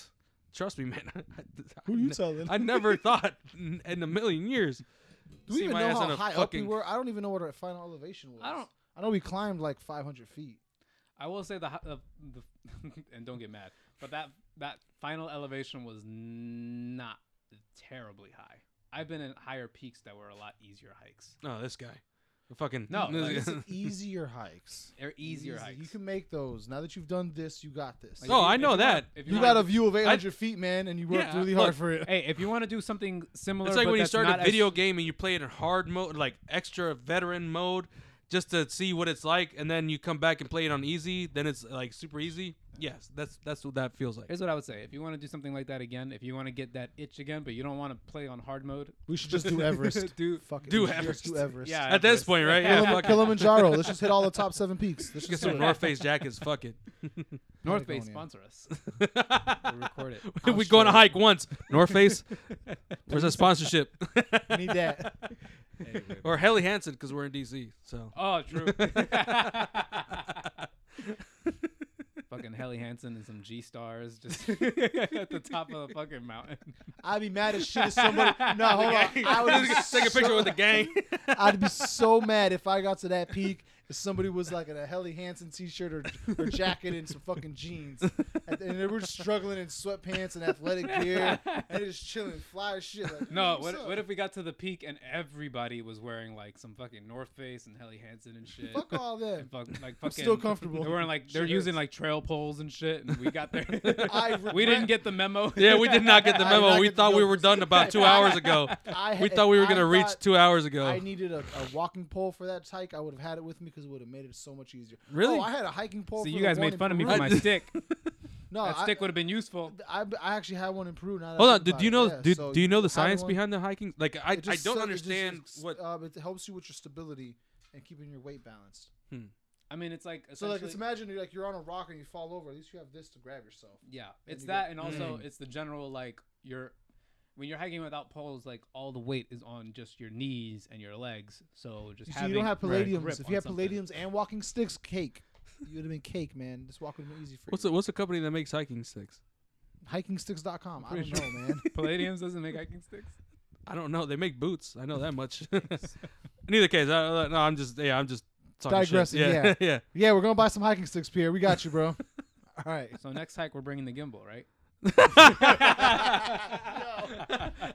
S1: Trust me, man.
S2: Who you telling?
S1: I never thought in in a million years.
S2: Do we
S1: see
S2: even
S1: my
S2: know
S1: ass on
S2: how
S1: a
S2: high up we
S1: fucking-
S2: were? I don't even know what our final elevation was.
S3: I don't-
S2: I know we climbed like 500 feet.
S3: I will say the, hi- uh, the and don't get mad, but that that final elevation was not terribly high. I've been in higher peaks that were a lot easier hikes.
S1: No, this guy. The fucking
S3: No, like-
S2: These are easier hikes.
S3: They're easier
S2: Easy.
S3: hikes.
S2: You can make those. Now that you've done this, you got this.
S3: Like,
S1: Oh,
S3: if
S1: I
S3: if
S1: know
S3: wanna-
S1: that.
S3: if
S2: you
S3: wanna-
S2: got a view of 800 feet, man, and you worked
S1: Yeah,
S2: really
S1: look,
S2: hard for it.
S3: Hey, if you want to do something similar,
S1: It's like
S3: but
S1: when you
S3: that's
S1: start
S3: not
S1: a
S3: as-
S1: video game and you play it in hard mode, like extra veteran mode, just to see what it's like, and then you come back and play it on easy. Then it's like super easy. Yes, that's that's what that feels like.
S3: Here's what I would say: if you want to do something like that again, if you want to get that itch again, but you don't want to play on hard mode,
S2: We should just do Everest.
S3: do
S2: Fuck it.
S1: do
S2: we should just Do
S1: Everest.
S2: Everest.
S3: yeah.
S1: At this
S3: Everest.
S1: point, right? Yeah,
S2: Kilima-
S1: fuck it.
S2: Kilimanjaro. Let's just hit all the top seven peaks. Let's
S1: Get
S2: just
S1: some
S2: do it.
S1: North Face jackets. Fuck it.
S3: North Face
S2: Patagonia.
S3: sponsor us. We'll record it.
S1: we go on a hike once. North Face. Where's a sponsorship?
S2: We Need that.
S1: or Helly Hansen because we're in DC. So
S3: Oh, true. fucking Helly Hansen and some G stars just at the top of the fucking mountain.
S2: I'd be mad as shit if somebody. No, hold on. I would be
S1: take a picture
S2: so-
S1: with the gang.
S2: I'd be so mad if I got to that peak if somebody was like in a Helly Hansen t-shirt or, or jacket and some fucking jeans, and they were just struggling in sweatpants and athletic gear and they're just chilling, fly as shit. Like,
S3: No,
S2: "Hey, what's
S3: what,
S2: up?"
S3: what if we got to the peak and everybody was wearing like some fucking North Face and Helly Hansen and shit?
S2: Fuck all
S3: And
S2: them.
S3: fuck, like fucking,
S2: still comfortable.
S3: They're wearing like they're
S2: Shit
S3: using
S2: hurts.
S3: like trail poles and shit, and we got there.
S2: I
S3: we didn't
S2: regret-
S3: get the memo.
S1: Yeah, we did not get the
S2: I did
S1: memo.
S2: not
S1: We
S2: get the
S1: thought we
S2: memo.
S1: were done about two hours ago.
S2: I,
S1: We
S2: if
S1: thought we were
S2: I
S1: going to reach
S2: thought
S1: two hours ago.
S2: I needed a, a walking pole for that hike. I would have had it with me because it would have made it so much easier.
S1: Really?
S2: Oh, I had a hiking pole.
S3: So
S2: for
S3: you
S2: the
S3: guys
S2: one
S3: made
S2: in
S3: fun of me
S2: Peru.
S3: for my stick.
S2: No,
S3: That
S2: I-
S3: stick would have been useful.
S2: I, I actually had one in Peru. Now that I
S1: Hold on.
S2: think
S1: Did
S2: about
S1: you
S2: it.
S1: know?
S2: Yeah,
S1: do,
S2: so
S1: do you know the
S2: having
S1: science
S2: one-
S1: behind the hiking? Like, I, I don't
S2: It just suck- it just-
S1: understand
S2: it's,
S1: what.
S2: um, it helps you with your stability and keeping your weight balanced.
S3: I mean, it's like
S2: So like, it's
S3: essentially-
S2: imagine you're like you're on a rock and you fall over. At least you have this to grab yourself.
S3: Yeah, it's
S2: you
S3: that,
S2: get- Mm.
S3: and also it's the general like you're when you're hiking without poles, like all the weight is on just your knees and your legs. So just
S2: You see,
S3: having
S2: you don't have
S3: a
S2: palladiums.
S3: grip
S2: If
S3: on
S2: you had
S3: something.
S2: palladiums and walking sticks, cake. You would have been cake, man. This walk would have been easy for
S1: what's
S2: you.
S1: the What's the company that makes hiking sticks?
S2: Hikingsticks.com. I
S3: Pretty
S2: don't
S3: sure.
S2: know, man.
S3: palladiums doesn't make hiking sticks.
S1: I don't know. They make boots. I know that much. In either case, I, I- no, I'm just yeah, I'm just talking shit.
S2: Digressing,
S1: Yeah,
S2: yeah. yeah, we're gonna buy some hiking sticks, Pierre. We got you, bro. All right.
S3: So next hike, we're bringing the gimbal, right?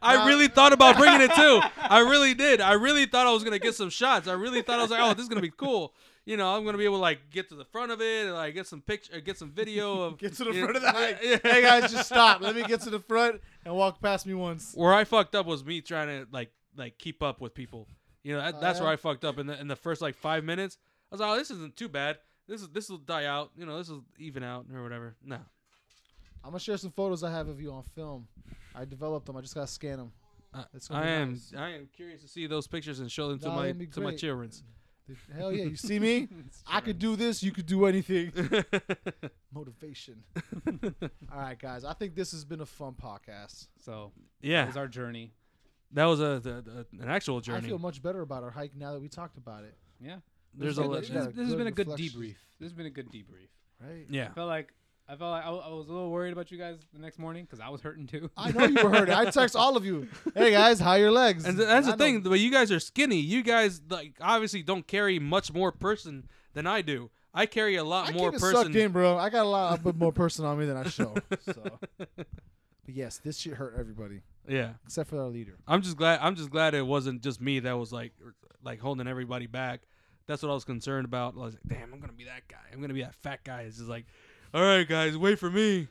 S1: I really thought about bringing it too. I really did. I really thought I was gonna get some shots. I really thought I was like, oh, this is gonna be cool. You know, I'm gonna be able to like get to the front of it and like get some picture, get some video of
S2: Get to the
S1: Yeah.
S2: front of the hike.
S1: Yeah.
S2: Hey guys, just stop. Let me get to the front and walk past me once.
S1: where I fucked up was me trying to like like keep up with people. You know, that,
S2: Oh,
S1: that's
S2: yeah?
S1: where I fucked up in the in the first like five minutes. I was like, oh, this isn't too bad. This is this will die out. You know, this will even out or whatever. No,
S2: I'm gonna share some photos I have of you on film. I developed them. I just gotta scan them.
S1: I-
S2: It's gonna
S1: I
S2: be
S1: am
S2: nice.
S1: I am curious to see those pictures and show them to
S2: Nah,
S1: my
S2: that'd be
S1: to my
S2: great.
S1: children.
S2: Hell yeah, you see me? I could do this. You could do anything. Motivation. All right, guys. I think this has been a fun podcast.
S3: So that
S1: yeah,
S3: was our journey.
S1: that was a, the the- an actual
S2: I
S1: journey.
S2: feel much better about our hike now that we talked about it.
S3: Yeah,
S1: There's a
S2: much
S3: Good-
S2: better.
S1: lot-
S3: this,
S2: Yeah,
S3: this has
S2: good
S3: been a good
S2: reflections.
S3: debrief. This has been a good debrief.
S2: Right.
S1: yeah.
S3: I felt like I felt like I, w- I was a little worried about you guys the next morning because I was hurting too.
S2: I know you were hurting. I text all of you. Hey guys, how are your legs?
S1: And th- that's
S2: I
S1: the
S2: know-
S1: thing, but you guys are skinny. You guys like obviously don't carry much more person than I do. I carry a lot
S2: I
S1: more
S2: keep it sucked in,
S1: person.
S2: bro. I got a lot a bit more person on me than I show. So, but yes, this shit hurt everybody
S1: Yeah,
S2: except for our leader.
S1: I'm just glad. I'm just glad it wasn't just me that was like, er, like holding everybody back. That's what I was concerned about. I was like, damn, I'm gonna be that guy. I'm gonna be that fat guy. It's just like, all right, guys, wait for me.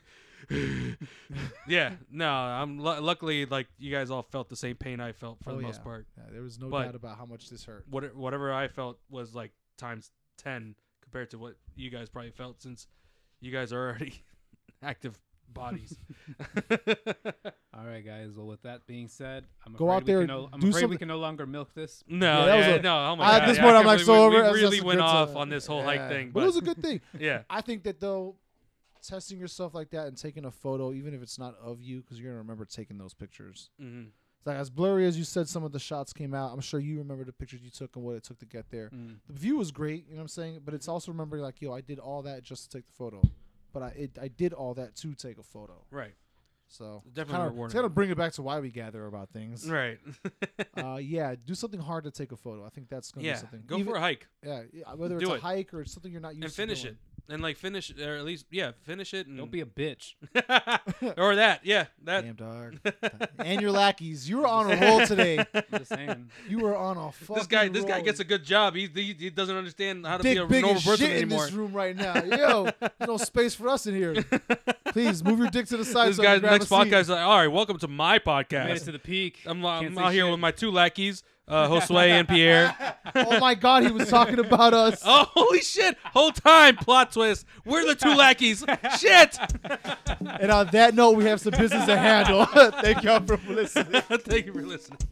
S1: yeah, no. I'm lu luckily like you guys all felt the same pain I felt for
S2: Oh,
S1: the most
S2: yeah.
S1: part.
S2: Yeah, there was no
S1: But-
S2: doubt about how much this hurt.
S1: What whatever I felt was like times ten compared to what you guys probably felt since you guys are already active bodies.
S3: All right, guys. Well, with that being said, I'm
S2: Go
S3: afraid
S2: out
S3: we
S2: there,
S3: can no, I'm
S2: do
S3: afraid we
S2: something.
S3: can no longer milk this.
S1: No,
S2: Yeah, that was
S1: yeah,
S2: a-
S1: no. Oh my
S2: At
S1: god!
S2: this
S1: yeah, I
S2: point, I'm
S1: can't
S2: like
S1: believe
S2: so
S1: we,
S2: over. it.
S1: We
S2: That's
S1: really
S2: just a
S1: went
S2: good
S1: off
S2: time.
S1: on this whole hike
S2: Yeah.
S1: thing,
S2: but it
S1: but
S2: was a good thing.
S1: yeah,
S2: I think that though, testing yourself like that and taking a photo, even if it's not of you, because you're gonna remember taking those pictures.
S1: hmm
S2: It's like as blurry as you said, some of the shots came out. I'm sure you remember the pictures you took and what it took to get there.
S3: Mm.
S2: The view was great, you know what I'm saying. But it's also remembering like, yo, I did all that just to take the photo, but I it, I did all that to take a photo.
S1: right,
S2: So
S1: Definitely
S2: kinda-
S1: rewarding.
S2: It's gotta bring it back to why we gather about things.
S1: right.
S2: uh, yeah, do something hard to take a photo. I think that's gonna be
S1: yeah,
S2: something.
S1: go for a hike
S2: yeah, yeah, whether it's
S1: Do
S2: a
S1: it.
S2: hike or it's something you're not used
S1: and
S2: to
S1: finish
S2: doing.
S1: it, and like finish, or at least yeah, finish it, and
S3: Don't be a bitch.
S1: or that, yeah, that.
S2: Damn dog. and your lackeys, you were on a roll today.
S3: I'm just saying.
S2: You were on a fucking
S1: This guy, this guy
S2: roll.
S1: gets a good job. He, he, he doesn't understand how to
S2: dick
S1: be a
S2: big
S1: normal
S2: as
S1: person
S2: shit in
S1: anymore.
S2: this room right now. Yo, there's no space for us in here. Please move your dick to the side.
S1: this
S2: so I
S1: guy's
S2: can grab
S1: next
S2: a seat.
S1: podcast. is Like, all right, welcome to my
S3: Made it
S1: podcast.
S3: to the peak.
S1: I'm, I'm
S3: Can't
S1: out
S3: say
S1: here
S3: shit.
S1: with my two lackeys, uh, Josue and Pierre.
S2: Oh my god, he was talking about us.
S1: Oh, holy shit! Whole time plot twist. We're the two lackeys. shit.
S2: And on that note, we have some business to handle. Thank y'all for listening.
S1: Thank you for listening.